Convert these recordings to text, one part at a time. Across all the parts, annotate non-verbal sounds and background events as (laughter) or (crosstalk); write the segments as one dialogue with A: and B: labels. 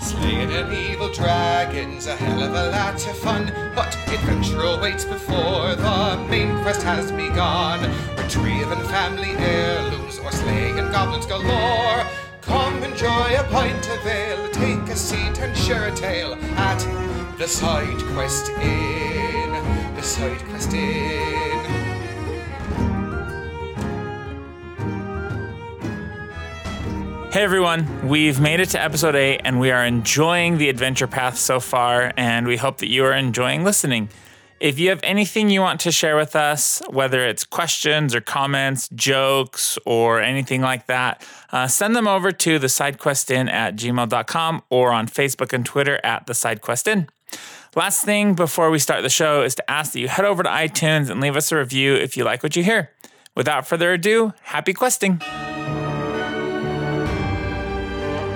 A: Slaying an evil dragon's a hell of a lot of fun, but adventure awaits before the main quest has begun. Retrieving family heirlooms or slaying goblins galore. Come enjoy a pint of ale, take a seat and share a tale at the Side Quest Inn. The Side Quest Inn.
B: Hey everyone, we've made it to episode 8 and we are enjoying the adventure path so far and we hope that you are enjoying listening. If you have anything you want to share with us, whether it's questions or comments, jokes, or anything like that, uh, send them over to the sidequestin at gmail.com or on Facebook and Twitter at the sidequestin. Last thing before we start the show is to ask that you head over to iTunes and leave us a review if you like what you hear. Without further ado, happy questing!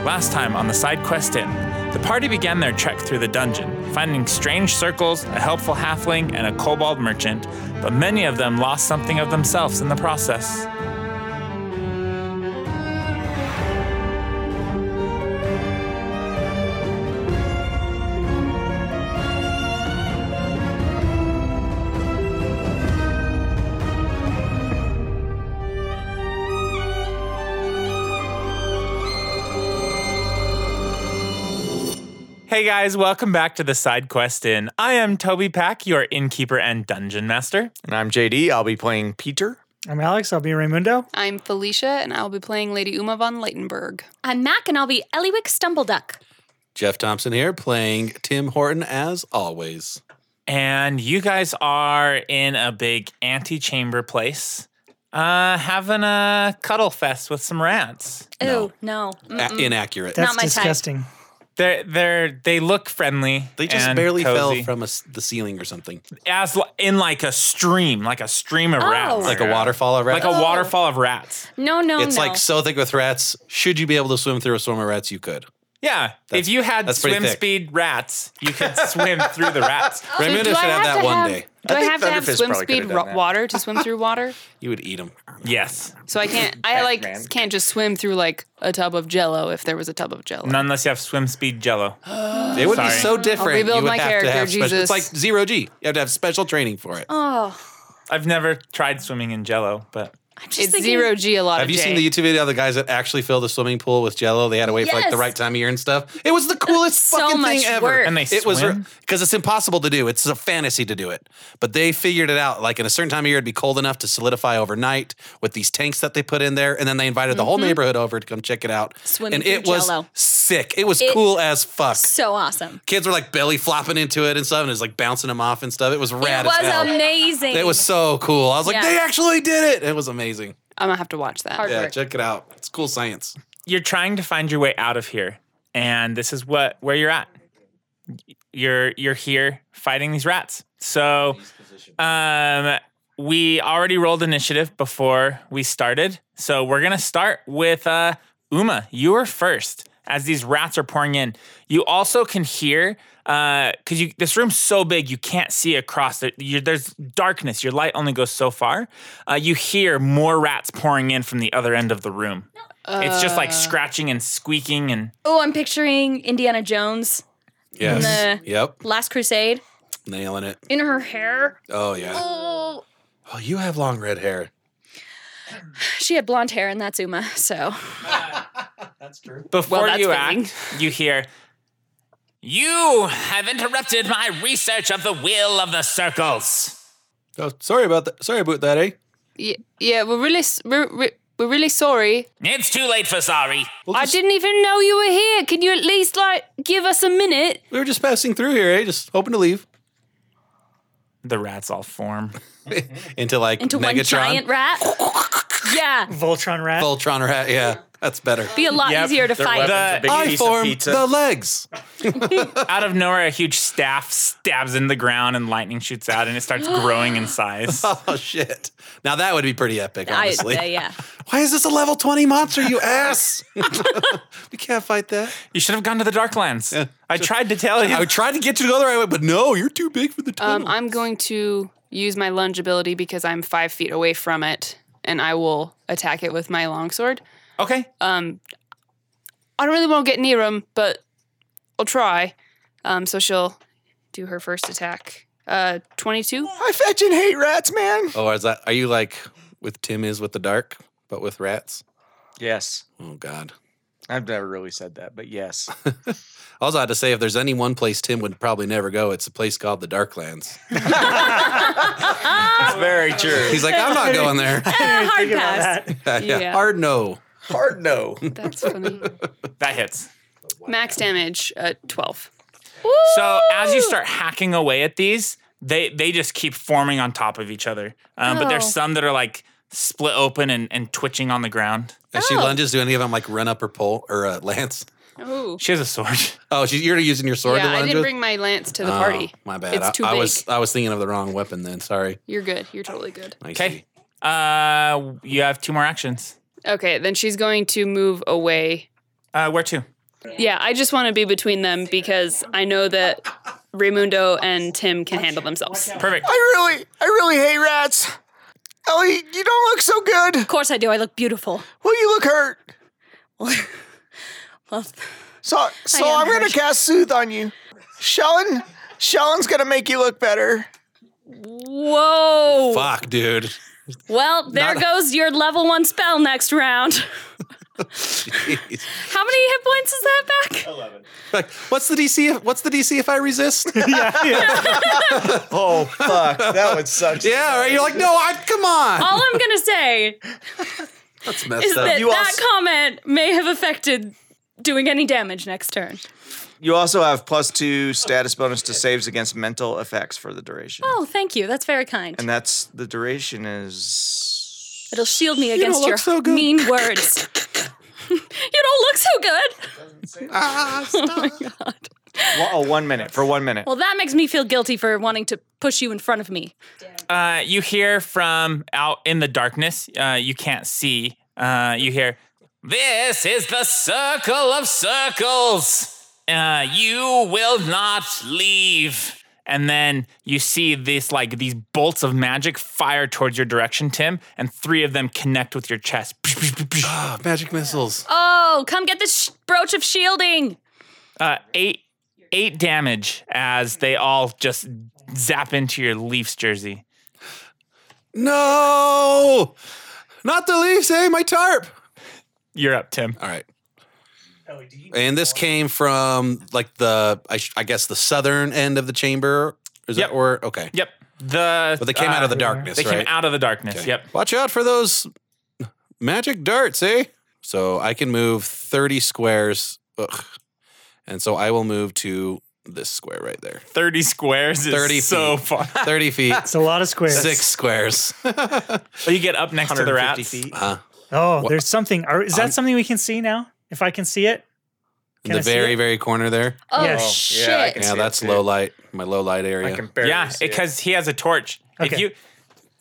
B: Last time on the side quest in, the party began their trek through the dungeon, finding strange circles, a helpful halfling, and a kobold merchant, but many of them lost something of themselves in the process. Hey guys, welcome back to the side quest in. I am Toby Pack, your innkeeper and dungeon master.
C: And I'm JD. I'll be playing Peter.
D: I'm Alex. I'll be Raimundo.
E: I'm Felicia, and I'll be playing Lady Uma von Leitenberg.
F: I'm Mac, and I'll be Eliwick Stumbleduck.
G: Jeff Thompson here, playing Tim Horton as always.
B: And you guys are in a big antechamber place, uh, having a cuddle fest with some rats.
G: No.
F: Ooh, no.
G: A-
E: Mm,
G: inaccurate.
D: That's
F: Not my type.
D: disgusting.
B: They're they're they look friendly.
G: they just
B: and
G: barely
B: cozy.
G: fell from a s the ceiling or something,
B: as li- in like a stream, like a stream of
F: Oh.
B: rats,
G: like a waterfall of
B: like
G: rats.
B: a waterfall of rats.
F: No, no,
G: it's
F: no.
G: like so thick with rats. Should you be able to swim through a storm of rats, you could.
B: Yeah, if you had
G: that's pretty
B: swim
G: thick.
B: speed rats, you could
G: (laughs)
B: swim through the rats.
G: Raimundo should have that one day.
E: Do
C: I
E: I,
C: think
E: have to have
C: Thunderfist
E: swim
C: probably
E: speed
C: could've done
E: ro-
C: that.
E: water to swim through water?
G: You would eat them.
B: Yes,
E: So I can't. I like can't just swim through like a tub of Jello if there was a tub of Jello.
B: not unless you have swim speed jello.
G: It would be
B: Sorry.
G: so different.
E: rebuild
G: you would
E: my
G: have to
E: character,
G: have special,
E: Jesus.
G: It's like zero G. You have to have special training for it.
F: oh,
B: I've never tried swimming in jello, but
F: I'm just
E: It's
F: thinking,
E: zero G. A lot
G: have
E: of
G: you
E: J.
G: seen the YouTube video of the guys that actually fill the swimming pool with Jello? They had to wait for like the
F: Yes.
G: right time of year and stuff. It was the coolest
F: So
G: fucking
F: much
G: thing ever.
F: work.
B: and they
G: it was
B: swim.
G: because it's impossible to do. It's a fantasy to do it, but they figured it out. Like in a certain time of year, it'd be cold enough to solidify overnight with these tanks that they put in there, and then they invited the whole neighborhood over to come check it out.
F: Mm-hmm. Swimming
G: and it
F: through
G: was
F: Jell-O.
G: sick. It was
F: It-
G: cool as fuck.
F: So awesome.
G: Kids were like belly flopping into it and stuff, and it was like bouncing them off and stuff. It was rad
F: it was
G: as hell.
F: amazing.
G: It was so cool. I was like,
F: Yeah.
G: they actually did it. It was amazing.
E: I'm gonna have to watch that.
F: Hard
G: Yeah,
F: work.
G: check it out. It's
F: (laughs)
G: cool science.
B: you're trying to find your way out of here, and this is what where you're at. You're you're here fighting these rats. So, um, we already rolled initiative before we started, so we're gonna start with uh, Uma. You are first as these rats are pouring in. You also can hear because you this room's so big you can't see across. There, you, there's darkness. Your light only goes so far. Uh, you hear more rats pouring in from the other end of the room. It's just like scratching and squeaking and
F: Oh, I'm picturing Indiana Jones,
G: Yes.
F: Nah.
G: Yep.
F: Last Crusade,
G: Nailing it.
F: in her hair.
G: Oh yeah.
F: Oh,
G: Oh, you have long red hair.
F: she had blonde hair, and that's Uma. So
B: Before
E: that's
B: you
E: fitting.
B: act, you hear, You have interrupted my research of the will of the circles.
G: Oh, sorry about that. Sorry about that, eh?
E: Yeah, yeah, we're really s- we're, we're, we're really sorry.
B: It's too late for sorry.
G: We'll
E: I
G: just-
E: didn't even know Oh, you were here. Can you at least like give us a minute?
G: We were just passing through here, eh? Just hoping to leave
B: The rats all form.
G: into like
F: into
G: Megatron,
F: one giant rat. (laughs) yeah,
D: Voltron rat.
G: Voltron or hat. Yeah, that's better.
F: be a lot
B: Yep,
F: easier to
B: they're
F: fight.
B: weapons.
C: It's a big
G: I
C: piece of
G: formed
C: pizza.
G: the legs. (laughs)
B: Out of nowhere, a huge staff stabs into the ground and lightning shoots out and it starts growing in size.
G: Oh shit! Now that would be pretty epic,
F: I,
G: honestly.
F: uh,
G: (laughs)
F: yeah.
G: Why is this a level twenty monster? You ass! (laughs) we can't
F: (laughs)
G: fight that.
B: You should have gone to the Darklands. I tried to tell you.
G: I tried to get you to go the right way, but no, you're too big for the tunnel.
E: Um, I'm going to use my lunge ability because I'm five feet away from it, and I will attack it with my longsword.
B: Okay.
E: I don't really want to get near him, but I'll try. Um, so she'll do her first attack. Uh, 22.
C: I fetch and hate rats, man.
G: Oh, is that? Are you like with Tim is with the dark, but with rats?
H: Yes.
G: Oh God.
H: I've never really said that, but yes.
G: Also, I had to say, if there's any one place Tim would probably never go, it's a place called the Darklands.
H: That's very true.
G: He's like,
E: (laughs)
G: I'm not going there. (laughs)
F: Ah, hard
D: Think about
F: pass.
D: that.
E: Yeah.
G: Hard no.
H: Hard no.
E: That's
G: (laughs)
E: funny.
B: That hits.
E: Max damage at 12.
B: So as you start hacking away at these, they they just keep forming on top of each other. Um, But there's
F: Oh.
B: some that are like split open and, and twitching on the ground.
G: And she
F: Oh.
G: lunges. Do any of them like run up her pole or uh, lance?
E: Ooh.
B: She has a sword. (laughs)
G: Oh, she's, you're using your sword
E: Yeah,
G: to
E: I
G: lunge
E: didn't
G: with?
E: bring my lance to the
G: Oh,
E: party.
G: my bad.
E: It's
G: I,
E: too
G: I
E: big.
G: was I was thinking of the wrong weapon then. Sorry.
E: You're good. You're totally good.
G: I see.
B: Okay. Uh, you have two more actions.
E: Okay, then she's going to move away.
B: Uh, where to?
E: Yeah, I just want to be between them because I know that Raimundo and Tim can handle themselves.
B: Perfect.
C: (laughs) I really, I really hate rats. Ellie, you don't look so good.
F: Of course I do. I look beautiful.
C: Well, you look hurt.
F: Well,
C: So, so
F: am
C: I'm gonna
F: hurt.
C: cast soothe on you. Shellen, Shellen's gonna make you look better.
F: whoa.
G: Fuck, dude.
F: Well, there
G: Not-
F: goes your level one spell next round. (laughs)
G: Jeez.
F: How many hit points is that back?
G: Like, what's the DC? If, what's the DC if
E: (laughs)
G: I resist?
H: Oh fuck, that would suck.
G: yeah, right. You're like, no, I come on.
F: All I'm gonna say
G: That's messed
F: is
G: up.
F: that
H: You
F: that
H: also-
F: comment may have affected doing any damage next turn.
H: (laughs) You also have plus two status bonus to saves against mental effects for the duration,
F: Oh, thank you. That's very kind.
H: and that's the duration is.
F: It'll shield me against your mean words. (laughs) you don't look so good.
H: Wa- Oh, one minute for one minute.
F: Well, that makes me feel guilty for wanting to push you in front of me.
B: Uh, you hear from out in the darkness. Uh, you can't see. Uh, you hear, "This is the circle of circles. Uh, you will not leave." And then you see this like these bolts of magic fire towards your direction, Tim, and three of them connect with your chest.
G: (gasps) Ah, magic missiles.
F: Oh, come get this sh- brooch of shielding.
B: Uh, eight, eight damage as they all just zap into your Leafs jersey.
G: No, not the Leafs. Hey, my tarp.
B: You're up, Tim.
G: All right. And this came from like the I, sh- I guess the southern end of the chamber. Is
B: Yep.
G: that where? Okay.
B: Yep. The uh,
G: But they came out of the darkness,
B: They
G: right?
B: came out of the darkness.
G: Okay.
B: Yep.
G: Watch out for those magic darts, eh? So I can move 30 squares. Ugh. And so I will move to this square right there.
B: 30 squares is
G: 30
B: so
G: feet.
B: far. (laughs)
G: 30 feet,
D: It's a lot of squares.
G: six squares. (laughs)
B: So you get up next to the rats.
G: Uh,
D: Oh,
G: Wha-
D: there's something. Are, is that
G: I'm-
D: something we can see now? If I can see it?
G: in
D: Can
G: the
D: I see
G: very,
D: it?
G: very corner there.
F: Oh,
D: Yeah. Oh, yeah, I
F: shit.
H: can
G: Yeah,
H: see it
G: that's
H: too.
G: low light, my low light area.
H: I can barely
B: yeah,
H: see it.
B: because he has a torch. If
D: Okay.
B: you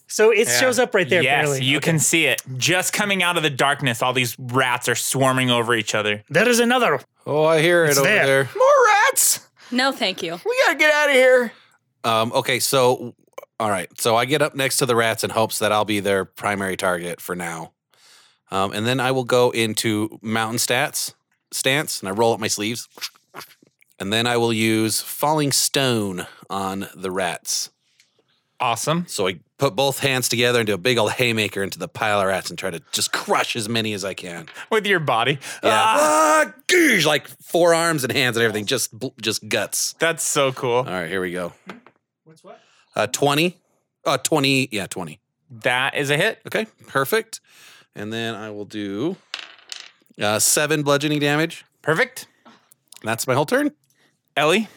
D: So it
H: Yeah.
D: shows up right there.
B: yes,
D: barely.
B: you
D: Okay.
B: can see it. Just coming out of the darkness, all these rats are swarming over each other.
D: There is another.
G: oh, I hear it
D: It's
G: over
D: there.
G: there.
C: More rats.
F: No, thank you.
C: We gotta get out of here.
G: Um, okay, so all right, so I get up next to the rats in hopes that I'll be their primary target for now, um, and then I will go into mountain stats stance, and I roll up my sleeves, and then I will use falling stone on the rats.
B: Awesome.
G: So I put both hands together and do a big old haymaker into the pile of rats and try to just crush as many as I can.
B: With your body.
G: Yeah,
B: Ah,
G: Ah, goosh, like forearms and hands and everything, just bl- just guts.
B: that's so cool.
G: All right, here we go. What's what? Uh, 20. Uh, 20. Yeah, 20.
B: That is a hit.
G: Okay, perfect. And then I will do uh, seven bludgeoning damage.
B: Perfect.
G: And that's my whole turn.
B: Ellie,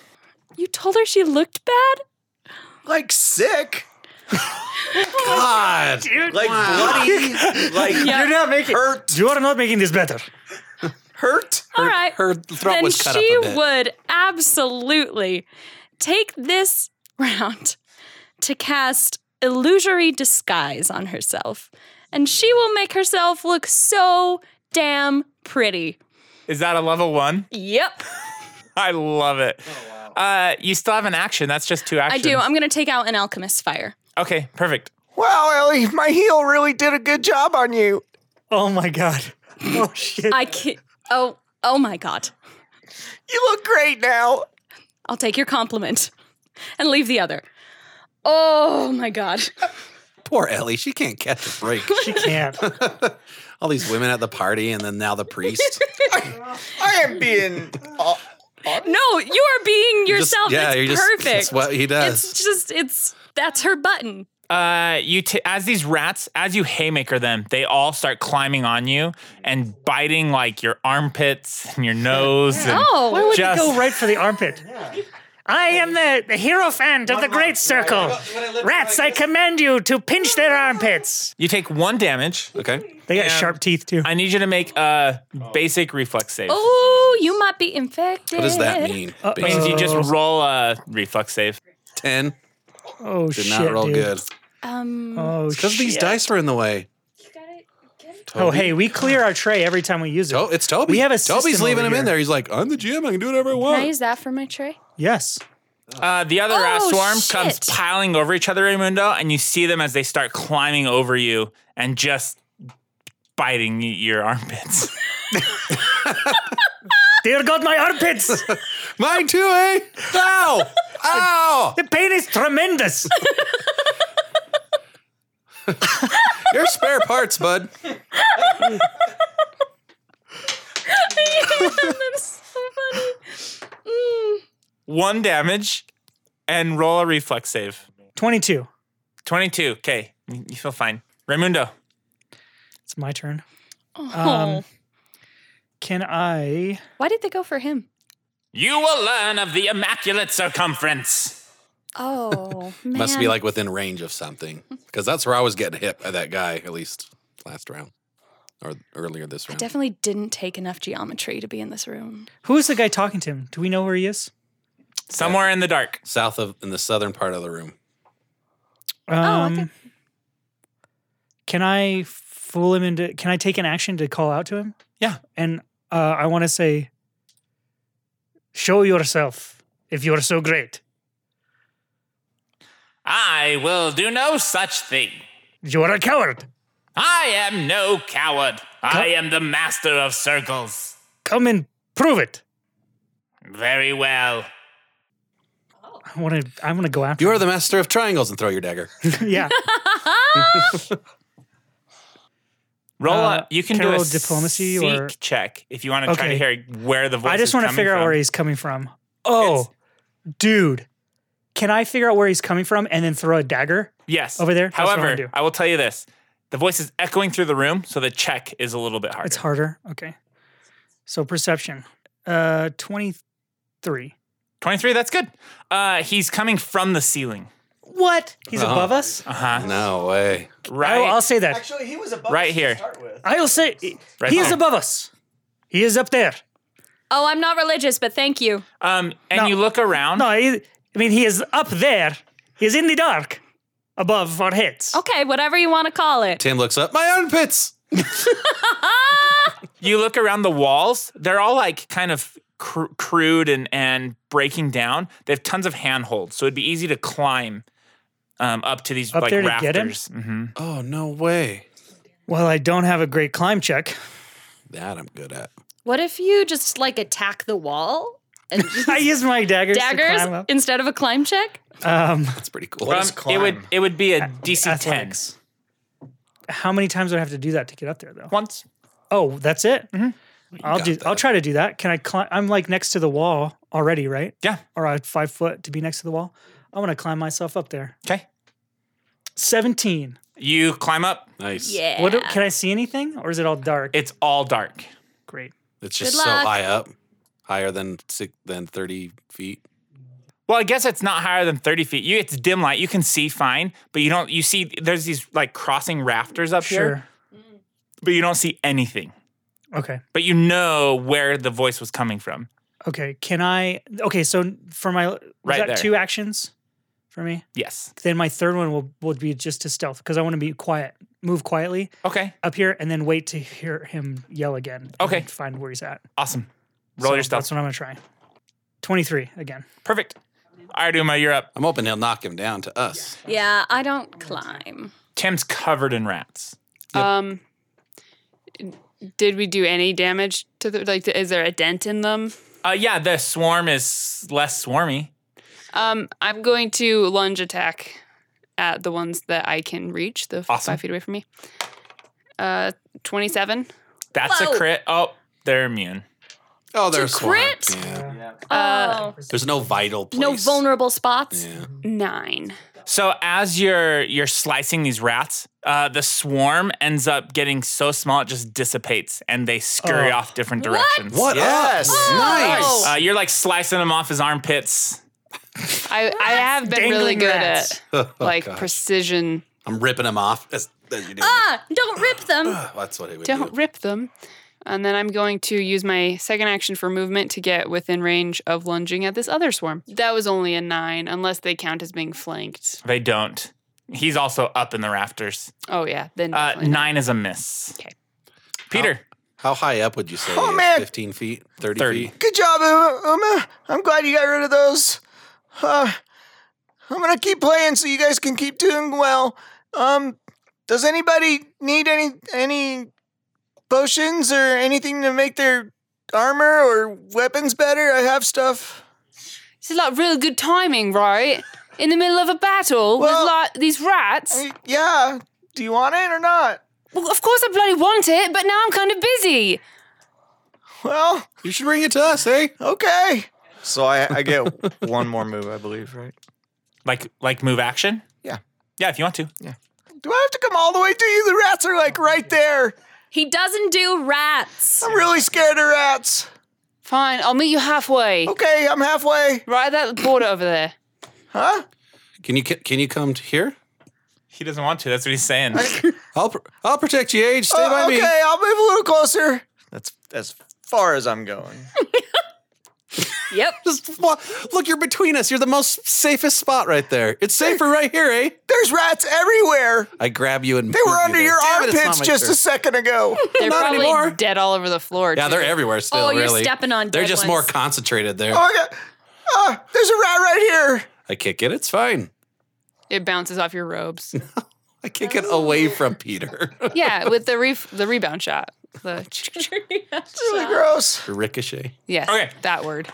F: You told her she looked bad?
H: like sick,
G: God.
H: like bloody, like
D: You're not making.
H: hurt,
D: You are not making this better.
H: hurt.
F: All right.
G: Her throat
F: then
G: was cut
F: she
G: up a bit.
F: would absolutely take this (laughs) round to cast illusory disguise on herself. And she will make herself look so damn pretty.
B: is that a level one? (laughs)
F: Yep.
B: I love it. Uh, you still have an action. That's just two
F: Oh, I
B: actions.
F: do. I'm going to take out an alchemist's fire.
B: okay, perfect.
C: Wow, Ellie, my heel really did a good job on you.
D: Oh my god. Oh shit.
F: I can't. Oh, oh my God.
C: You look great now.
F: I'll take your compliment and leave the other. Oh my god.
G: Poor Ellie. She can't catch
F: (laughs)
G: a break. (laughs)
D: She can't.
G: All these women at the party and then now
F: (laughs)
G: the priest.
C: I am being. Oh,
F: No, you are being
G: Just-
F: yourself.
G: yeah,
F: it's
G: you're just-
F: perfect.
G: that's what he does.
F: It's just it's that's her button.
B: Uh, you t- as these rats, as you haymaker them, they all start climbing on you and biting like your armpits and your nose. And
F: Oh,
B: just
D: Go right for the armpit. (laughs) I am the, the hero fan of the Great Circle. Rats, I command you to pinch their armpits.
B: you take one damage.
G: Okay.
D: They got
B: Yeah.
D: sharp teeth too.
B: I need you to make a basic reflex save.
F: oh, you might be infected.
G: What does that mean?
B: It means you just roll a reflex save.
G: 10.
D: Oh
G: Did
D: shit,
G: not roll
D: dude.
G: good.
F: Um,
D: Oh
G: Because these
D: shit.
G: dice were in the way.
D: Oh hey, we clear our tray every time we use it.
G: Oh, it's Toby.
D: We have a
G: Toby's
D: system
G: leaving
D: over
G: him in
D: here.
G: there. He's like, I'm the GM. I can do whatever I
E: Can I
G: want.
E: use that for my
F: (laughs)
E: tray?
D: Yes.
B: Uh, the other rat
F: Oh,
B: swarm
F: shit.
B: comes piling over each other, Raimundo, and you see them as they start climbing over you and just biting y- your armpits. (laughs)
D: Dear God,
G: (laughs)
D: my armpits!
G: Mine too, eh? Ow! Ow!
D: the pain
G: (laughs)
D: is tremendous.
G: Your spare parts, bud.
F: that's so funny.
B: one damage and roll a reflex save.
D: Twenty-two.
B: 22. Okay. You feel fine. Raimundo.
D: It's my turn. Um,
F: Oh.
D: Can I?
E: Why did they go for him?
B: You will learn of the immaculate circumference.
G: (laughs)
E: Oh, man.
G: Must be like within range of something. Because that's where I was getting hit by that guy, at least last round or earlier this round.
F: Definitely didn't take enough geometry to be in this room.
D: Who is the guy talking to him? Do we know where he is?
B: Somewhere in the dark.
G: South of, in the southern part of the room.
D: Um,
F: okay.
D: Can I fool him into? Can I take an action to call out to him?
B: Yeah.
D: And uh, I want to say, show yourself if you are so great.
B: I will do no such thing.
D: You are a coward.
B: I am no coward. I am the master of circles.
D: Come and prove it.
B: Very well.
D: I want to. I want to go after.
G: You are the master of triangles and throw
F: (laughs)
G: your dagger.
D: him. (laughs) yeah.
B: Roll
D: Uh,
B: up. You can,
D: can I
B: do a
D: roll diplomacy
B: seek
D: or-
B: check if you want to try to
D: Okay.
B: hear where the voice.
D: I just
B: want to
D: figure out where he's coming from. Oh, dude. Can I figure out where he's coming from and then throw a dagger?
B: Yes.
D: over there. That's what I
B: However,
D: wanna do.
B: I will tell you this: the voice is echoing through the room, so the check is a little bit harder.
D: It's harder. Okay. So perception. Uh 23.
B: Twenty-three. That's good. Uh, he's coming from the ceiling.
D: What? He's
G: Uh-huh.
D: above us?
B: Uh huh.
G: No way.
B: Right.
D: Oh, I'll, I'll say that.
I: Actually, he was above
B: Right
I: us to
B: here.
I: start with.
D: I'll say
B: Right
D: he is
B: there.
D: above us. He is up there.
F: Oh, I'm not religious, but thank you.
B: um, and
D: No.
B: you look around.
D: No, he, I mean he is up there. He's in the dark. Above our heads.
F: Okay, whatever you want to call it.
G: Tim looks up. My armpits.
B: you look around the walls they're all like kind of cr- crude and and breaking down they have tons of handholds so it'd be easy to climb um, up to these
D: Up
B: like
D: there to get 'em?
B: rafters hmm
G: Oh no way.
D: Well, I don't have a great climb check. (laughs)
G: That I'm good at.
F: What if you just like attack the wall and just
D: I use my daggers, to climb
F: daggers
D: up.
F: instead of a climb check?
D: Um,
G: That's pretty cool.
B: Um, it would it would be a dc
D: athletics. how many times would I have to do that to get up there though?
B: 10 once
D: Oh, that's it. I'll
G: got
D: do. I'll
G: that.
D: try to do that. Can I climb? I'm like next to the wall already, right?
B: yeah
D: Or I five foot to be next to the wall. I want to climb myself up there.
B: okay
D: Seventeen.
B: you climb up
G: nice.
F: Yeah.
D: What? do- Can I see anything, or is it all dark?
B: it's all dark
D: Great.
G: It's just
F: Good
G: so
F: luck.
G: high up, higher than six, than thirty feet.
B: well i guess it's not higher than 30 feet you it's dim light you can see fine but you don't you see there's these like crossing rafters up here
D: Sure.
B: but you don't see anything
D: Okay.
B: but you know where the voice was coming from
D: Okay. Can I? Okay. So for my was
B: Right
D: that
B: there.
D: two actions for me.
B: yes
D: Then my third one will would be just to stealth because I want to be quiet, move quietly
B: okay
D: up here, and then wait to hear him yell again. and
B: Okay.
D: Find where he's at.
B: awesome roll
D: So
B: your stealth
D: That's what I'm gonna try. Three again.
B: Perfect. All right, Uma, you're up.
G: I'm hoping he'll knock him down to us.
F: Yeah, I don't climb.
B: Tim's covered in rats.
E: Um, did we do any damage to the? Like, is there a dent in them?
B: Uh, yeah, the swarm is less swarmy.
E: Um, I'm going to lunge attack at the ones that I can reach, the f-
B: Awesome.
E: five feet away from me. Uh, 27.
B: That's
F: Whoa.
B: a crit. Oh, they're immune.
G: Oh, there's
F: To
G: swarm.
F: crit?
G: Yeah.
E: Uh,
F: oh,
G: There's no vital place.
F: no vulnerable spots.
G: Yeah.
E: Nine.
B: So as you're you're slicing these rats, uh, the swarm ends up getting so small it just dissipates, and they scurry
D: Oh.
B: off different
F: What?
B: directions.
G: What?
C: Yes.
F: Oh.
G: Nice.
B: Uh, you're like slicing them off his armpits.
E: I, I have been really
D: Dangling
E: good
D: rats.
G: (laughs) Oh,
E: at like
G: gosh.
E: precision.
G: I'm ripping them off. That's, that's, you do.
F: Ah, don't rip them.
G: (laughs) that's what it would
E: Don't
G: do.
E: rip them. And then I'm going to use my second action for movement to get within range of lunging at this other swarm. That was only a nine, unless they count as being flanked.
B: They don't. He's also up in the rafters.
E: Oh yeah, then
B: Uh,
E: definitely not.
B: nine is a miss.
E: Okay.
B: Peter,
G: How high up would you say?
C: Oh,
G: it is?
C: man.
G: 15 feet? 30,
B: 30.
G: feet?
C: Good job, Uma. Uma. Ah, I'm glad you got rid of those. Uh, I'm gonna keep playing so you guys can keep doing well. Um, does anybody need any any potions or anything to make their armor or weapons better? I have stuff.
E: This is like real good timing, right? In the middle of a battle
C: Well-
E: with like these rats.
C: I- yeah. Do you want it or not?
E: Well, of course I bloody want it, but now I'm kind of busy.
C: Well,
G: You should bring it to us, eh?
C: okay.
H: So I, I get one more move, I believe, right?
B: like like move action.
C: Yeah.
B: Yeah, if you want to.
C: Do I have to come all the way to you? The rats are like right there.
F: He doesn't do rats.
H: (laughs)
C: I'm really scared of rats.
E: Fine, I'll meet you halfway.
G: Oh.
C: Okay, I'm halfway.
E: Right at that border over there.
C: Huh?
G: Can you can you come to here?
B: He doesn't want to. That's what he's saying.
G: I'll pr- I'll protect you, Age. Stay
C: Uh,
G: by
C: okay,
G: me.
C: I'll move a little closer.
H: That's as far as I'm going.
F: Yep.
G: Just wa- look, you're between us. You're the most safest spot right there. It's safer right here, eh?
C: There's rats everywhere.
G: I grab you and
C: They were under your armpits just a
G: as
C: second ago.
E: They're
G: (laughs) Not
E: probably
G: anymore.
E: dead all over the floor.
G: yeah,
E: too.
G: they're everywhere still.
F: Oh, you're
G: really.
F: stepping on
G: They're
F: dead
G: just more
F: ones.
G: concentrated there.
C: oh my god. Ah, there's a rat right here.
G: I kick it. It's fine.
E: It bounces off
B: (laughs)
E: your robes.
G: I kick it
F: Oh.
G: away from Peter.
E: yeah, with the re- the rebound shot. The
C: Really gross.
G: Ricochet.
E: yes,
B: Okay.
E: that word.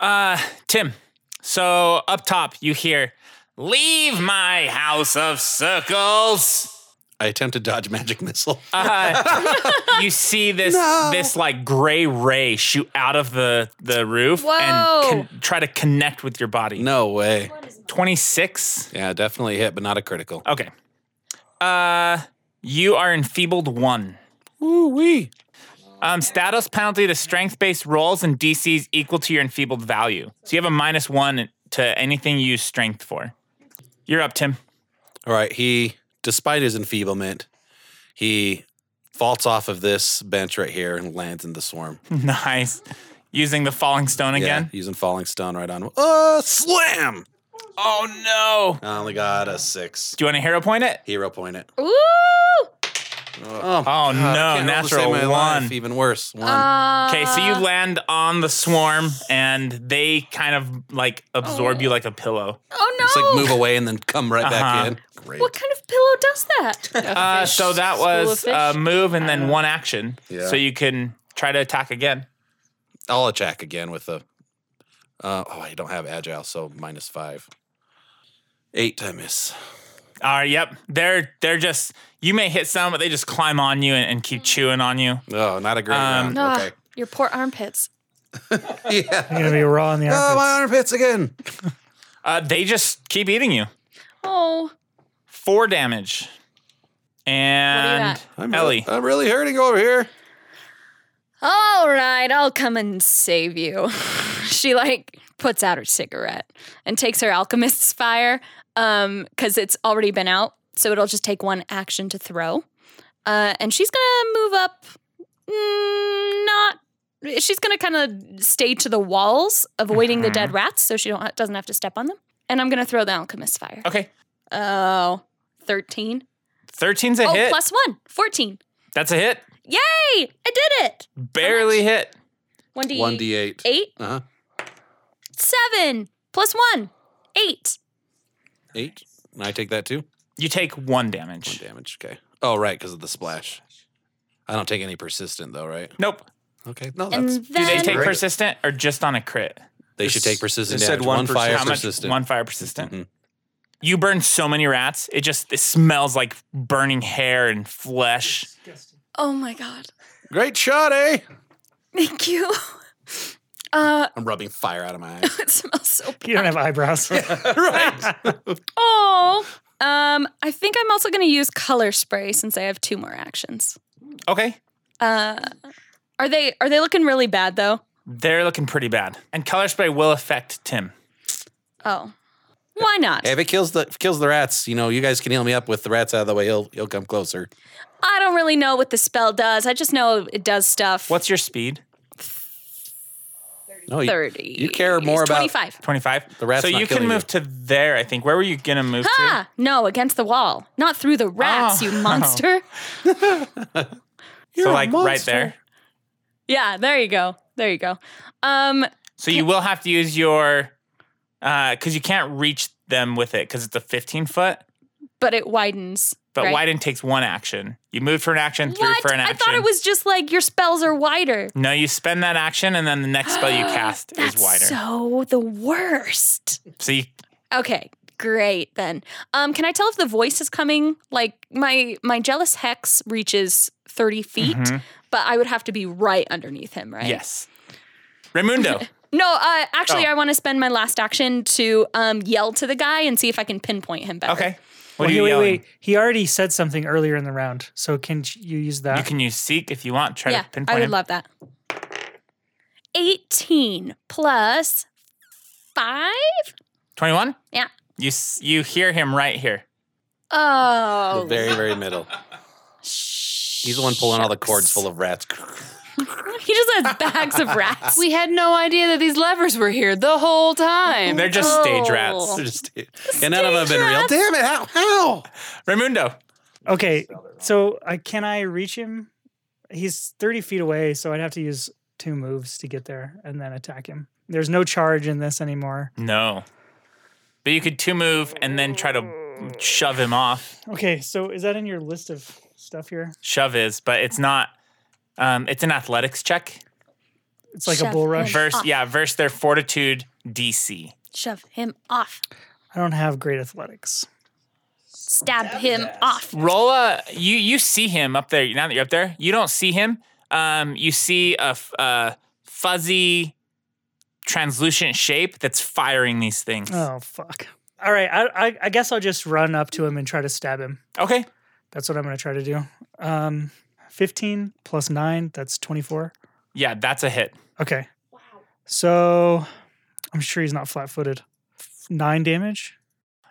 B: Uh, (sighs) Tim. So up top, you hear, "Leave my house of circles."
G: I attempt to dodge magic missile.
B: Uh, you see this this like gray ray shoot out of the the roof
F: Whoa.
B: and con- try to connect with your body.
G: no way.
B: Twenty six.
G: Yeah, definitely hit, but not a critical.
B: Okay. Uh, you are enfeebled one.
G: Ooh wee.
B: Um, status penalty to strength based rolls and DCs equal to your enfeebled value. So you have a minus one to anything you use strength for. You're up, Tim.
G: All right. He, despite his enfeeblement, he vaults off of this bench right here and lands in the swarm.
B: Nice. Using the falling stone (laughs) again.
G: Yeah, using falling stone right on. Uh, slam!
B: Oh no.
G: I only got a six.
B: Do you want to hero point it?
G: Hero point it.
F: (laughs) Ooh.
G: Oh,
B: Oh no,
G: I can't roll to
B: natural
G: save my
B: one.
G: life, even worse. One.
F: Uh,
B: Okay, so
E: Uh.
B: you land on the swarm and they kind of like absorb you like a pillow.
F: Oh no.
G: Just like move away and then come right
B: Uh-huh.
G: back in. Great.
F: What kind of pillow does
G: (laughs)
F: that?
B: Uh, so that
E: School of
B: was um,
E: fish? Uh.
B: a move and then one action.
G: Yeah.
B: So you can try to attack again.
G: I'll attack again with a. Uh, oh, I don't have agile, so minus five. Eight, I miss.
B: All right, Uh, yep. They're they're just you may hit some, but they just climb on you and, and keep
E: Hmm.
B: chewing on you.
G: Oh, not a great
B: Um,
G: round.
F: Ah,
G: Okay.
F: Your poor armpits. Ah.
G: (laughs) yeah.
D: You're gonna be raw in the
G: Oh,
D: armpits.
G: my armpits again.
B: Uh, they just keep eating you.
F: Oh.
B: Four damage. And
F: at?
G: I'm
B: Ellie.
G: I'm really hurting over here.
F: All right, I'll come and save you. (laughs) she like puts out her cigarette and takes her alchemist's fire um cuz it's already been out, so it'll just take one action to throw. Uh and she's going to move up mm, not she's going to kind of stay to the walls avoiding
B: Mm-hmm.
F: the dead rats so she don't doesn't have to step on them. And I'm going to throw the alchemist's fire.
B: Okay.
F: Oh, 13.
B: 13's a
F: oh,
B: hit.
F: plus 1, 14.
B: That's a hit.
F: Yay! I did it.
B: Barely hit.
F: 1d
G: One d eight.
F: 8
G: Uh huh.
F: seven plus one, eight.
G: Eight. And I take that too.
B: You take one
G: One
B: damage.
G: damage. Okay. Oh, right, because of the splash. I don't take any persistent though, right?
B: Nope.
G: Okay. No,
F: And
G: that's
B: Do they
F: then
B: take
G: Great.
B: persistent or just on a crit?
G: they should take
H: It
G: persistent
H: said
G: damage. One
H: 1%.
G: fire
B: How much?
G: persistent.
B: One fire persistent.
G: Mhm.
B: You burn so many rats, it just it smells like burning hair and flesh.
F: Oh my god.
G: Great shot, eh?
F: Thank you. (laughs) Uh,
G: I'm rubbing fire out of my (laughs) eyes.
F: it smells so.
D: You don't
B: (laughs)
D: have eyebrows.
G: right.
F: Oh. Um, I think I'm also going to use color spray since I have two more actions.
B: Okay,
F: Uh, are they are they looking really bad though?
B: they're looking pretty bad, and color spray will affect Tim.
F: Oh, why not?
G: If it kills the if it kills the rats, you know, you guys can heal me up with the rats out of the way. He'll he'll come closer.
F: I don't really know what the spell does. I just know it does stuff.
B: What's your speed?
G: No, you,
F: thirty?
G: You care more about
F: twenty-five.
B: Twenty-five.
G: The rat's
B: So
G: not
B: you can
G: killing
B: move to
G: you.
B: there. I think. Where were you gonna move
F: Ah, no, against the wall, not through the rats,
B: Oh.
F: you monster. (laughs)
B: to? So like right there.
F: Yeah, there you go. There you go. Um,
B: So you will have to use your, because you can't reach them with it because it's a 15 foot.
F: but it widens.
B: But
F: right?
B: widen takes one action. You move for an action, through
F: What?
B: for an
F: I
B: action.
F: thought it was just like your spells are wider.
B: No, you spend that action, and then the next spell
F: (gasps)
B: you cast is
F: That's
B: wider. So,
F: so the worst.
B: you,
F: Okay, great then. Um, can I tell if the voice is coming? Like my my jealous hex reaches thirty feet,
B: Mhm.
F: but I would have to be right underneath him, right?
B: yes,
F: (laughs)
B: Raimundo.
F: No, uh, actually,
B: Oh.
F: I want to spend my last action to um, yell to the guy and see if I can pinpoint him better.
B: okay, what
D: Well,
B: are
D: he-
B: you
D: wait,
B: yelling?
D: wait. He already said something earlier in the round, so can sh- you use that?
B: You can use seek if you want. Try
F: yeah,
B: to pinpoint.
F: I would
B: him.
F: love that. Eighteen plus five.
B: 21?
F: Yeah.
B: You s- you hear him right here.
F: Oh,
G: The very, very middle. He's the one pulling all the cords full
F: (laughs)
G: of rats.
F: he just has bags of (laughs) rats.
E: We had no idea that these levers were here the whole time.
B: They're just stage rats.
F: Oh.
G: They're just- and none of them have been real.
F: rats.
G: Damn it! How? How?
B: Raimundo.
D: Okay, so uh, can I reach him? He's 30 feet away, so I'd have to use two moves to get there and then attack him. There's no charge in this anymore.
B: No. But you could two move and then try to shove him off.
D: Okay, so is that in your list of stuff here?
B: Shove is, but it's not. Um, it's an athletics check.
D: It's like
F: Shove
D: a bull
F: him.
D: rush.
B: Verse,
F: Off.
B: yeah, verse their fortitude DC.
F: Shove him off.
D: I don't have great athletics.
F: Stab him off.
B: Rolla, you you see him up there. Now that you're up there, you don't see him. Um, you see a, f- a fuzzy, translucent shape that's firing these things.
D: Oh fuck! All right, I, I I guess I'll just run up to him and try to stab him.
B: Okay,
D: That's what I'm gonna try to do. Um, 15 plus nine, that's 24.
B: yeah, that's a hit.
D: Okay. Wow. So I'm sure he's not flat-footed. Nine damage.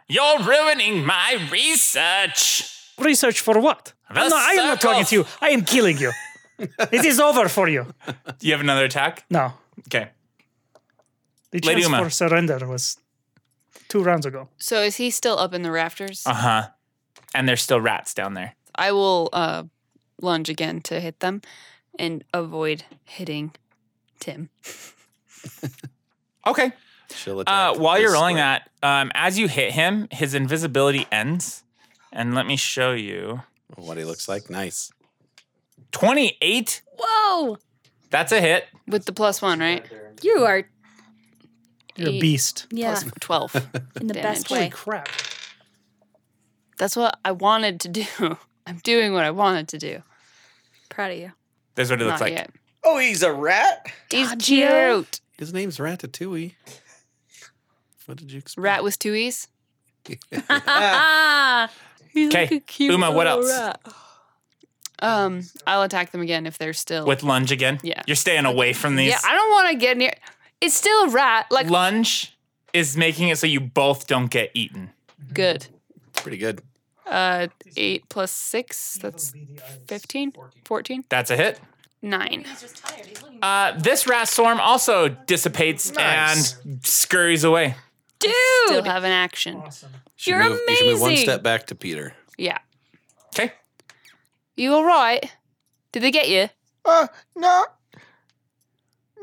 B: You're ruining my research.
D: Research for what?
B: The
D: I'm not, I am not talking to you. I am killing you. it is over for you.
B: Do you have another attack?
D: No,
B: Okay.
D: the
B: Lady
D: chance
B: Uma.
D: for surrender was two rounds ago.
E: so is he still up in the rafters?
B: Uh huh. And there's still rats down there.
E: I will uh, lunge again to hit them and avoid hitting Tim.
B: Okay.
G: She'll
B: Uh,
G: attack
B: while you're
G: this
B: rolling
G: way.
B: that, um, as you hit him, his invisibility ends. And let me show you.
G: what he looks like. Nice.
B: 28
F: Whoa!
B: That's a hit.
E: With the plus one, right?
F: You are
D: You're a
E: Eight
D: beast.
F: yeah
B: (laughs)
E: Plus 12.
F: in the
E: damage.
F: best
D: Holy
F: way.
D: crap!
E: That's what I wanted to do. (laughs) I'm doing what I wanted to do.
F: Proud of you.
B: That's what it looks
E: Not
B: like.
E: yet.
H: Oh, he's a rat?
E: He's
F: God,
E: cute.
F: yeah.
G: His name's Ratatouille. What did you expect?
E: Rat with two E's.
F: (laughs) He's
B: 'Kay. Uma, what
F: little
B: else?
F: rat.
E: Um, I'll attack them again if they're still.
B: With lunge again.
E: Yeah.
B: You're staying away from these.
E: yeah, I don't want to get near. It's still a rat. Like,
B: lunge is making it so you both don't get eaten.
E: good.
G: Pretty good.
E: Uh, eight plus six. That's 15, 14,
B: That's a hit.
E: nine.
B: Uh, this rat storm also dissipates
H: Nice.
B: and scurries away.
E: Still
F: Dude,
E: have an action.
G: Should
F: You're
G: move, You should move one
F: amazing.
G: step back to Peter.
E: Yeah.
B: Okay.
E: You all right? Did they get you?
C: Uh, no.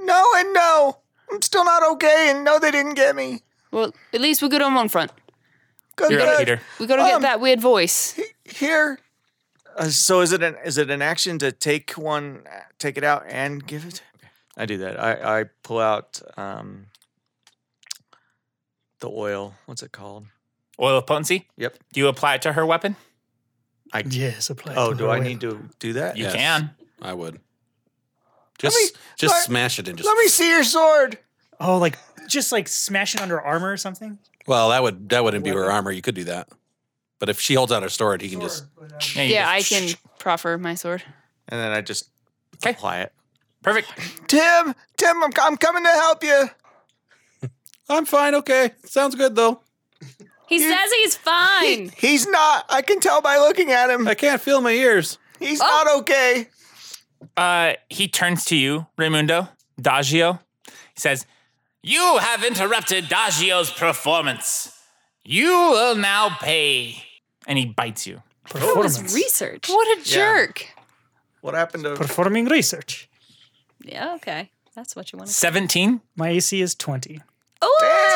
C: No and no. I'm still not okay, and no, they didn't get me.
E: Well, at least we're good on one front.
C: Good,
B: You're
C: good.
B: up, Peter.
E: We gotta get
C: Um,
E: that weird voice.
C: Here. Uh,
H: so is it an is it an action to take one, uh, take it out, and give it? I do that. I I pull out um, the oil. What's it called?
B: Oil of potency.
H: Yep.
B: Do you apply it to her weapon?
D: Yes, apply.
H: Oh, do I need to do that?
B: You
G: Yes.
B: can.
G: I would. Just
C: me-
G: just
C: let-
G: smash it and just
C: Let me see your sword.
D: Oh, like just like smash it under armor or something.
G: Well, that would that wouldn't be her armor. You could do that. But if she holds out her sword, he can just
B: Yeah, you
E: Yeah, I
B: just-
E: can proffer my sword.
H: And then I just
B: Okay.
H: apply it.
B: Perfect.
C: Tim, Tim, I'm, I'm coming to help you.
G: I'm fine, okay. Sounds good though.
F: He says he's
E: Mm.
F: (laughs) fine.
C: He's not. I can tell by looking at him.
G: I can't feel my ears.
E: Oh.
C: He's not okay.
B: Uh, he turns to you, Raimundo, Daggio. He says, You have interrupted Daggio's performance. You will now pay. And he bites you.
F: That was
D: Performance.
F: research.
E: What a jerk.
H: What happened to?
D: Performing research.
F: Yeah, okay. That's what you want.
B: 17.
D: My AC is twenty.
F: Oh,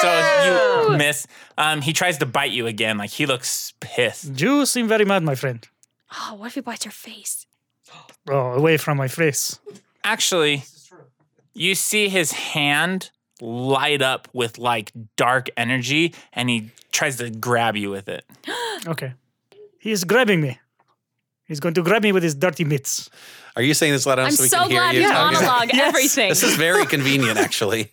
B: So you miss. Um, he tries to bite you again. Like he looks pissed.
D: You seem very mad, my friend.
F: oh, what if he bites your face?
D: Oh, away from my face.
B: Actually, you see his hand light up with like dark energy and he tries to grab you with it.
D: Okay. He is grabbing me. He's going to grab me with his dirty mitts.
G: Are you saying this loud enough
F: I'm
G: so we
F: so
G: can hear
F: glad
G: you?
F: you
G: talking?
F: monologue everything.
G: This is very convenient, actually.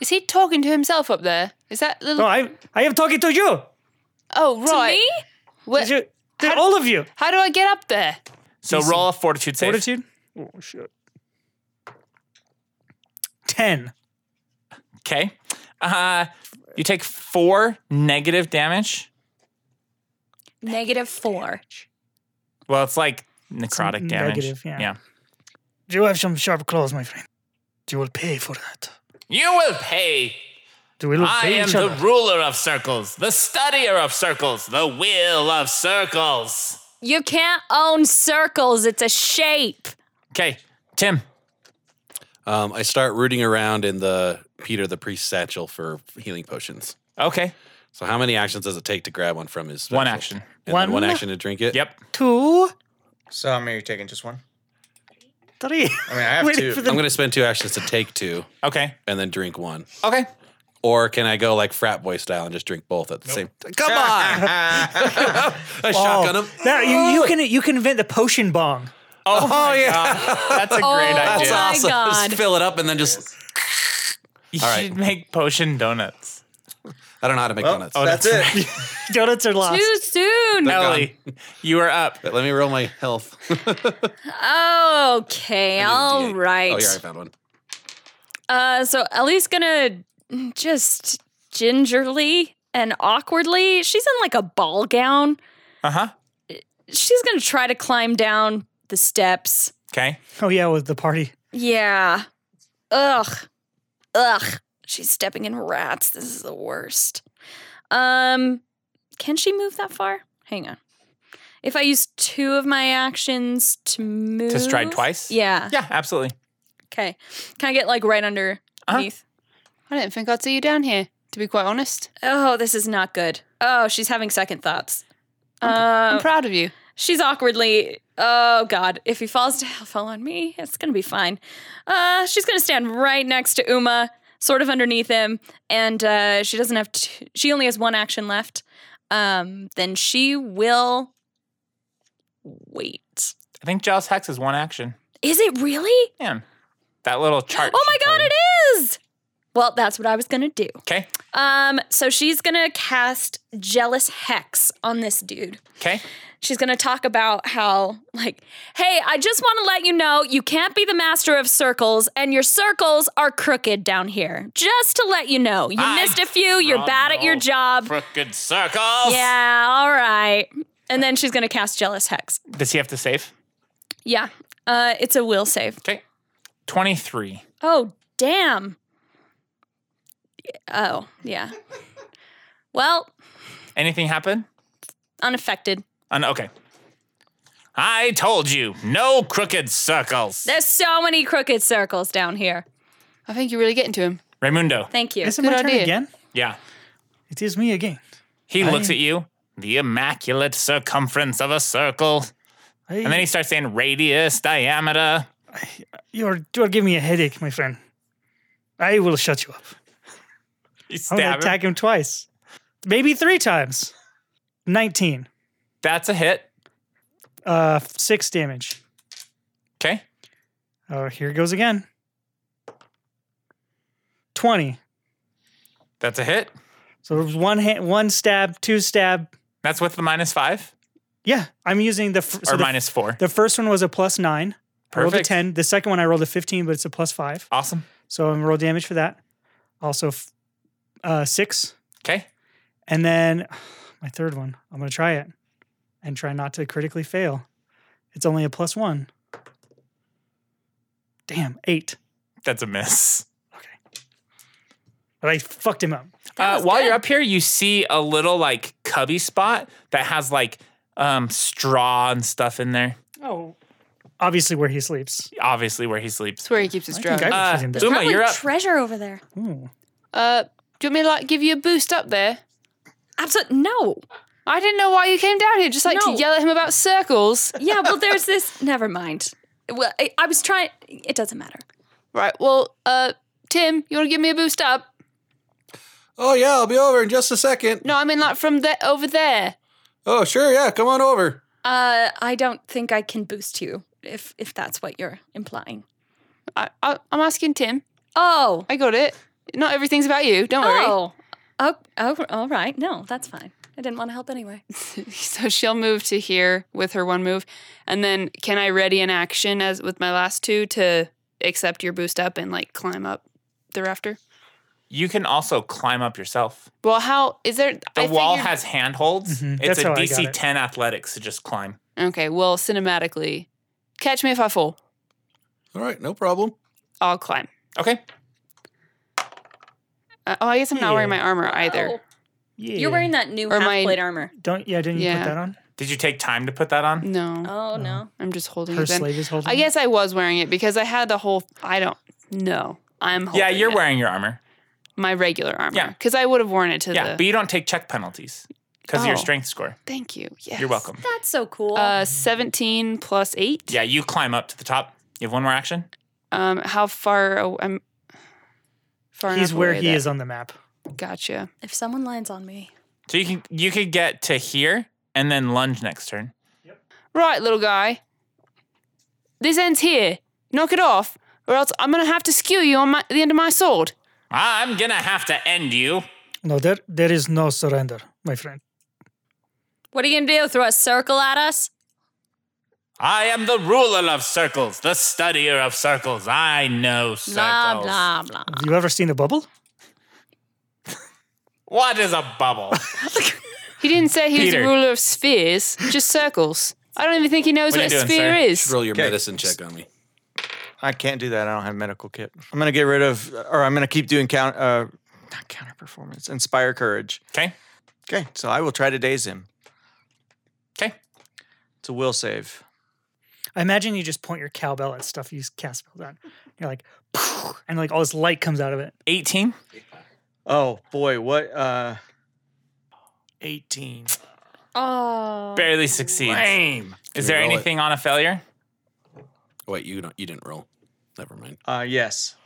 E: Is he talking to himself up there? Is that the.
D: No, I I am talking to you. Uh,
E: oh,
F: to
E: right.
F: me?
E: Where-
D: You- to all of you.
E: how do I get up there?
B: So roll a fortitude save.
D: Fortitude. Oh shit. Ten.
B: Okay. Uh, you take four negative damage.
F: Negative four.
B: Well, it's like necrotic
D: Some
B: damage.
D: negative, yeah. Do you have some sharp claws, my friend? You will pay for that.
B: You will pay.
D: Do we look
B: I
D: pay
B: am
D: each
B: the
D: other?
B: ruler of circles, the studier of circles, the will of circles.
F: You can't own circles. It's a shape.
B: Okay, Tim.
G: Um, I start rooting around in the Peter the Priest satchel for healing potions.
B: Okay,
G: So how many actions does it take to grab one from his? Satchel?
B: one action.
G: And then
D: One?
G: one action to drink it.
B: Yep.
D: Two,
H: So how many are you taking? Just one.
D: three.
H: I mean, I
D: (laughs)
H: have
D: Waiting
H: two.
D: for the-
G: I'm gonna spend two actions to take two
B: Okay.
G: and then drink one.
B: Okay.
G: Or can I go like frat boy style and just drink both at the same time? Come on!
H: (laughs)
G: I shotgun him.
D: Oh. Now you, you can you can invent the potion bong. (laughs)
B: Oh, yeah, Oh, that's a great idea.
G: That's
F: my
G: awesome.
F: God.
G: Just fill it up and then just
B: You
G: All right.
B: should make potion donuts.
G: I don't know how to make
H: Well, oh,
G: donuts.
H: that's it. (laughs)
D: Donuts are lost.
F: Too soon.
G: They're
B: (laughs)
G: gone.
B: Ellie, you are up.
G: But let me roll my health. (laughs)
F: Okay,
G: All right.
F: all right.
G: Oh, here I found one.
F: Uh, so Ellie's gonna just gingerly and awkwardly. She's in like a ball gown.
B: Uh huh.
F: She's gonna try to climb down the steps.
B: Okay.
D: Oh yeah, with the party.
F: Yeah. Ugh. Ugh. She's stepping in rats. This is the worst. Um, can she move that far? Hang on. If I use two of my actions to move,
B: To stride twice?
F: Yeah.
B: Yeah, absolutely.
F: Okay. Can I get like right underneath?
E: I didn't think I'd see you down here, to be quite honest.
F: Oh, this is not good. Oh, she's having second thoughts. Uh,
G: Oh.
E: I'm proud of you.
F: she's awkwardly. Oh God! If he falls to (laughs) fall on me, it's gonna be fine. Uh, she's gonna stand right next to Uma, sort of underneath him, and uh, she doesn't have. T- she only has one action left. Um, then she will wait.
B: I think Joust Hex is one action.
F: Is it really?
B: Man, that little chart.
F: Oh my God! It is. Well, that's what I was gonna do.
B: Okay.
F: Um, so she's gonna cast jealous hex on this dude.
B: Okay.
F: She's going to talk about how, like, hey, I just want to let you know you can't be the master of circles, and your circles are crooked down here. Just to let you know, you
B: I-
F: missed a few, you're
B: Oh,
F: bad at your
B: no.
F: job.
B: Crooked circles.
F: Yeah, all right. And then she's going to cast Jealous Hex.
B: Does he have to save?
F: Yeah, uh, it's a will save.
B: Okay. 23.
F: Oh, damn. Oh,
B: (laughs)
F: yeah. Well,
B: Anything happen?
F: unaffected.
B: Uh, no, okay. I told you, no crooked circles.
F: There's so many crooked circles down here.
E: I think you're really getting to him.
B: Raimundo.
F: Thank you.
D: Is it
E: Good
D: my turn
E: idea.
D: again?
B: Yeah.
D: It is me again.
B: He looks at you. The immaculate circumference of a circle. And then he starts saying radius, diameter.
D: You're you're giving me a headache, my friend. I will shut you up.
B: You
D: I'm gonna
B: stab him.
D: attack him twice, maybe three times. Nineteen,
B: That's a hit.
D: uh, six damage.
B: Okay.
D: Oh, here goes again. Twenty.
B: That's a hit.
D: So it was one hit, one stab, two stab.
B: That's with the minus five
D: Yeah, I'm using the fir- so
B: or
D: the,
B: minus four.
D: the first one was a plus nine. I rolled a
B: Perfect.
D: ten. The second one I rolled a fifteen, but it's a plus five.
B: Awesome.
D: So I'm roll damage for that. Also, f- uh, six.
B: Okay.
D: And then (sighs) my third one, I'm going to try it and try not to critically fail. It's only a plus one. Damn, eight.
B: That's a miss.
D: But I fucked him up.
B: Uh, while you're up here, you see a little like cubby spot that has like um, straw and stuff in there.
D: Oh. Obviously, where he sleeps.
B: Obviously, where he sleeps.
E: It's where he keeps his
D: I
E: drug.
D: think I
B: Uh,
D: would choose him
B: Uma,
F: Probably
B: you're up.
F: treasure over there.
D: Ooh.
E: Uh, do you want me to like, give you a boost up there?
F: Absolutely no.
E: I didn't know why you came down here, just like
F: No.
E: to yell at him about circles.
F: Yeah, well, there's this. (laughs) Never mind. Well, I, I was trying. It doesn't matter.
E: Right. Well, uh, Tim, you want to give me a boost up?
G: Oh yeah, I'll be over in just a second.
E: No, I mean like from there over there.
G: Oh sure, yeah, come on over.
F: Uh, I don't think I can boost you if if that's what you're implying.
E: I, I, I'm asking Tim.
F: Oh.
E: I got it. Not everything's about you. Don't worry.
F: Oh. Oh, oh, all right. No, that's fine. I didn't want to help anyway.
E: (laughs) so she'll move to here with her one move, and then can I ready an action as with my last two to accept your boost up and like climb up the rafter?
B: You can also climb up yourself.
E: Well, how is there?
B: The
E: I
B: wall
E: figured-
B: has handholds.
D: Mhm,
B: It's
D: that's
B: a
D: how I got
B: DC
D: it.
B: 10 athletics to just climb.
E: Okay. Well, cinematically, catch me if I fall.
G: All right, no problem.
E: I'll climb.
B: Okay.
E: Uh, oh, I guess I'm not wearing
D: Yeah.
E: my armor either.
B: Oh.
D: Yeah.
F: You're wearing that new
E: Or
F: half
E: my-
F: plate armor.
D: Don't, yeah, didn't you
E: Yeah.
D: put that on?
B: Did you take time to put that on?
E: No,
F: Oh,
D: No.
F: no.
E: I'm just holding
D: Her
E: it. Then.
D: slave is holding
E: I guess I was wearing it because I had the whole. I don't know. I'm holding
B: Yeah, you're
E: it.
B: wearing your armor.
E: my regular armor.
B: Yeah.
E: because I would have worn it to
B: Yeah,
E: the.
B: but you don't take check penalties because of your
E: Oh.
B: strength score.
E: Thank you. Yes.
B: You're welcome.
F: That's so cool.
E: Mm. Uh, 17 plus 8.
B: Yeah, you climb up to the top. You have one more action.
E: Um, how far aw- I'm far
D: He's
E: enough
D: where
E: away
D: he
E: that-
D: is on the map.
E: Gotcha.
F: if someone lands on me,
B: So you can you could get to here and then lunge next turn.
E: Right, little guy. This ends here. Knock it off, or else I'm gonna have to skew you on my, the end of my sword.
B: I'm gonna have to end you.
D: No, there, there is no surrender, my friend.
F: what are you going to do? Throw a circle at us?
B: I am the ruler of circles, the studier of circles. I know circles.
F: Blah, blah, blah.
D: Have you ever seen a bubble?
B: What is a bubble?
E: (laughs) He didn't say he
B: Peter.
E: was the ruler of spheres, just circles. I don't even think he knows
B: What are
E: what,
B: you
E: a
B: doing,
E: sphere
B: sir?
E: is.
G: Just roll your
H: Okay.
G: medicine check on me.
H: I can't do that. I don't have medical kit. I'm gonna get rid of, uh, or I'm gonna keep doing count, uh, not counter performance, inspire courage.
B: okay.
H: Okay, so I will try to daze him.
B: Okay.
H: It's a will save.
D: I imagine you just point your cowbell at stuff you cast spells on. You're like, (laughs) "Phew," and like all this light comes out of it.
B: 18.
H: Oh boy, what? uh
B: 18.
F: Oh.
B: Barely succeeds. Is there
G: Roll it.
B: anything on a failure?
G: Wait, you don't, you didn't roll. Never mind.
H: uh Yes.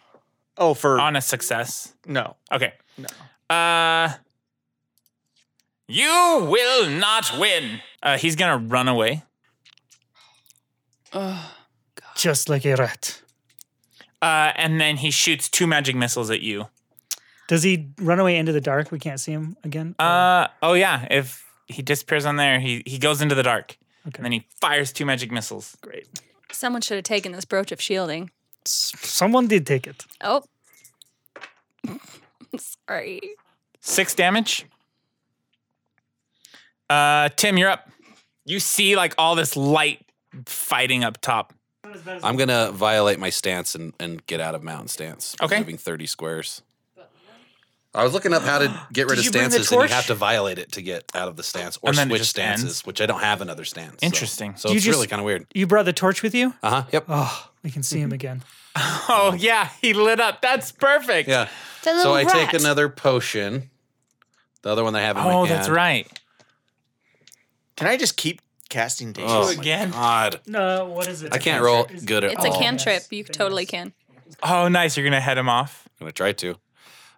H: Oh, for
B: On a success?
H: no,
B: Okay.
H: no.
B: Uh, you will not win. Uh, he's gonna run away.
E: Ugh.
D: Just like a rat.
B: Uh, and then he shoots two magic missiles at you.
D: Does he run away into the dark? We can't see him again. Or-
B: Uh, oh yeah. If he disappears on there, he he goes into the dark,
D: okay.
B: and then he fires two magic missiles.
D: Oh, Great.
F: Someone should have taken this brooch of shielding.
D: S- Someone did take it.
F: Oh. (laughs) Sorry.
B: Six damage. Uh, Tim, you're up. You see like all this light fighting up top.
G: I'm gonna violate my stance and, and get out of mountain stance. by
B: Okay.
G: Moving 30 squares. I was looking up
B: (gasps)
G: how to get rid
B: Did
G: of
B: you bring the
G: stances, and you
B: torch?
G: have to violate it to get out of the stance or
B: And then it
G: switch
B: just
G: stances,
B: ends.
G: which I don't have another stance. so-
B: Interesting.
G: So,
D: You
G: it's
D: just-
G: really kind of weird.
D: You brought the torch with you?
G: Uh huh. Yep.
D: Oh, we can see him again.
B: Oh yeah, he lit up. That's perfect.
G: Yeah. So I take another potion. The other one that I have in my
B: Oh,
G: hand.
B: that's right.
H: Can I just keep casting days.
G: Oh, my
B: again?
G: God.
D: No, what is it?
G: I can't roll good at
F: It's
G: all.
F: a
D: Oh.
F: cantrip.
D: Yes,
F: You
D: famous.
F: totally can.
B: Oh, nice. You're gonna head him off.
G: I'm gonna try to.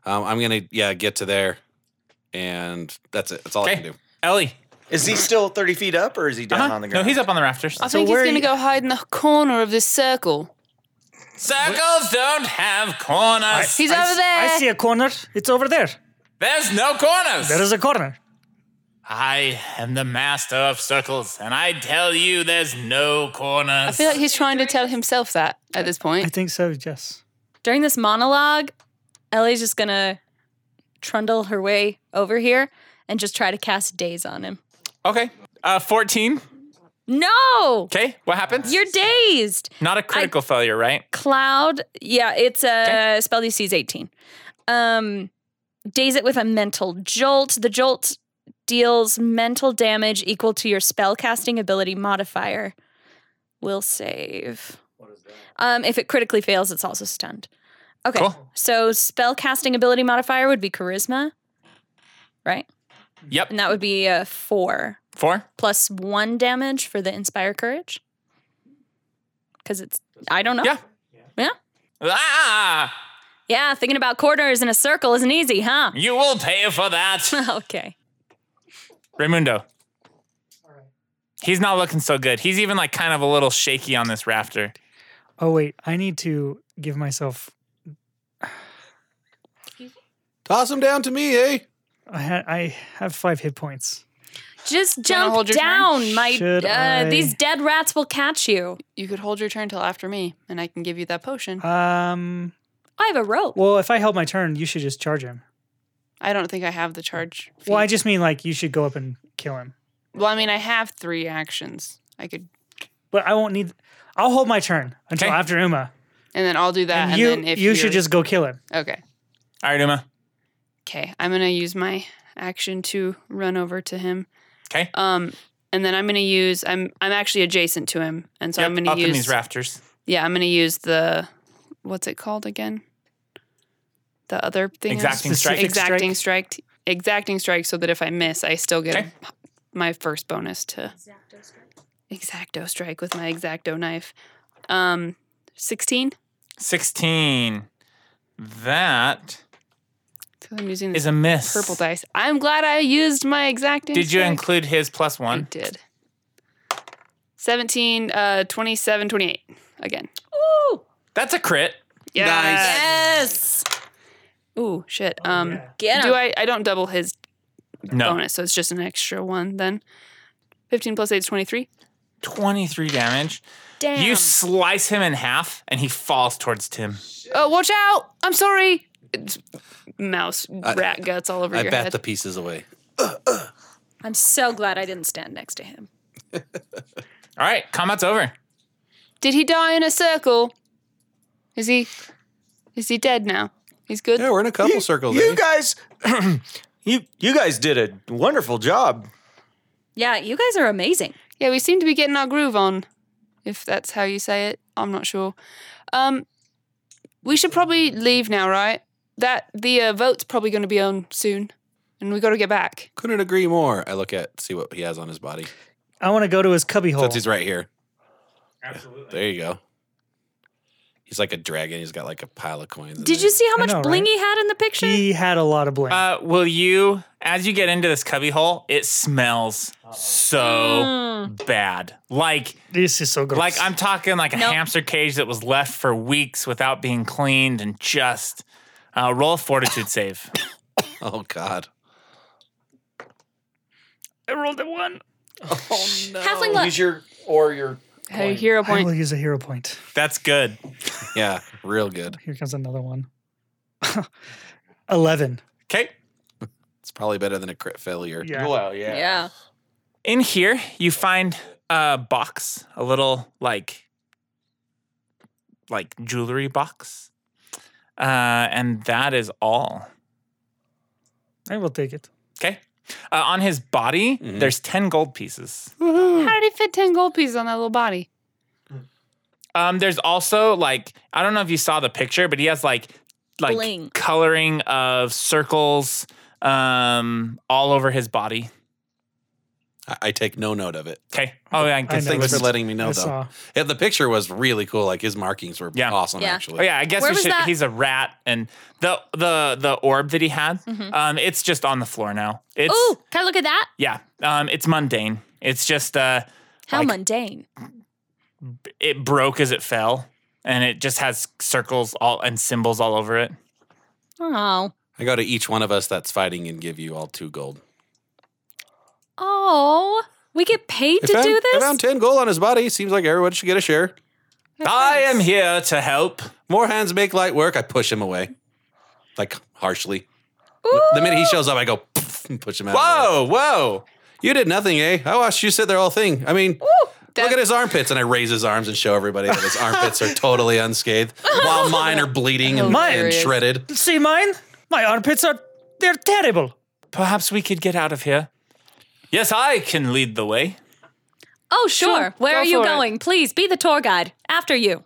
G: Um, I'm gonna yeah get to there, and that's it. That's all I
B: Okay.
G: can do.
B: Ellie.
H: Is he still 30 feet up or is he down
B: Uh-huh.
H: on the
B: No,
H: ground?
B: he's up on the rafters.
E: I
D: So
E: think he's
D: where are
E: going to
D: you-
E: go hide in the corner of this circle.
B: Circles don't have corners.
E: He's over there.
D: I see a corner. It's over there.
B: There's no corners.
D: There is a corner.
B: I am the master of circles, and I tell you, there's no corners.
E: I feel like he's trying to tell himself that at this
D: I
E: point.
D: think so, Jess.
F: During this monologue, Ellie's just gonna trundle her way over here and just try to cast daze on him.
B: okay. Uh, 14.
F: No,
B: Okay. What happens?
F: you're dazed.
B: Not a critical failure, right?
F: Cloud. Yeah, it's uh, E a spell DC is 18. Um, daze it with a mental jolt. The jolt deals mental damage equal to your spell casting ability modifier. Will save. Um, if it critically fails, it's also stunned. Okay.
B: Cool.
F: So spell casting ability modifier would be charisma, right?
B: Yep.
F: And that would be a four
B: Four.
F: plus one damage for the inspire courage. Because it's I don't know.
B: Yeah.
F: Yeah.
B: Ah!
F: Yeah, thinking about quarters in a circle isn't
E: (laughs)
F: easy, huh? (laughs)
B: You will pay for (laughs) that.
F: okay.
B: Raimundo. He's not looking so good. He's even like kind of a little shaky on this rafter.
D: Oh wait, I need to give myself.
G: Toss him down to me, eh?
D: I ha- I have five hit points.
F: Just
E: Can I
F: jump
E: hold your turn?
F: down, my
D: Should
F: uh,
D: I-
F: these dead rats will catch you.
E: You could hold your turn till after me, and I can give you that potion.
D: Um.
F: I have a rope.
D: Well, if I held my turn, you should just charge him.
E: I don't think I have the charge. feat.
D: Well, I just mean like you should go up and kill him.
E: Well, I mean, I have three actions. I could,
D: But I won't need. I'll hold my turn until
B: Okay.
D: after Uma,
E: and then I'll do that.
D: and,
E: And,
D: you
E: then if
D: you should
E: you're-
D: just go kill him.
E: okay,
B: All right, Uma.
E: okay. I'm gonna use my action to run over to him.
B: Okay.
E: Um, and then I'm gonna use. I'm I'm actually adjacent to him, and so I'm
B: Yep,
E: gonna
B: up
E: use.
B: in these rafters.
E: yeah, I'm gonna use the. What's it called again? The other thing. I was-
B: Exacting strike?
D: Specific strike?
E: Exacting strike. Exacting strike, so that if I miss, I still get
B: Okay.
E: my first bonus to. Exacto strike with my exacto knife. Um, sixteen.
B: 16. That
E: So I'm using this
B: is a miss.
E: purple dice. I'm glad I used my exacting.
B: Did you
E: strike.
B: include his plus
E: I
B: one?
E: did. 17, uh, 27, 28 again.
F: Ooh.
B: That's a crit.
E: Yeah.
F: Yes.
E: Ooh, shit. Um,
F: Get
E: do
F: him.
E: I? I don't double his
B: No.
E: bonus, so it's just an extra one then. 15 plus 8 is 23.
B: 23 damage.
F: Damn.
B: You slice him in half and he falls towards Tim.
E: Oh, watch out! I'm sorry. It's mouse rat guts all over
G: I
E: your
G: bat
E: head.
G: the pieces away.
F: I'm so glad I didn't stand next to him.
B: All right, combat's over.
E: Did he die in a circle? Is he? Is he dead now? He's good.
G: Yeah, we're in a couple circles.
H: You
G: eh?
H: guys, (clears throat) you you guys did a wonderful job.
F: Yeah, you guys are amazing.
E: Yeah, we seem to be getting our groove on, if that's how you say it. I'm not sure. Um, we should probably leave now, right? That the uh, vote's probably going to be on soon, and we got to get back.
G: Couldn't agree more. I look at see what he has on his body.
D: I want to go to his cubbyhole.
B: Oh.
G: Since he's right here. Absolutely. There you go. He's like a dragon. He's got like a pile of coins. in
F: Did
G: (laughs) there.
F: you see how much
D: Mm. know,
F: bling
D: right?
F: he had in the picture?
D: He had a lot of blame.
B: Uh, will you, as you get into this cubbyhole, it smells so
F: Mm.
B: bad. Like,
D: this is so gross.
B: like I'm talking like a
F: Nope.
B: hamster cage that was left for weeks without being cleaned and just uh, roll a fortitude save.
G: Oh God.
D: I rolled a one.
F: Halfling luck.
H: your or your
E: Hey, hero
D: I will
E: point.
D: use a hero point.
B: That's good.
G: Yeah, real good.
D: Here comes another one. (laughs) Eleven.
B: Okay.
G: It's probably better than a crit failure.
D: Yeah.
H: well, yeah.
F: Yeah.
B: In here, you find a box, a little like like jewelry box. Uh, and that is all.
D: I will take it.
B: Okay. Uh, on his body,
G: Mhm.
B: there's 10 gold pieces.
E: How did he fit ten gold pieces on that little body?
B: Um, there's also like, I don't know if you saw the picture, but he has like, like
F: Bling.
B: coloring of circles um, all over his body.
G: I, I take no note of it.
B: Okay. Oh, yeah. I guess
D: know.
B: it
G: Thanks
B: was-
G: for letting me know,
D: I
G: though.
D: saw.
G: Yeah, the picture was really cool. Like his markings were
B: Yeah.
G: awesome,
F: Yeah.
G: actually.
B: Oh yeah, I guess
F: Where
B: we
F: was
B: should.
F: that?
B: He's a rat, and the the the orb that he had,
E: Mm-hmm.
B: um, it's just on the floor now. It's
F: Mm-hmm. Ooh, can I look at that?
B: yeah, um, it's mundane. It's just uh,
F: How
B: Like-
F: mundane.
B: it broke as it fell, and it just has circles all and symbols all over it.
F: Oh.
G: I go to each one of us that's fighting and give you all two gold.
F: Oh. We get paid
G: I
F: to
G: found,
F: do
G: I
F: this?
G: found 10 gold on his body. Seems like everyone should get a share.
B: I am here to help.
G: More hands make light work. I push him away, like harshly. The minute he shows up, I go "Pff," and push him out. of
H: Whoa, whoa.
G: the way. You did nothing, eh? I watched you sit there all thing. I mean, look
E: that-
G: at his armpits, and I raise his arms and show everybody that his armpits are totally
F: (laughs)
G: unscathed, while mine are bleeding and,
D: Mine-
G: and shredded.
D: See mine? My armpits are they're terrible.
B: Perhaps we could get out of here. Yes, I can lead the way.
F: Oh, sure. Where
E: Go
F: are you
E: for it.
F: going? Please be the tour guide. After you.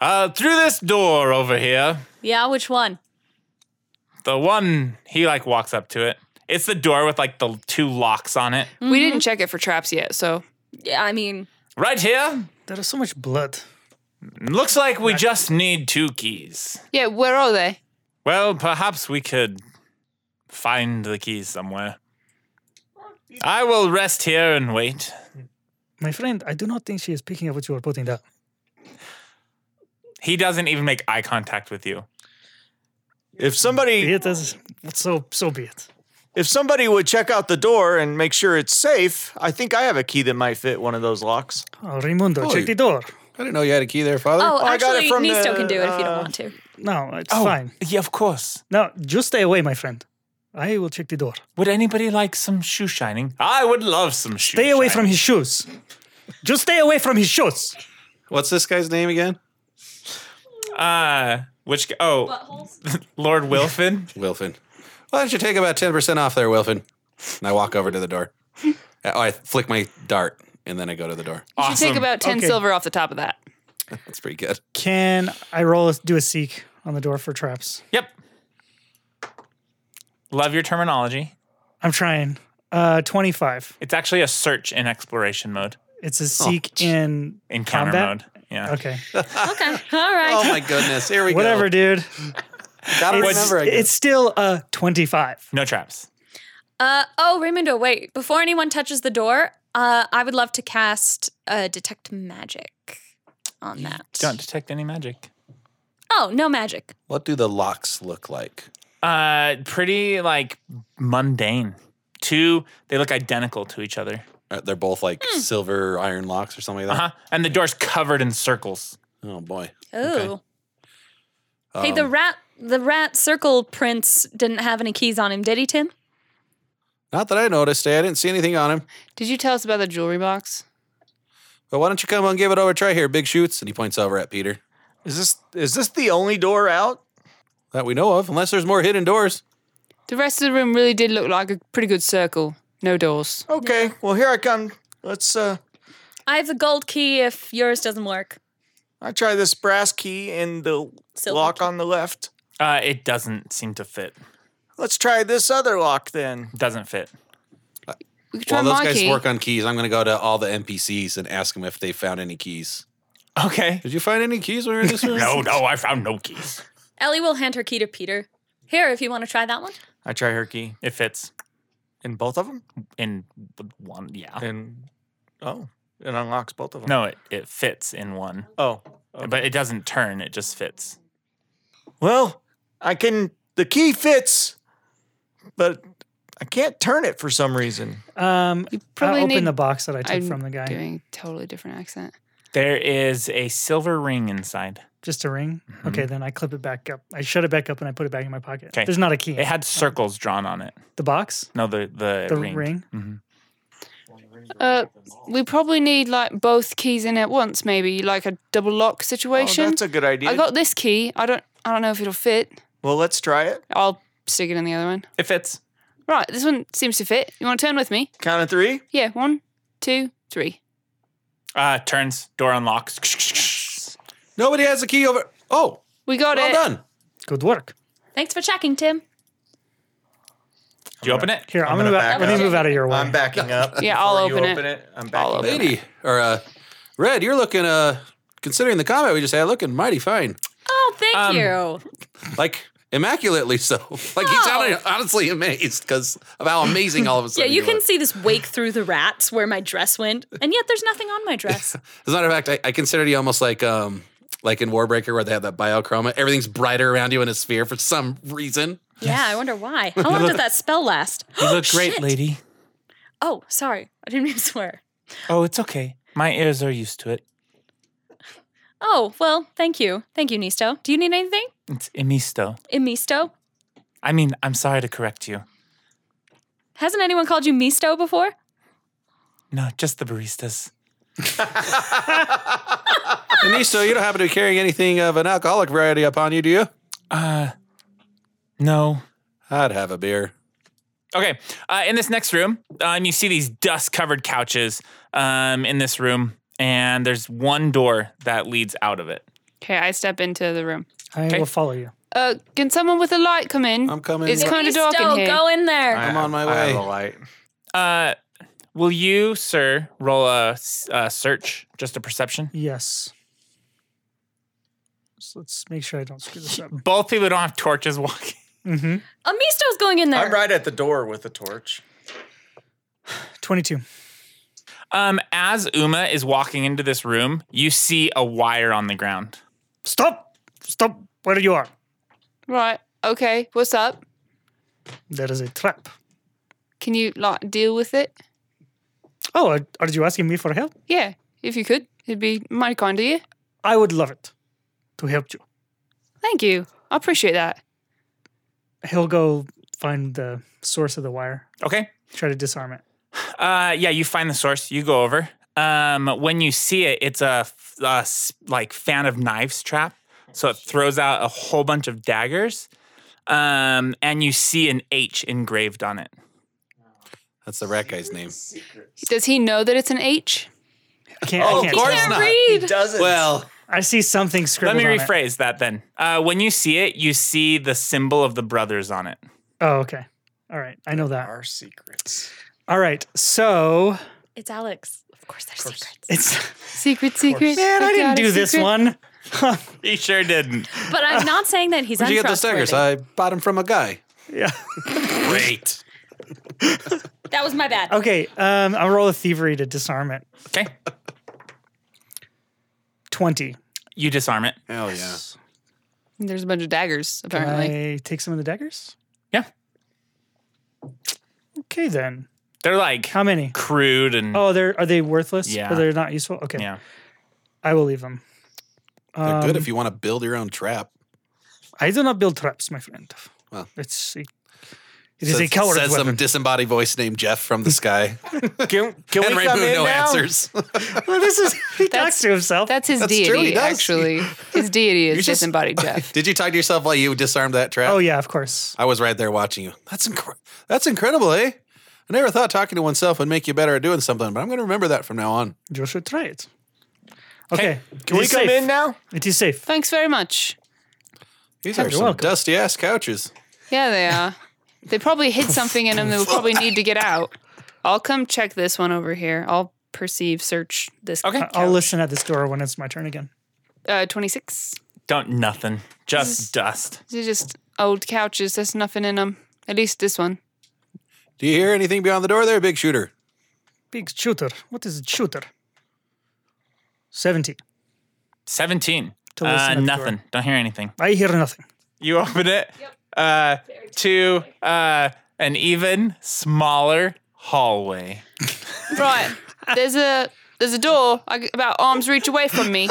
B: Uh, through this door over here,
F: Yeah, which one?
B: the one he like walks up to it. It's the door with like the two locks on it.
D: Mm-hmm.
E: We didn't check it for traps yet, so
F: Yeah, I mean,
B: Right here,
D: There is so much blood.
B: looks like we just need two keys.
E: yeah. Where are they?
B: Well, perhaps we could find the keys somewhere. I will rest here and wait.
D: My friend, I do not think she is picking up what you are putting down.
B: He doesn't even make eye contact with you.
H: If somebody
D: It is so so be it.
H: if somebody would check out the door and make sure it's safe, I think I have a key that might fit one of those locks.
D: Oh, Raimundo,
G: Oy.
D: check the door.
G: I didn't know you had a key there, Father.
F: oh,
H: I got it
F: actually,
H: from
F: Nisto
H: the,
F: can do it if you don't
H: uh,
F: want to.
D: No, it's
B: Oh.
D: fine.
B: Yeah, of course.
D: No, just stay away, my friend. I will check the door.
B: Would anybody like some shoe shining? I would love some shoe.
D: Stay away from
B: shining.
D: his shoes. Just stay away from his shoes.
G: What's this guy's name again?
B: Uh, which? g- Oh, (laughs) Lord Wilfin.
G: Wilfin. Why don't you take about 10% off there, Wilfin? And I walk over to the (laughs) door. Oh, I flick my dart, and then I go to the door. (laughs)
E: You should
B: Awesome.
E: take about ten
D: Okay.
E: silver off the top of that.
G: That's pretty good.
D: Can I roll a, do a seek on the door for traps?
B: Yep. Love your terminology.
D: I'm trying. Uh, 25.
B: It's actually a search in exploration mode,
D: It's a seek in
B: encounter
D: Combat?
B: mode. Yeah.
D: okay,
F: Okay. All right.
G: Oh my goodness! Here we
D: whatever, dude.
G: go. Gotta
D: It's,
G: remember. I
D: it's
G: guess.
D: still uh 25.
B: No traps.
F: Uh, oh, Raimundo, wait. Before anyone touches the door, uh, I would love to cast uh, Detect Magic on that.
B: Don't detect any magic.
F: Oh, no magic.
G: What do the locks look like?
B: Uh, pretty like mundane. Two, they look identical to each other.
G: Uh, They're both like silver iron locks or something
B: Uh
G: like that.
B: huh. And the door's covered in circles.
G: Oh boy.
F: Ooh.
G: Okay.
F: Hey, the rat the rat circle prince didn't have any keys on him, did he, Tim?
G: Not that I noticed. eh? I didn't see anything on him.
E: Did you tell us about the jewelry box?
G: But why don't you come on, give it over a try here, Big Shoots? And he points over at Peter.
H: Is this is this the only door out?
G: That we know of, unless there's more hidden doors.
E: The rest of the room really did look like a pretty good circle. No doors.
H: Okay, well here I come. Let's uh
F: I have the gold key if yours doesn't work.
H: I try this brass key and the
F: Silver
H: lock
F: key.
H: on the left.
B: Uh, it doesn't seem to fit.
H: Let's try this other lock then.
B: Doesn't fit.
E: We could try
G: While those
E: my
G: guys
E: key.
G: work on keys, I'm going to go to all the NPCs and ask them if they found any keys.
B: Okay.
G: Did you find any keys when we were in (laughs) this room?
B: No, Oh, no, I found no keys.
F: Ellie will hand her key to Peter. Here, if you want to try that one.
H: I try her key
B: It fits
H: in both of them.
B: in one. Yeah.
H: And oh, it unlocks both of them.
B: No, it, it fits in one,
H: Oh.
B: but it doesn't turn. It just fits.
H: Well, I can the key fits, but I can't turn it for some reason.
D: Um,
E: probably
D: I'll open
E: need-
D: the box that I took
E: I'm
D: from the guy.
E: doing totally different accent.
B: There is a silver ring inside.
D: Just a ring. Okay, then I clip it back up. I shut it back up and I put it back in my pocket.
B: 'Kay.
D: There's not a key.
B: It had circles drawn on it.
D: the box,
B: No, the the,
D: the
B: ring.
D: ring.
B: hmm
E: Uh, we probably need like both keys in at once, maybe like a double lock
H: Oh,
E: situation.
H: that's a good
E: I
H: idea.
E: got this key. I don't. I don't know if it'll fit.
H: well, let's try it.
E: I'll stick it in the other one.
B: It fits.
E: Right, this one seems to fit. You want to turn with me?
H: Count of three.
E: Yeah, one, two, three.
B: Uh, turns. Door unlocks. (laughs)
G: Nobody has a key over. Oh,
E: We got
G: well
E: it.
G: done.
D: Good work.
F: Thanks for checking, Tim.
B: Did you open it?
D: Here, I'm,
H: gonna
D: gonna
H: back
D: let me
H: up.
D: move out of your way.
H: I'm backing up.
E: (laughs) Yeah, I'll
H: Before you
E: open it.
H: I'm backing
E: I'll
H: up.
E: open
G: Lady or uh, Red, you're looking uh considering the combat we just had, looking mighty fine.
F: Oh, thank
B: Um,
F: you.
G: Like immaculately so. (laughs) Like he's hon- honestly amazed because of how amazing all of a
F: Yeah,
G: sudden.
F: you can
G: look.
F: see this wake through the rats where my dress went, and yet there's nothing on my dress.
G: As a matter of fact, I, I considered you almost like um like in Warbreaker where they have that biochroma. Everything's brighter around you in a sphere for some reason.
F: Yeah, I wonder why. How long did that spell last?
B: You
F: (gasps)
B: look great,
F: Shit.
B: lady.
F: Oh, sorry. I didn't mean to swear.
B: Oh, it's okay. My ears are used to it.
F: Oh, well, thank you. Thank you, Nisto. Do you need anything?
B: It's Emisto.
F: Misto?
B: I mean, I'm sorry to correct you.
F: Hasn't anyone called you Misto before?
B: No, just the baristas.
G: Anisto, you don't happen to be carrying anything of an alcoholic variety upon you, do you?
B: Uh, no.
G: I'd have a beer.
B: Okay. Uh, in this next room, um, you see these dust covered couches um, in this room, and there's one door that leads out of it.
E: Okay, I step into the room.
D: I
B: Okay.
D: will follow you.
E: Uh, can someone with a light come in?
H: Um.
G: I'm coming.
E: It's kind of dark in
F: Misto,
E: here.
F: go in there.
G: I'm on my
H: I have
G: way.
H: a light.
B: Uh, will you, sir, roll a s- uh, search, just a perception?
D: Yes. So let's make sure I don't screw this up.
B: Both people don't have torches walking.
D: hmm
F: Amisto's going in there.
H: I'm right at the door with a torch.
D: 22.
B: Um, as Uma is walking into this room, you see a wire on the ground.
D: Stop! Stop where you are.
E: Right. Okay. What's up?
D: There is a trap.
E: Can you like deal with it?
D: Oh, are- are you asking me for help?
E: Yeah. If you could, it'd be mighty kind of you.
D: I would love it to help you.
E: Thank you. I appreciate that.
D: He'll go find the source of the wire,
B: Okay.
D: try to disarm it.
B: Uh, yeah, you find the source. You go over. Um, when you see it, it's a, f- a s- like fan of knives trap. So it throws out a whole bunch of daggers, um, and you see an H engraved on it.
G: That's the rat guy's name.
E: Does he know that it's an H?
D: I can't, I can't
F: He
G: course
D: tell.
F: can't
G: not.
H: He
F: read.
H: doesn't.
G: Well,
D: I see something
B: Let
D: scribbled
B: me
D: on it.
B: rephrase that then. Uh, when you see it, you see the symbol of the brothers on it.
D: Oh, okay. All right. I know that.
H: our secrets.
D: All right. So
F: It's Alex. Of course, there's secrets.
D: it's.
E: Secret, secret.
D: Man, I didn't do this one.
B: He sure didn't.
F: But I'm not saying that he's
G: where'd you get those
F: untrustworthy.
G: daggers? I bought them from a guy.
D: Yeah.
G: Great.
F: That was my bad.
D: (laughs) Okay. Um, I'll roll a thievery to disarm it.
B: Okay,
D: 20.
B: you disarm it.
G: Hell yeah.
E: There's a bunch of daggers,
D: Can
E: apparently.
D: I take some of the daggers?
B: Yeah.
D: Okay, then.
B: They're like
D: How many?
B: crude and
D: Oh, they're are they worthless?
B: Yeah.
D: Or they're not useful? Okay.
B: yeah.
D: I will leave them.
G: They're good
D: Um,
G: if you want to build your own trap.
D: I do not build traps, my friend.
G: Well.
D: it's a, it is a
G: Says-
D: coward's
G: Says some
D: weapon.
G: disembodied voice named Jeff
D: (laughs)
G: from the sky.
H: Can, can
G: and
H: we come
G: Rainbow
H: in
G: no
H: now?
G: answers.
D: well, (laughs) this is he
E: That's-
D: talks to himself.
E: That's his
G: That's true,
E: deity,
G: he does.
E: actually. His deity
G: You
E: is
G: just-
E: disembodied
G: (laughs)
E: Jeff.
G: Did you talk to yourself while you disarmed that trap?
D: oh yeah, of course.
G: I was right there watching you. That's incre- That's incredible, eh? I never thought talking to oneself would make you better at doing something, but I'm going to remember that from now on.
D: You should try it. Okay.
H: Can we come in now?
D: It is safe.
E: Thanks very much.
G: These
D: Yeah,
G: are
D: you're
G: some
D: welcome.
G: dusty ass couches.
E: Yeah, they are. they probably hid something in them that will probably need to get out. I'll come check this one over here. I'll perceive, search this.
B: Okay.
D: I- I'll listen at this door when it's my turn again.
E: Uh, 26.
B: Don't nothing. Just dust.
E: They're just old couches. There's nothing in them. At least this one.
G: Do you hear anything beyond the door there, big shooter?
D: Big shooter. What is a shooter? Seventy.
B: 17.
D: To listen
B: uh,
D: at the
B: nothing.
D: door.
B: Don't hear anything.
D: I hear nothing.
B: You open it uh, to uh, an even smaller hallway.
E: Right. There's a there's a door like, about arm's reach away from me.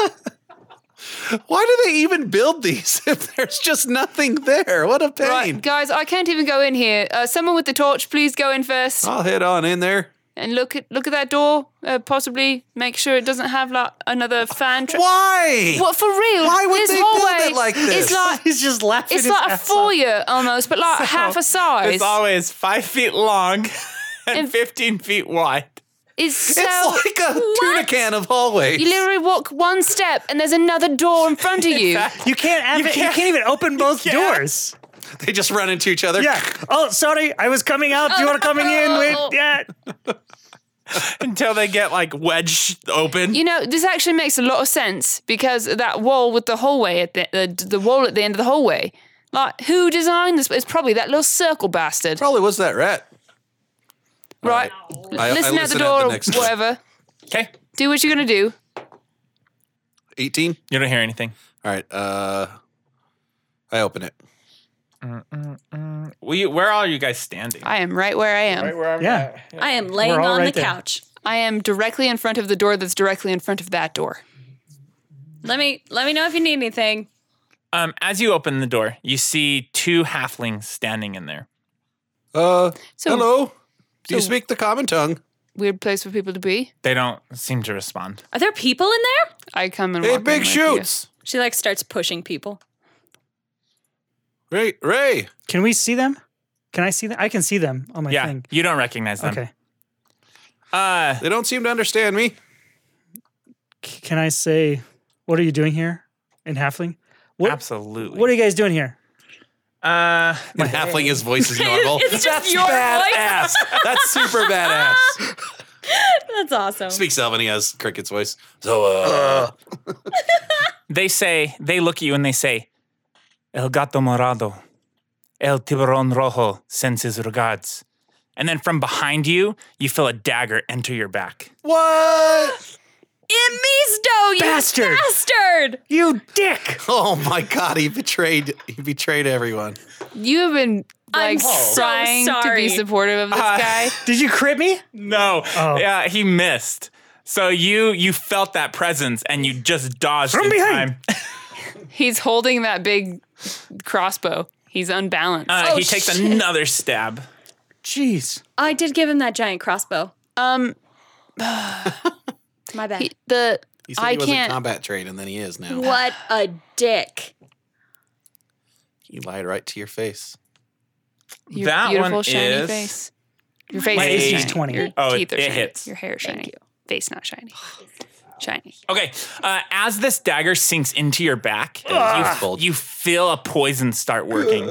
G: Why do they even build these (laughs) if there's just nothing there? What a pain.
E: Right, guys, I can't even go in here. Uh, someone with the torch, please go in first
G: I'll head on in there.
E: and look at look at that door. Uh, possibly make sure it doesn't have like another fan. Tra-
G: Why?
E: What for real?
G: Why would
E: this
G: they build
E: hallway
G: it like this?
E: Is like
D: He's just laughing.
E: it's like a foyer almost, but like half a size.
B: It's always five feet long (laughs) and
E: And-
B: 15 feet wide.
E: It's so
G: It's like a tuna can of hallways.
E: you literally walk one step and there's another door in front of you.
B: fact,
D: You can't have it. You
B: can't-
D: can't even open both
B: can't.
D: doors.
G: They just run into each other.
D: Yeah. Oh, sorry. I was coming out. Do you want to coming
F: (laughs)
D: in? Wait.
F: Oh.
D: Yeah.
B: until they get like wedged open.
E: You know, this actually makes a lot of sense because of that wall with the hallway at the the, the wall at the end of the hallway. Like, who designed this? It's probably that little circle bastard,
G: Probably was that rat.
E: right?
G: I- I
E: listen out the
G: listen at
E: door
G: the
E: or
G: next one.
E: whatever.
B: Okay.
E: Do what you're gonna do.
G: 18.
B: You don't hear anything.
G: All right. Uh, I open it.
B: Will you, where are you guys standing?
E: I am right where I am.
H: Right where I'm
D: Yeah.
H: at.
F: I am laying
D: all
F: on
D: right
F: the
D: there.
F: couch.
E: I am directly in front of the door that's directly in front of that door.
F: Let me let me know if you need anything.
B: Um, as you open the door, you see two halflings standing in there.
G: Uh,
E: So-
G: hello. Do you
E: so-
G: speak the common tongue?
E: Weird place for people to be.
B: They don't seem to respond.
F: Are there people in there?
E: I come and
G: Hey,
E: walk in
G: big
E: with you.
G: shoots.
F: She like starts pushing people.
G: Ray, Ray.
D: Can we see them? Can I see them? I can see them on my
B: yeah,
D: thing.
B: you don't recognize them.
D: Okay.
B: Uh,
G: They don't seem to
E: (laughs)
G: understand me.
D: C- can I say, what are you doing here in Halfling? What,
B: absolutely.
D: What are you guys doing here?
B: uh,
G: And halfling, his voice is
E: (laughs)
G: normal.
F: (laughs) it's just your voice.
B: ass.
G: That's super
D: (laughs)
G: badass.
F: (laughs) That's awesome.
G: (laughs) Speaks Elven. He has cricket's voice. So, uh,
B: they say they look at you and they say, "El gato morado, el tiburón rojo sends his regards." And then from behind you, you feel a dagger enter your back.
G: what?
F: Imisto, you
D: Bastard.
F: bastard!
D: You dick!
G: Oh my god, he betrayed. He betrayed everyone.
E: You have been
F: I'm
E: like
F: so
E: trying to
F: sorry.
E: be supportive of this guy.
D: (laughs)
G: (laughs)
D: Did you crit me?
B: No,
D: Oh.
B: yeah, he missed. So you you felt that presence and you just dodged
D: From
B: in
D: behind. (laughs)
B: time.
E: He's holding that big crossbow. He's unbalanced.
B: Uh,
F: Oh,
B: he takes
F: shit.
B: another stab.
D: Jeez.
F: I did give him that giant crossbow.
E: um,
F: My bad.
E: he- the
G: He said
E: I
G: he wasn't
E: can't.
G: combat trained, and then he is now.
F: what a dick.
G: He lied right to your face.
E: Your
B: That
E: beautiful
B: one
E: shiny
B: is-
E: face. Your face
B: My
E: is
B: AC is
E: shiny.
D: 20.
E: Your
B: Oh, it-
E: teeth are
B: it
E: shiny.
B: hits.
E: Your hair is shiny. Face not shiny. Shiny.
B: Okay, uh, as this dagger sinks into your back,
D: Ah.
G: youthful.
B: you, you feel a poison start working.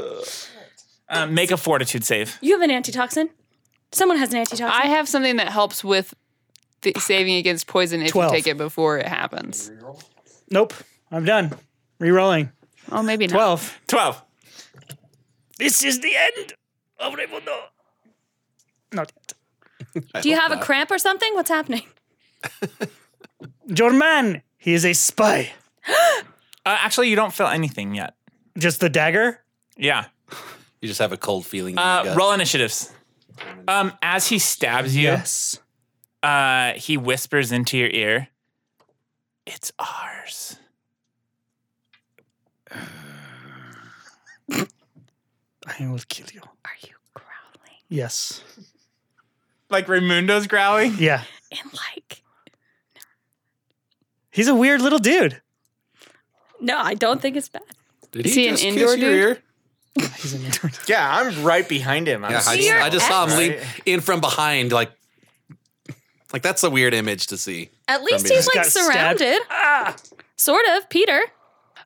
B: Uh, make a fortitude save.
F: You have an antitoxin? Someone has an
B: Oh.
F: antitoxin.
E: I have something that helps with the saving against poison if
D: Twelve.
E: you take it before it happens.
D: Nope. I'm done. Rerolling.
E: Oh, maybe not.
D: 12.
B: Twelve.
D: This is the end of Raimundo. Not yet.
F: Do you have a cramp or something? What's happening?
D: Your man, he is a spy.
B: Uh, actually, you don't feel anything yet.
D: Just the dagger?
B: Yeah.
G: You just have a cold feeling. in your
B: Uh,
G: gut.
B: roll initiatives. Um, as he stabs you,
D: Yes.
B: uh, he whispers into your ear, "It's ours."
D: I will kill you.
F: Are you growling?
D: Yes.
B: Like Raimundo's growling.
D: Yeah.
F: And like,
D: He's a weird little dude.
F: no, I don't think it's bad.
G: Did
E: Is he an indoor dude?
G: ear?
D: He's an intern.
H: Yeah, I'm right behind him. I'm
G: Yeah, I
H: seeing
G: just,
F: your
G: I just saw him
H: ex.
G: lean in from behind, like, like that's a weird image to see.
F: At least
G: behind.
F: he's like
D: Got stabbed. Ah!
F: surrounded. Sort of, Peter.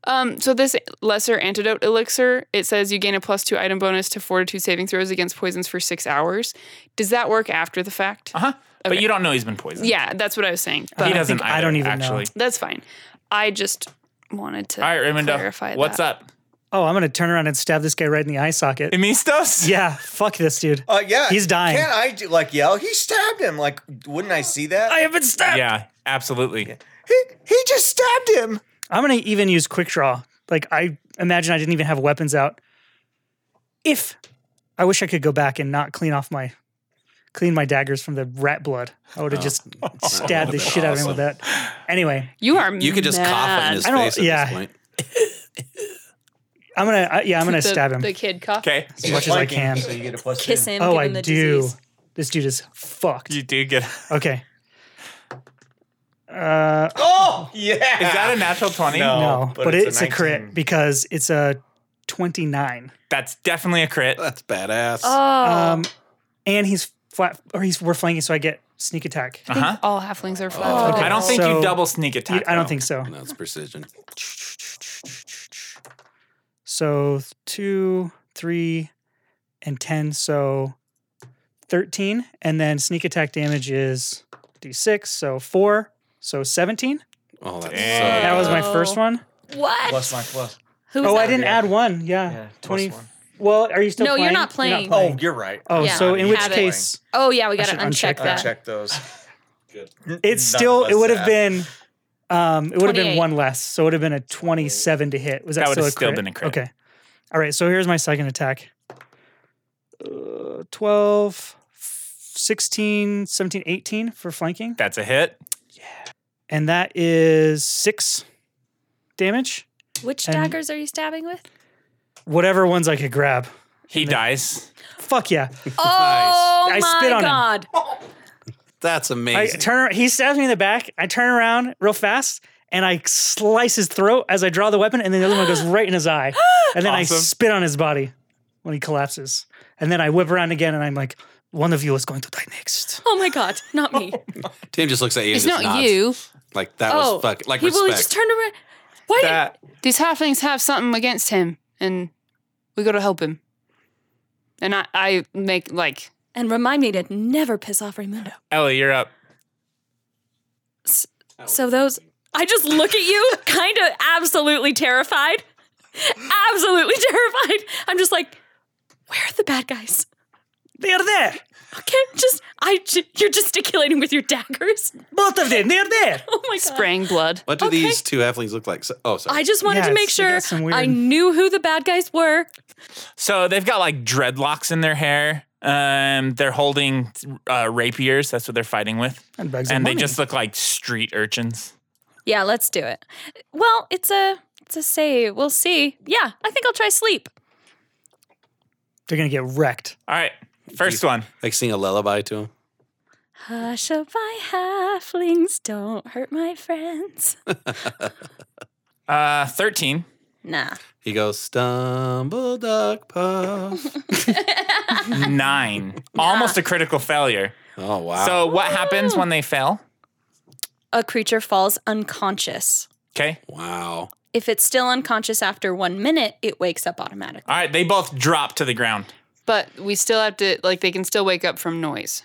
E: Um, so this lesser antidote elixir, it says you gain a plus two item bonus to fortitude saving throws against poisons for six hours. Does that work after the fact?
B: Uh huh. But you don't know he's been poisoned.
E: Yeah, that's what I was saying.
B: He
D: I
B: doesn't.
D: think-
B: either,
D: I don't even know.
B: actually.
E: That's fine. I just wanted to
B: All right, Raimundo.
E: clarify
B: What's
E: that.
B: up,
D: Oh, I'm going to turn around and stab this guy right in the eye socket.
B: Emistos? (laughs)
D: yeah. Fuck this dude.
H: Uh, yeah,
D: He's dying.
H: Can't I do, like yell? He stabbed him. Like, wouldn't I see that?
D: have been stabbed.
B: Yeah, absolutely.
H: he, he just stabbed him.
D: I'm gonna even use quick draw. Like I imagine I didn't even have weapons out. If I wish I could go back and not clean off my clean my daggers from the rat blood. I
B: Oh.
D: would
B: (laughs)
D: have just stabbed the
G: would've been
D: shit out of him with that. Anyway,
E: You are
G: You could just cough in his
D: I don't-
G: face at
D: yeah.
G: this point.
D: I'm gonna I, yeah, I'm gonna
E: the,
D: stab him
E: The kid cough.
B: Okay,
D: as much as I can.
H: So you get a plus two.
F: Kiss him.
D: Oh,
F: give
D: I
F: him the
D: do.
F: Disease.
D: This dude is fucked.
B: you do get.
D: Okay. Uh
H: Oh yeah.
B: Is that a natural twenty?
H: No.
D: no,
H: but
D: but,
H: it's a
D: it's, a, crit
H: 19.
D: because it's a 29.
B: That's definitely a crit.
G: That's badass.
F: Oh,
D: Um and he's flat or he's we're flanking so I get sneak attack.
E: I think all halflings are flat.
F: Oh. Okay.
B: I don't think
D: So-
B: you double sneak attack.
D: I don't
B: though.
D: think so.
G: no, it's precision.
D: So two, three, and 10. So 13. And then sneak attack damage is d6. So four. So 17.
G: Oh, that's
B: Damn.
D: That was my
F: Oh.
D: first one.
F: What?
H: Plus my plus.
F: Who's
D: oh, I
F: that?
D: didn't add one. Yeah.
H: Yeah, plus
D: 20.
H: one.
D: Well, are you still
F: No,
D: playing?
F: you're not playing.
H: Oh, you're right.
D: Oh,
F: Yeah.
D: so in which
F: Add it.
D: case,
F: Oh yeah, we
D: I
F: gotta
D: should uncheck
F: uncheck that.
H: Check those. Good.
D: it's still, it would have been, um, it would have
F: 28.
D: been one less. So it would have been a 27 to hit. Was that,
B: That would
D: still,
B: have
D: a
B: still
D: crit?
B: been a crit.
D: Okay. All right. So here's my second attack uh, 12, 16, 17, 18 for flanking.
B: That's a hit.
D: And that is six damage.
F: Which
D: And-
F: daggers are you stabbing with?
D: Whatever ones I could grab.
B: He dies.
D: Fuck yeah.
F: Oh
D: I
F: my
D: spit on him.
F: god!
G: that's
D: I
G: amazing.
D: turn. He stabs me in the back. I turn around real fast and I slice his throat as I draw the weapon, and then the other
B: (gasps)
D: one goes right in his eye, and then I
B: Awesome.
D: spit on his body when he collapses, and then I whip around again, and I'm like, one of you is going to die next.
F: Oh my god! Not
D: (laughs)
F: me.
G: Tim just looks at you.
E: It's
G: and just
E: not
G: nods.
E: you.
G: Like that
F: oh,
G: was fuck. Like
F: he
G: respect.
F: really just turned around. Why? did-
B: That
E: These halflings have something against him, and we gotta help him. And I, I make like
F: and remind me to never piss off Raimundo.
B: Ellie, you're up.
F: So those, I just look at
D: (laughs)
F: you, kind of absolutely terrified, absolutely terrified. I'm just like, where are the bad guys?
D: They are there,
F: Okay, just I, j- you're gesticulating with your daggers. (laughs)
D: both of them. They are there.
F: Oh my god!
E: spraying blood.
G: what do
F: okay.
G: these two halflings look like? So, oh, sorry.
F: I just wanted
D: Yeah,
F: to make
D: it's- they got
F: sure
D: some
F: I
D: weird-
F: knew who the bad guys were.
B: So they've got like dreadlocks in their hair. Um, they're holding uh, rapiers. That's what they're fighting with.
D: And bags of
B: and they
D: money.
B: just look like street urchins.
F: Yeah, let's do it. Well, it's a it's a save. We'll see. Yeah, I think I'll try sleep.
D: they're gonna get wrecked.
B: All right, first one.
G: like sing a lullaby to him.
F: Hush up, my halflings, don't hurt my friends.
B: Uh,
G: (laughs)
B: thirteen.
F: Nah.
G: He goes stumble duck
F: (laughs)
G: puff.
B: Nine. Almost a critical failure.
G: oh wow.
B: So what happens when they fail?
F: A creature falls unconscious.
B: Okay.
G: wow.
F: If it's still unconscious after one minute, it wakes up automatically.
B: All right. They both drop to the ground.
E: But we still have to like they can still wake up from noise.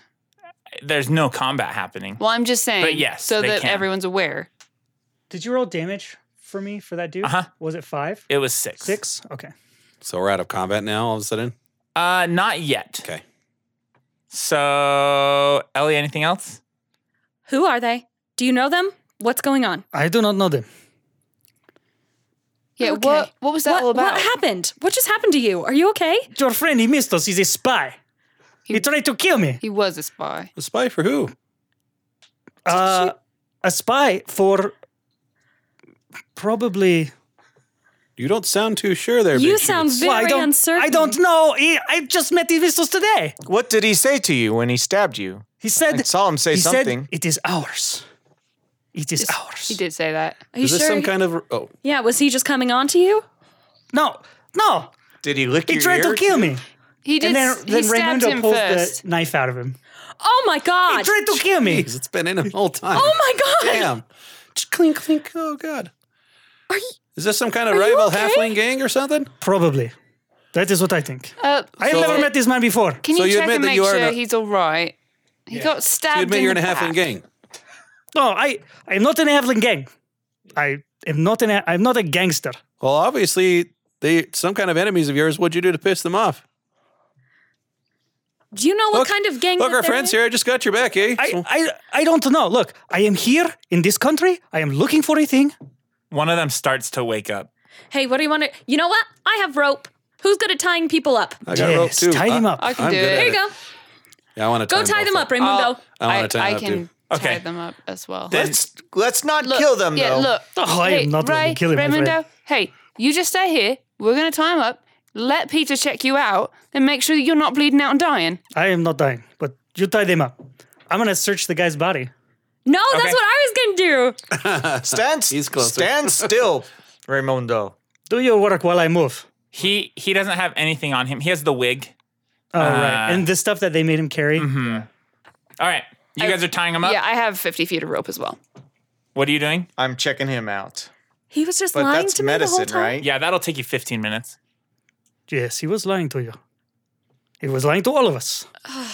B: There's no combat happening.
E: Well, I'm just saying.
B: But yes,
E: so
B: they
E: that
B: can.
E: everyone's aware.
D: Did you roll damage for me for that dude?
B: Uh-huh.
D: Was it five,
B: It was six.
D: six? Okay.
G: So we're out of combat now. All of a sudden.
B: Uh, not yet.
G: Okay.
B: So Ellie, anything else?
F: Who are they? Do you know them? What's going on?
D: I do not know them.
E: Yeah.
F: Okay.
E: What What was that
F: what,
E: all about?
F: What happened? What just happened to you? Are you okay?
D: Your friend, he missed us. He's a spy. He,
E: He-
D: tried to kill me.
E: He was a spy.
G: A spy for who?
D: Uh, a spy for probably.
G: You don't sound too sure there.
F: You
G: Big Shoots.
F: sound very
D: I don't.
F: uncertain.
D: I don't know. He, I just met Ivistos today.
H: What did he say to you when he stabbed you?
D: He said.
H: I saw him say
D: he
H: something.
D: Said, it is ours. It is ours.
E: He did say that.
F: Are you
G: Is this
F: sure?
G: some kind of? Oh,
F: yeah, was he just coming on to you?
D: No, no.
H: Did he lick
D: He
H: your
D: tried
H: ear?
D: to kill me.
E: He did.
D: And then,
E: s- he
D: then
E: stabbed
D: Raimundo
E: him
D: pulls
E: first.
D: the knife out of him.
F: Oh my
D: He
F: god.
D: tried to kill me.
G: jeez, it's
F: (laughs)
G: been in him the whole time.
F: Oh my god.
G: Damn. Just clink clink. Oh god.
F: Are you-
G: Is this some kind of
F: Are you
G: rival
F: okay?
G: halfling gang or something?
D: Probably. That is what I think.
E: Uh,
D: I have
G: So-
D: never met this man before.
E: can
G: so
E: you
G: you
E: check
G: admit
E: and
G: that
E: make
G: you are
E: sure
G: not-
E: he's all right? He got stabbed.
G: You admit
E: in
G: you're in
E: the
G: a halfling
E: back.
G: gang.
D: No, I. I am not an Evelyn gang. I am not an. I'm not a gangster.
G: Well, obviously they some kind of enemies of yours. What'd you do to piss them off?
F: Do you know what
G: Look-
F: kind of gang
G: Look,
F: that
G: our
F: they're
G: friends
F: in?
G: here. I just got your back, eh?
D: I, I, I don't know. Look, I am here in this country. I am looking for a thing.
B: One of them starts to wake up.
F: Hey, what do you want to You know what? I have rope. Who's good at tying people up?
G: I got rope
D: Yes,
G: too.
D: tie them
G: I-
D: up.
E: I can
G: I'm
E: do
G: good
E: it.
G: at
F: Here you go.
G: Yeah, I want to
F: Go tie them up, Raimundo.
E: I'll-
G: I wanna
E: I,
G: tie
E: I
G: up,
E: can
G: too.
E: tie
B: Okay.
E: them up as well.
H: Let's let's not
E: Look,
H: kill them
E: yeah,
H: though.
E: Look,
D: Oh, I
E: hey,
D: am not letting
E: Ray,
D: you kill him, I'm afraid.
E: Raimundo, hey, you just stay here. We're gonna tie him up. Let Peter check you out and make sure that you're not bleeding out and dying.
D: I am not dying, but you tie them up. I'm gonna search the guy's body.
F: No,
B: Okay.
F: that's what I was going to
H: (laughs)
F: do.
H: Stand.
G: He's closer.
H: Stand (laughs) still, Raimundo.
D: Do your work while I move.
B: He he doesn't have anything on him. He has the wig.
D: Oh
G: Ah.
D: right,
B: Uh,
D: and the stuff that they made him carry.
G: Mm-hmm.
B: All right. You guys are tying him up.
E: Yeah, I have 50 feet of rope as well.
B: What are you doing?
H: I'm checking him out.
F: He was just
H: But
F: lying
H: that's
F: to me the whole
H: medicine,
F: time.
H: right?
B: Yeah, that'll take you 15 minutes.
D: Yes, he was lying to you. He was lying to all of us.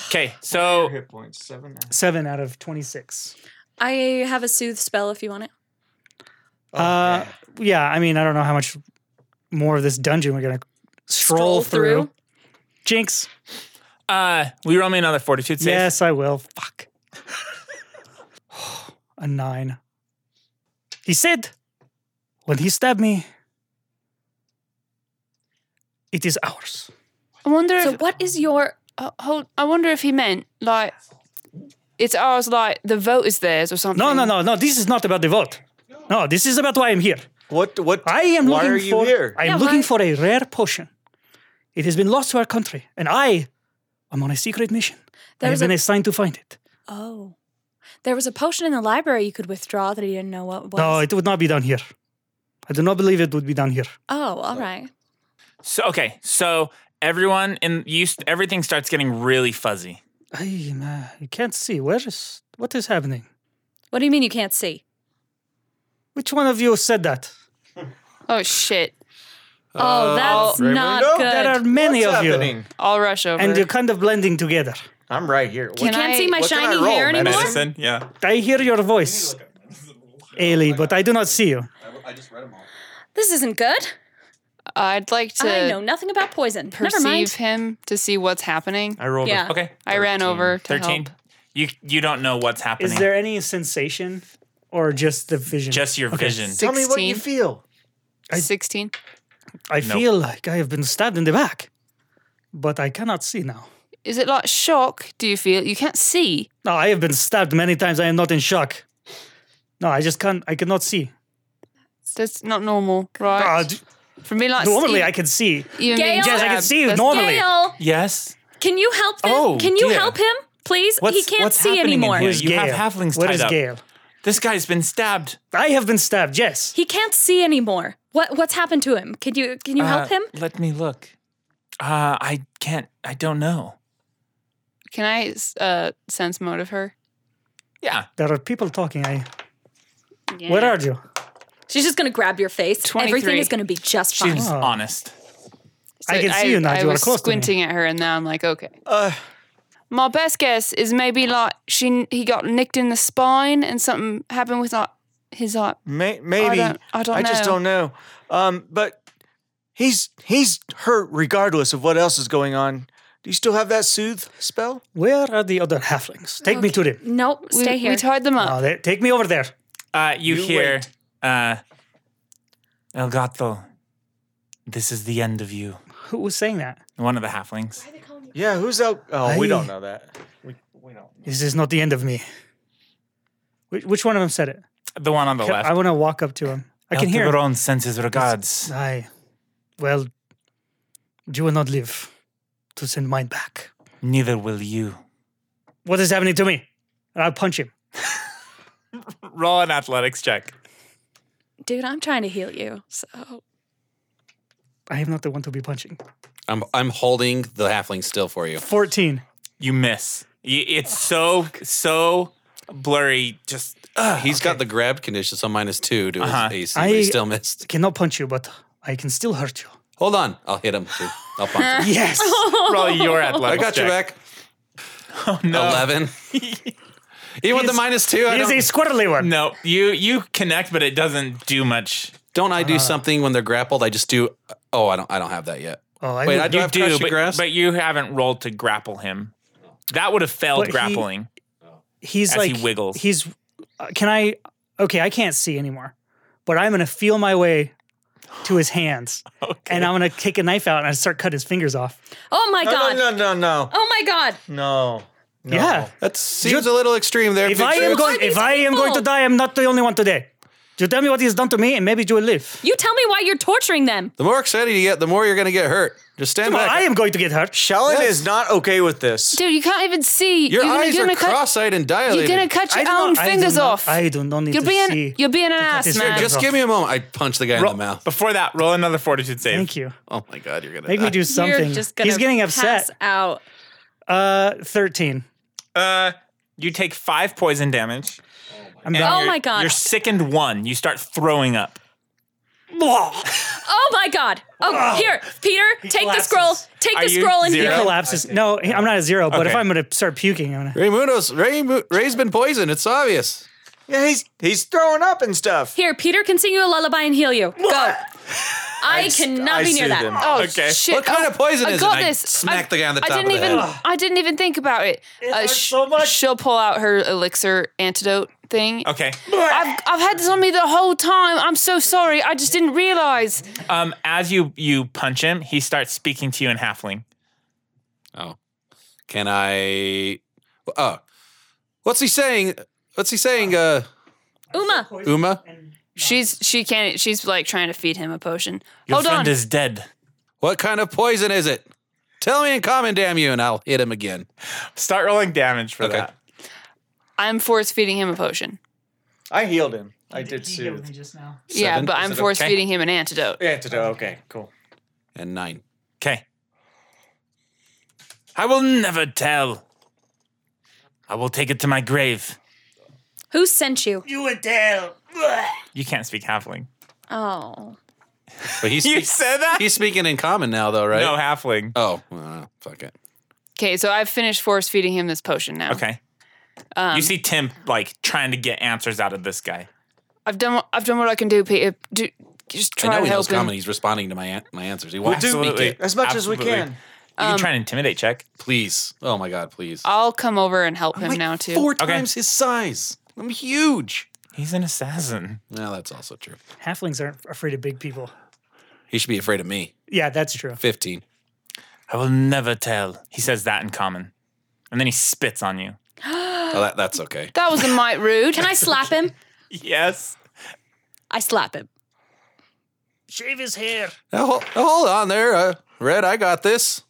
B: Okay, so
H: Hit points seven.
D: Seven out of 26.
F: I have a soothe spell if you want it.
G: Oh,
D: uh, yeah, I mean, I don't know how much more of this dungeon we're going to stroll, through. Jinx.
B: uh, we roll me another fortitude save.
D: Yes, I will. Fuck. (sighs) a nine. He said, when he stabbed me, it is ours.
E: I wonder
F: So
E: if
F: what is your oh,
E: uh, hold. I wonder if he meant like it's ours, like the vote is theirs or something.
D: No, no, no, no. This is not about the vote. No, this is about why I'm here.
H: What? What?
D: I am
H: why
D: looking
H: are you
D: for.
H: here?
D: I am
F: Yeah,
D: looking
F: why-
D: for a rare potion. It has been lost to our country, and I am on a secret mission. I have
F: There's
D: been
F: a-
D: assigned to find it.
F: Oh. There was a potion in the library you could withdraw that he didn't know what was.
D: No, it would not be done here. I do not believe it would be done here.
F: oh, all right.
B: So okay, so everyone in you, st- everything starts getting really fuzzy.
D: I, nah, you can't see. Where is what is happening?
F: What do you mean you can't see?
D: Which one of you said that?
E: Oh shit!
H: Uh,
F: Oh, that's not
H: Raimundo?
F: good.
D: There are many
H: What's
D: of you,
H: happening?
E: I'll rush over.
D: and you're kind of blending together.
H: I'm right here. What-
E: Can
F: Can't
E: I-
F: see my
H: what can I
F: shiny
H: roll,
F: hair anymore?
H: medicine?
I: Medicine? Yeah.
D: I hear your voice, Ailey, but I do not see you.
G: I just read them all.
F: This isn't good.
E: I'd like
F: I know
E: to
F: nothing about poison. Never
E: perceive
F: mind.
E: him to see what's happening.
H: I rolled.
F: Yeah.
H: A,
B: Okay,
E: I ran over to
B: thirteen.
E: help.
B: You you don't know what's happening.
D: Is there any sensation, or just the vision?
B: just your vision?
H: tell me what you
E: 16.
H: feel.
D: I-
E: Sixteen.
D: I
B: Nope.
D: feel like I have been stabbed in the back, but I cannot see now.
E: Is it like shock? Do you feel you can't see?
D: No, I have been stabbed many times. I am not in shock. No, I just can't. I cannot see.
E: That's not normal, right?
D: Ah, d-
E: For me, like
D: normally,
E: e-
D: I can see.
E: even being
F: Gail? Yes, I
D: can
E: stabbed,
D: see you
E: that's-
D: normally.
F: Gail,
B: Yes.
F: can you help him?
B: Oh,
F: can you
B: dear.
F: help him? Please? he
B: What's-
F: can't
B: what's
F: see
B: happening in
F: anymore.
B: here?
D: Where's
B: You
D: Gail?
B: have halflings
D: Where
B: tied
D: is
B: up.
D: Gale?
B: This guy's been stabbed.
D: I have been stabbed. Yes.
F: He can't see anymore. What what's happened to him? Can you can you help
B: Uh,
F: him?
B: Let me look. Uh, I can't. I don't know.
E: Can I uh, sense motive her?
B: Yeah.
D: There are people talking. I. Where are you?
F: She's just gonna grab your face.
E: 23.
F: Everything is gonna be just fine.
B: She's
D: Oh.
B: honest.
E: So
D: I can see you now.
E: I
D: You are
E: was
D: close to me.
E: squinting at her, and now I'm like, okay.
H: Uh,
E: My best guess is maybe like she he got nicked in the spine and something happened with like his like
H: may, maybe.
E: don't- I don't
H: just
E: know.
H: don't know. Um, but he's he's hurt regardless of what else is going on. Do you still have that soothe spell?
D: Where are the other halflings? Take me to them.
F: Nope,
E: we,
F: stay
E: we
F: here.
E: tied them up.
D: No, they, take me over there.
B: Uh, you, hear, uh, El Gato, this is the end of you.
D: Who was saying that?
B: One of the halflings.
H: Yeah. Who's out? Oh, we
D: I-
H: don't know that.
D: This is not the end of me. Which, which one of them said it?
B: The one on the
D: Can-
B: left.
D: I want to walk up to him. I can hear. him.
B: Tiburon sends his regards.
D: Aye. Well, you will not live to send mine back.
B: Neither will you.
D: What is happening to me? And I'll punch him.
B: Roll an athletics check.
F: Dude, I'm trying to heal you. So
D: I am not the one to be punching.
G: I'm I'm holding the halfling still for you.
D: 14.
B: You miss. Y- It's so, so blurry. Just, ugh.
G: He's got the grab condition, so minus two to
B: Uh-huh.
G: his AC. but he
D: Ah, I-
G: still missed.
D: Cannot punch you, but I can still hurt you.
G: Hold on, I'll hit him too.
F: (laughs)
G: I'll punch him.
D: Yes.
B: roll (laughs) your
G: I
B: athletics
G: got your
B: check.
G: back.
B: No.
E: (laughs)
G: Eleven. Even with the minus two, I
D: he is a
G: don't,
D: squirrely one.
B: No, you you connect, but it doesn't do much.
G: don't I do
E: Uh-huh.
G: something when they're grappled? I just do. Oh, I don't. I don't have that yet.
D: Oh, I
G: Wait,
D: would-
G: I do
B: you
G: have
B: do,
G: crushing
B: but,
G: grasp.
B: but you haven't rolled to grapple him. That would have failed
D: But he-
B: grappling.
D: he's
B: as he
D: like
B: wiggles.
D: He's uh, can I? Okay, I can't see anymore, but I'm gonna feel my way to his
B: (laughs)
D: hands, and I'm gonna take a knife out and I start cutting his fingers off.
F: Oh my
H: No,
F: god.
H: no, no, no, no,
F: Oh my god.
H: no. no.
D: Yeah.
G: That seems a little extreme there.
D: If I am
G: Pictures.
D: going,
F: these
D: if I am going to
F: people?
D: die, I'm not the only one today. You tell me what he's done to me, and maybe you will live.
F: You tell me why you're torturing them.
G: the more excited you get, the more you're going to get hurt. Just stand
D: Well,
G: back.
D: I am going to get hurt.
H: Shellen is not okay with this.
E: Dude, you can't even see.
G: your
E: you're
G: eyes
E: gonna
G: are
E: cut,
G: cross-eyed and
E: You're
G: dilated.
E: gonna cut
D: I
E: your
D: do
E: own
D: not- I do
E: fingers
D: not-
E: off.
D: I do not need
E: you're
D: to
E: being
D: see.
E: you're being an ass
D: his
E: man.
D: fingers
G: Just give me a moment. I punch the guy
B: Roll-
G: in the mouth.
B: Before that, roll another fortitude save.
D: Thank you.
G: Oh my god, you're gonna
D: Make
G: die.
D: me do something.
F: You're just gonna
D: he's getting
F: pass
D: upset.
F: out.
D: Uh, thirteen.
B: Uh, you take five poison damage.
D: I'm
B: and
H: Oh
D: done.
B: you're-
F: my God.
B: You're sickened one. You start throwing up.
F: Oh my god. Oh, here, Peter, take
B: collapses.
F: the scroll. Take
B: Are
F: the
B: you
F: scroll and
B: zero?
D: He
B: Yeah.
F: heal.
D: collapses. No, I'm not at zero, but if
B: Okay.
D: I'm going to start puking, I'm going to.
G: Ray Munoz, Ray, Mu- Ray's been poisoned. It's obvious.
H: Yeah, he's he's throwing up and stuff.
F: Here, Peter can sing you a lullaby and heal you. Go. I cannot
H: I
F: be near
H: soothe
F: that.
H: him.
E: Oh
B: Okay.
E: shit!
G: What kind
E: Oh,
G: of poison
E: I
G: is
E: got
G: it?
E: this.
G: I smacked
E: I,
G: the guy on the
E: I
G: top
E: didn't
G: of the
E: even.
G: head.
E: I didn't even think about it. Uh,
D: hurts
E: sh-
D: so much.
E: She'll pull out her elixir antidote thing.
B: Okay.
E: I've I've had this on me the whole time. I'm so sorry. I just didn't realize.
B: Um, as you you punch him, he starts speaking to you in halfling.
G: Oh. Can I Oh. What's he saying? What's he saying? Uh
F: Uma.
G: Uma?
E: She's she can't. She's like trying to feed him a potion.
B: Your
E: Hold
B: friend
E: on.
B: is dead.
G: What kind of poison is it? Tell me in common, damn you, and I'll hit him again.
B: Start rolling damage for
G: Okay.
B: that.
E: I'm force feeding him a potion.
H: I healed him. I did soothe.
E: Yeah,
G: Seven?
E: but
G: Is
E: I'm
G: it
E: force
B: okay?
E: feeding him an antidote.
H: Antidote. Okay, cool.
G: And nine.
B: Okay. I will never tell. I will take it to my grave.
F: Who sent you?
B: You can't speak halfling.
F: Oh.
G: But
B: (laughs)
G: he's
B: You
G: speak-
B: said that?
G: he's speaking in common now though, right?
B: No halfling.
G: Oh, well, fuck it.
E: Okay, so I've finished force feeding him this potion now.
B: Okay. you see Tim like trying to get answers out of this guy.
E: I've done. what- I've done what I can do, Peter. Do, just try
G: I know
E: to
G: he knows
E: help him.
G: common. He's responding to my an- my answers. He wants to speak
B: Absolutely.
G: it.
H: As much as we
B: Absolutely.
H: can.
B: You can try and intimidate check.
G: Please. Oh my god, please.
E: I'll come over and help him
G: Like
E: now too.
G: Four
B: Okay.
G: times his size. I'm huge.
B: He's an assassin.
G: No, that's also true.
D: Halflings aren't afraid of big people.
G: He should be afraid of me.
D: Yeah, that's true.
G: Fifteen.
B: I will never tell. He says that in common. And then he spits on you.
G: Oh, that, that's okay.
E: That was a mite rude.
G: (laughs)
F: Can I slap him?
B: Yes.
F: I slap him.
D: Shave his hair.
G: Now, hol- now, hold on there, uh, Red. I got this.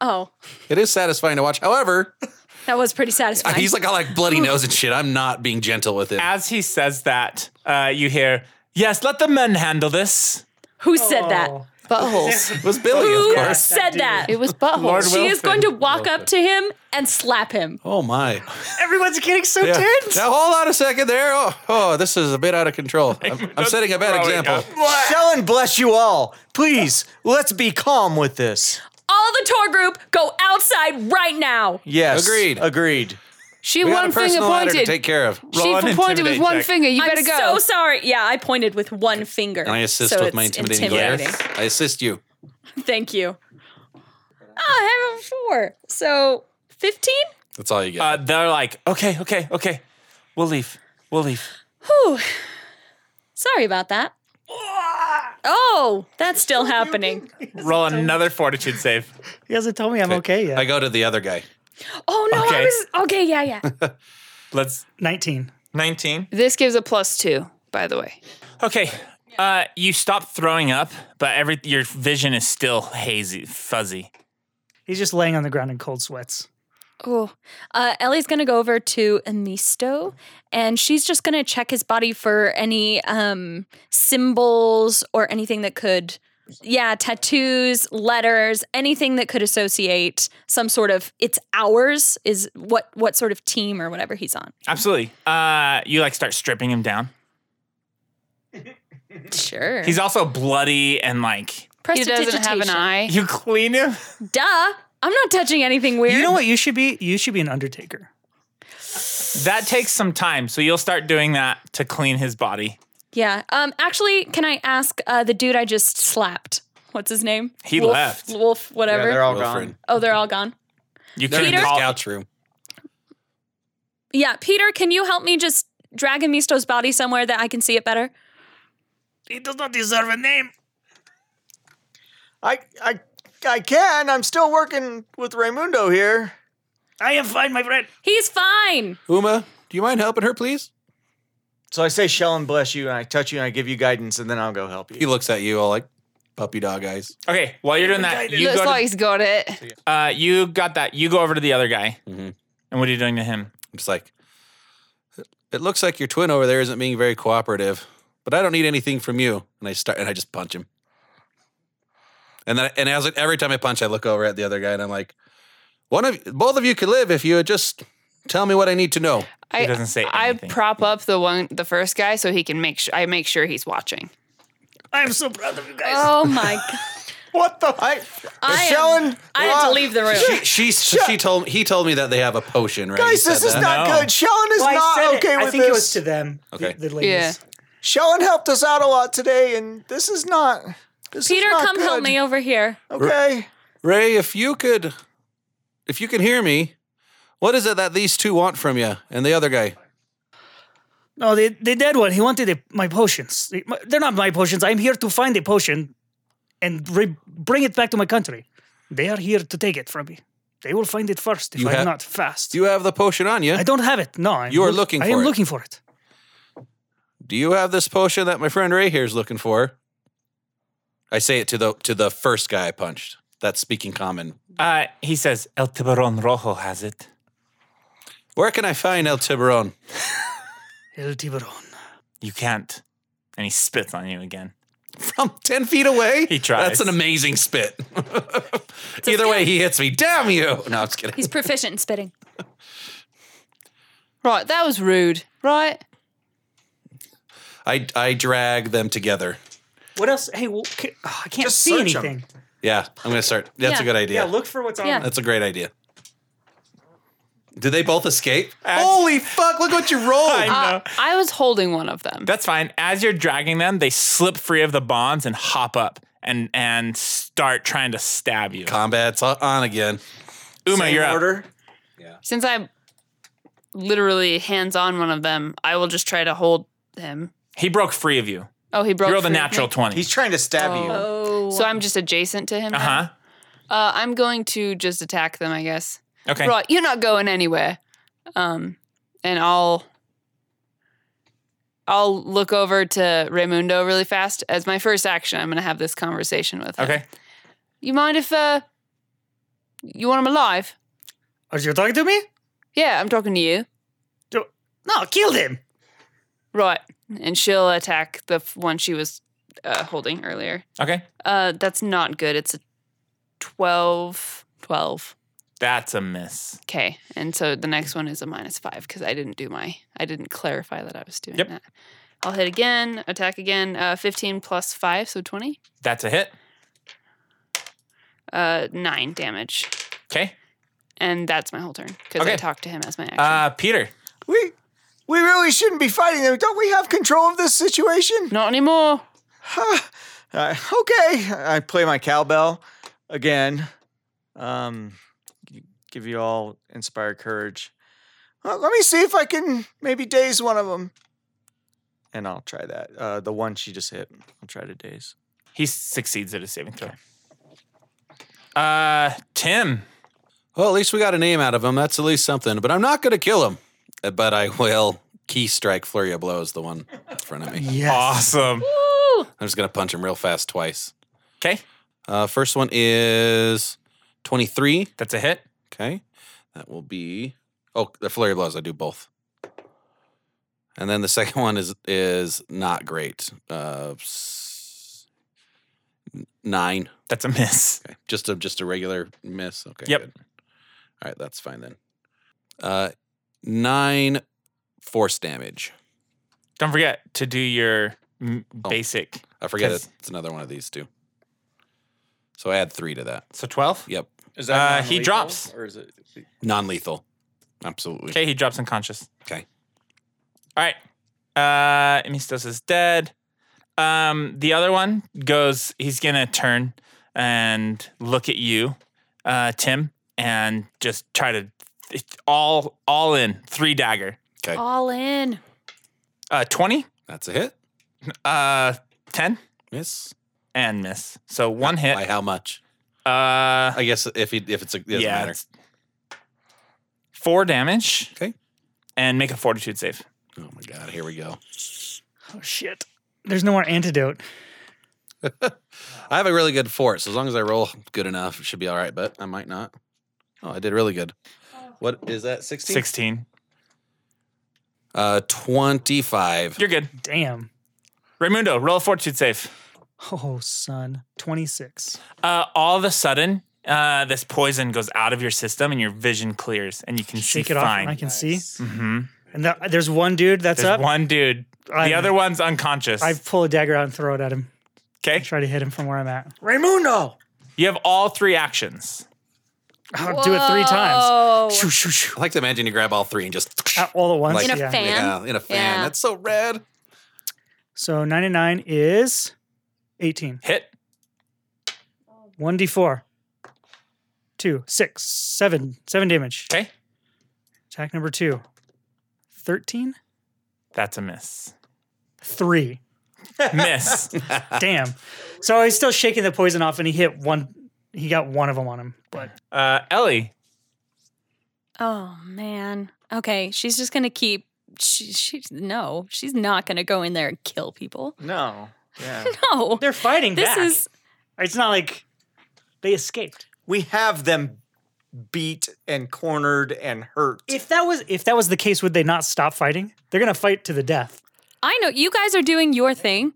F: Oh.
G: It is satisfying to watch. However, (laughs)
F: That was pretty satisfying.
G: he's like got like bloody nose and shit. I'm not being gentle with it.
B: As he says that, uh, you hear, Yes, let the men handle this.
F: Who said that?
E: buttholes?
G: It was Billy,
F: Who
G: of course.
F: said Oh. that?
E: It was buttholes.
B: Lord
F: She is
B: Wilson.
F: going to walk up to him and slap him.
G: Oh my!
D: Everyone's getting so
G: Yeah.
D: tense.
G: Now hold on a second there. Oh, oh, this is a bit out of
B: (laughs)
G: control. I'm, I'm setting a bad
B: Throwing
G: example.
B: up.
H: Shall and bless you all. Please, let's be calm with this.
F: All the tour group go outside right now.
H: Yes.
G: Agreed.
H: Agreed.
E: She
G: We got
E: one
G: a
E: finger
G: personal matter to
E: pointed.
G: take care of.
E: she
B: Roll an
E: pointed with
B: intimidate
E: one
B: check.
E: finger. You better
F: I'm
E: go.
F: so sorry. Yeah, I pointed with one finger.
G: And I assist
F: so
G: with my
F: it's
G: intimidating,
F: intimidating.
G: glare. I assist you.
F: Thank you. Oh, I have a four. So 15?
G: That's all you get.
B: Uh, they're like, Okay, okay, okay. We'll leave. We'll leave.
F: Whew. Sorry about that. Oh, that's still happening.
B: Roll another fortitude save.
D: He hasn't told me I'm okay
G: I
D: yet.
G: go to the other guy.
F: Oh no,
B: Okay.
F: I was okay, yeah, yeah.
B: Let's
D: 19.
B: 19.
E: This gives a plus two, by the way.
B: Okay. Uh, you stop throwing up, but every your vision is still hazy, fuzzy.
D: He's just laying on the ground in cold sweats.
F: Oh, uh, Ellie's gonna go over to Amisto, and she's just gonna check his body for any um, symbols or anything that could, yeah, tattoos, letters, anything that could associate some sort of "it's ours" is what what sort of team or whatever he's on.
B: Absolutely. Uh, you like start stripping him down.
F: Sure,
B: He's also bloody and like
E: He doesn't have an eye.
B: you clean him.
F: Duh, I'm not touching anything weird.
D: You know what you should be? You should be an undertaker.
B: That takes some time, so you'll start doing that to clean his body.
F: Yeah. Um. Actually, can I ask uh, the dude I just slapped? What's his name?
B: He
F: Wolf,
B: left.
F: Wolf. Whatever.
H: Yeah, they're all
G: Wilfred.
H: gone.
F: oh, they're all gone.
B: You
G: They're in
B: couldn't
G: the
F: Peter?
B: call.
G: couch room.
F: Yeah, Peter, can you help me just drag Amisto's body somewhere that I can see it better?
D: He does not deserve a name.
H: I I I can. I'm still working with Raimundo here.
D: I am fine, my friend.
F: He's fine.
G: Uma, do you mind helping her, please?
H: So I say, "Shall and bless you," and I touch you, and I give you guidance, and then I'll go help
G: He
H: you.
G: looks at you all like puppy dog eyes.
B: Okay, while you're doing that, you
E: Looks
B: go.
E: like
B: To,
E: he's got it.
B: uh, you got that. You go over to the other guy.
H: Mm-hmm.
G: Mhm.
B: And what are you doing to him?
G: I'm just like, it looks like your twin over there isn't being very cooperative, but I don't need anything from you. And I start and I just punch him. And then and as every time I punch, I look over at the other guy and I'm like, one of both of you could live if you would just tell me what I need to know.
E: I,
B: doesn't say
E: I
B: anything.
E: prop up the one, the first guy, so he can make sure. I make sure he's watching.
D: I'm so proud of you guys.
F: Oh my god.
C: What the? I,
F: I am-
C: Shellen,
F: I had
C: wow.
F: to leave the room.
C: (laughs)
G: She, she, she told he told me that they have a potion, right?
C: Guys, this is not
B: No.
C: good. Shellen is
D: Well,
C: not
D: I said
C: okay
D: it.
C: with
D: I think
C: this.
D: it was to them.
G: Okay.
D: The, the ladies.
E: Yeah.
C: Shellen helped us out a lot today, and this is not. This
F: Peter,
C: is not
F: come help
C: good.
F: me over here.
C: Okay.
G: Ray. If you could, if you can hear me, what is it that these two want from you and the other guy?
D: No, the, the dead one. He wanted the, my potions. They- my- They're not my potions. I'm here to find a potion and re- bring it back to my country. They are here to take it from me. They will find it first if
G: You
D: I'm
G: have-
D: not fast.
G: Do you have the potion on you?
D: I don't have it. No, I'm
G: You are looking
D: I
G: for
D: am
G: it.
D: looking for it.
G: Do you have this potion that my friend Ray here is looking for? I say it to the to the first guy I punched. That's speaking common.
B: Uh, he says El Tiburon Rojo has it.
G: Where can I find El Tiburon?
D: El Tiburon.
B: You can't. And he spits on you again.
G: (laughs) From ten feet away.
B: He tries.
G: That's an amazing spit. Either way, he hits me. Damn you! No, I'm just kidding.
F: He's proficient in spitting.
E: Right, that was rude. Right.
G: I I drag them together.
D: What else? Hey, well, ca- oh, I can't
H: Just
D: see
H: search 'em.
D: anything.
G: Yeah, I'm gonna start. That's
F: Yeah.
G: a good idea.
D: Yeah, look for what's on.
F: Yeah.
D: them.
G: That's a great idea. Did they both escape? Holy fuck! Look what you rolled.
E: Uh, I was holding one of them.
B: That's fine. As you're dragging them, they slip free of the bonds and hop up and and start trying to stab you.
G: Combat's on again.
B: Uma, you're up.
H: order.
E: Since I'm literally hands on one of them, I will just try to hold him.
B: He broke free of you.
E: Oh, he broke.
B: You rolled a
E: free.
B: natural twenty.
H: He's trying to stab you.
F: Oh.
E: So I'm just adjacent to him.
B: Uh
E: now?
B: huh.
E: Uh, I'm going to just attack them, I guess.
B: Okay.
E: Right, you're not going anywhere. Um, and I'll I'll look over to Raimundo really fast as my first action. I'm going to have this conversation with him.
B: Okay.
E: You mind if uh you want him alive?
D: Are you Oh, talking to me?
E: Yeah, I'm talking to you.
D: Do- No, kill him.
E: Right. And she'll attack the f- one she was uh, holding earlier.
B: Okay.
E: Uh, that's not good. It's a 12. 12.
B: That's a miss.
E: Okay. And so the next one is a minus five because I didn't do my, I didn't clarify that I was doing
B: Yep.
E: that. I'll hit again, attack again. Uh, 15 plus five, so 20.
B: That's a hit.
E: Uh, nine damage.
B: Okay.
E: And that's my whole turn because I
B: Okay.
E: talked to him as my action.
B: Uh, Peter.
C: We we really shouldn't be fighting them. Don't we have control of this situation?
E: not anymore.
H: Uh, okay, I play my cowbell again. Um, give you all inspired courage,
C: Uh, let me see if I can maybe daze one of them.
H: and I'll try that. Uh, the one she just hit, I'll try to daze.
B: He succeeds at a saving throw. Uh, Tim.
G: Well, at least we got a name out of him. That's at least something. But I'm not going to kill him. Uh, But I will key strike flurry of blows the one in front of me.
B: Awesome.
G: I'm just going to punch him real fast twice.
B: Okay.
G: Uh, first one is 23.
B: That's a hit.
G: Okay. That will be Oh, the flurry of blows I do both. And then the second one is is not great. Uh s- 9.
B: That's a miss.
G: Okay. Just a just a regular miss. Okay.
B: Yep.
G: good. All right, that's fine then. Uh nine force damage.
B: Don't forget to do your m-
G: Oh.
B: basic.
G: I forget
B: Yes.
G: it. It's another one of these two. So I add three to that.
B: So 12?
G: Yep.
H: Is
B: that Uh, he non-lethal, drops.
H: or is it?
G: Non lethal. Absolutely.
B: Okay, he drops unconscious.
G: 'Kay.
B: All right. Uh Emistos is dead. Um the other one goes he's going to turn and look at you, uh Tim, and just try to it's all all in, three dagger.
F: all in.
B: Uh 20,
G: That's a hit.
B: uh 10
G: Miss.
B: and miss. So one hit.
G: By how much?
B: Uh
G: I guess if he, if it's a it doesn't
B: yeah.
G: matter.
B: it's Four damage.
G: 'Kay.
B: And make a fortitude save.
G: Oh my god, here we go.
D: Oh shit. There's no more antidote.
G: I have a really good fort, so as long as I roll good enough, it should be all right, but I might not. Oh, I did really good. What is that? 16?
B: 16.
G: Uh 25.
B: You're good.
D: Damn.
B: Raimundo, roll a fortitude save.
D: Oh son. 26.
B: Uh, all of a sudden, uh, this poison goes out of your system and your vision clears and you can
D: Shake
B: see
D: it off
B: fine.
D: and I can see.
B: Mhm.
D: And that, there's one dude that's
B: There's
D: up.
B: one dude.
D: I'm-
B: the other one's unconscious.
D: I pull a dagger out and throw it at him. I
B: okay.
D: try to hit him from where I'm at.
C: Raimundo!
B: You have all three actions.
D: I'll do it three times.
F: Whoa.
D: Shoo, shoo, shoo.
G: I like to imagine you grab all three and just
D: Out all at once.
G: Oh, Like-
F: In a
D: yeah.
F: fan.
G: yeah, in a fan.
F: Yeah.
G: That's so rad.
D: So 99 is 18.
B: Hit.
D: 1d4. 2, 6, 7. 7 damage.
B: Okay.
D: Attack number 2. 13?
B: That's a
G: (laughs)
B: miss.
D: 3.
B: Miss.
H: Ah.
D: Damn. So he's still shaking the poison off and he hit one. He got one of them on him. But
B: Uh, Ellie,
F: Oh man. Okay, she's just gonna keep. She, she's no, she's not gonna go in there and kill people.
H: No. Yeah.
F: (laughs) No,
D: they're fighting
F: this
D: back.
F: is
D: it's not like they escaped.
H: we have them beat and cornered and hurt.
D: If that was if that was the case, would they not stop fighting? They're gonna fight to the death.
F: I know you guys are doing your thing.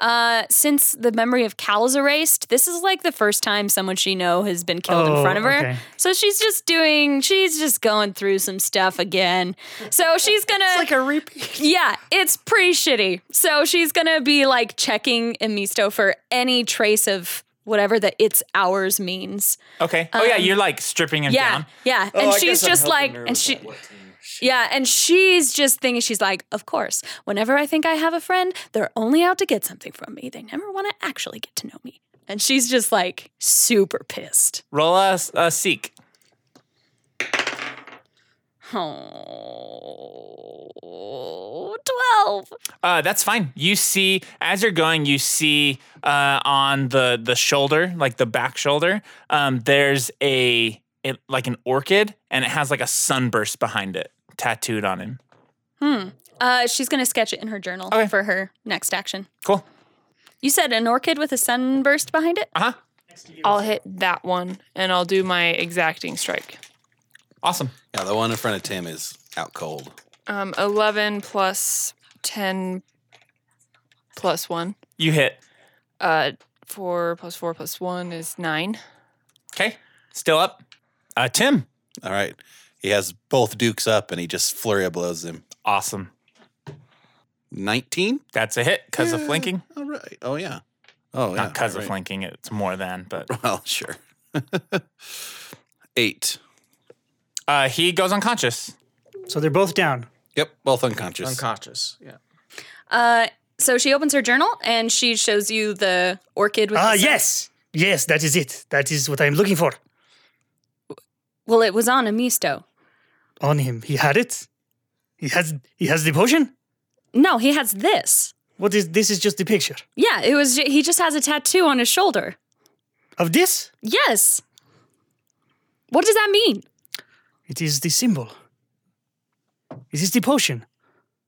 F: Uh, since the memory of Cal's erased, this is like the first time someone she know has been killed in
D: Oh,
F: front of her.
D: okay.
F: So she's just doing, she's just going through some stuff again. So she's gonna,
H: like a repeat.
F: yeah, it's pretty shitty. So she's gonna be like checking Emisto for any trace of whatever the it's ours means.
B: Okay. Oh yeah,
F: Um,
B: you're like stripping him
F: Yeah,
B: down.
F: yeah.
H: Oh,
F: and
H: I guess
F: she's
H: I'm
F: just
H: helping
F: like,
H: her
F: and
H: with
F: she,
H: that.
F: yeah, and she's just thinking, she's like, of course, whenever I think I have a friend, they're only out to get something from me. They never want to actually get to know me. And she's just like super pissed.
B: Roll a, a seek.
F: Oh, 12.
B: Uh, that's fine. You see, as you're going, you see uh, on the the shoulder, like the back shoulder, um, there's a it, like an orchid, and it has like a sunburst behind it tattooed on him.
F: Hmm. Uh, she's going to sketch it in her journal
B: Okay.
F: for her next action.
B: Cool.
F: You said an orchid with a sunburst behind it?
B: Uh huh.
E: I'll hit that one and I'll do my exacting strike.
B: Awesome.
G: Yeah, the one in front of Tim is out cold.
E: Um, 11 plus 10 plus 1.
B: You hit.
E: Uh, 4 plus 4 plus 1 is 9.
B: Okay. Still up. Uh, Tim.
G: All right. He has both dukes up and he just flurry of blows him.
B: Awesome.
G: 19?
B: That's a hit because of flanking.
G: All right. Oh, yeah. Oh, yeah.
B: Not because of
G: right.
B: flanking. It's more than, but
G: Well, sure. (laughs) Eight.
B: uh, he goes unconscious.
D: So they're both down.
G: Yep, both unconscious. (laughs)
H: Unconscious. Yeah.
F: Uh, so she opens her journal and she shows you the orchid with
D: Ah,
F: the sun-
D: yes, yes, that is it. That is what I'm looking for.
F: Well, it was on Amisto.
D: On him, he had it. He has he has the potion.
F: No, he has this.
D: What is this? Is just the picture
F: Yeah, it was. ju- He just has a tattoo on his shoulder.
D: of this.
F: Yes. What does that mean?
D: It is the symbol. It is the potion,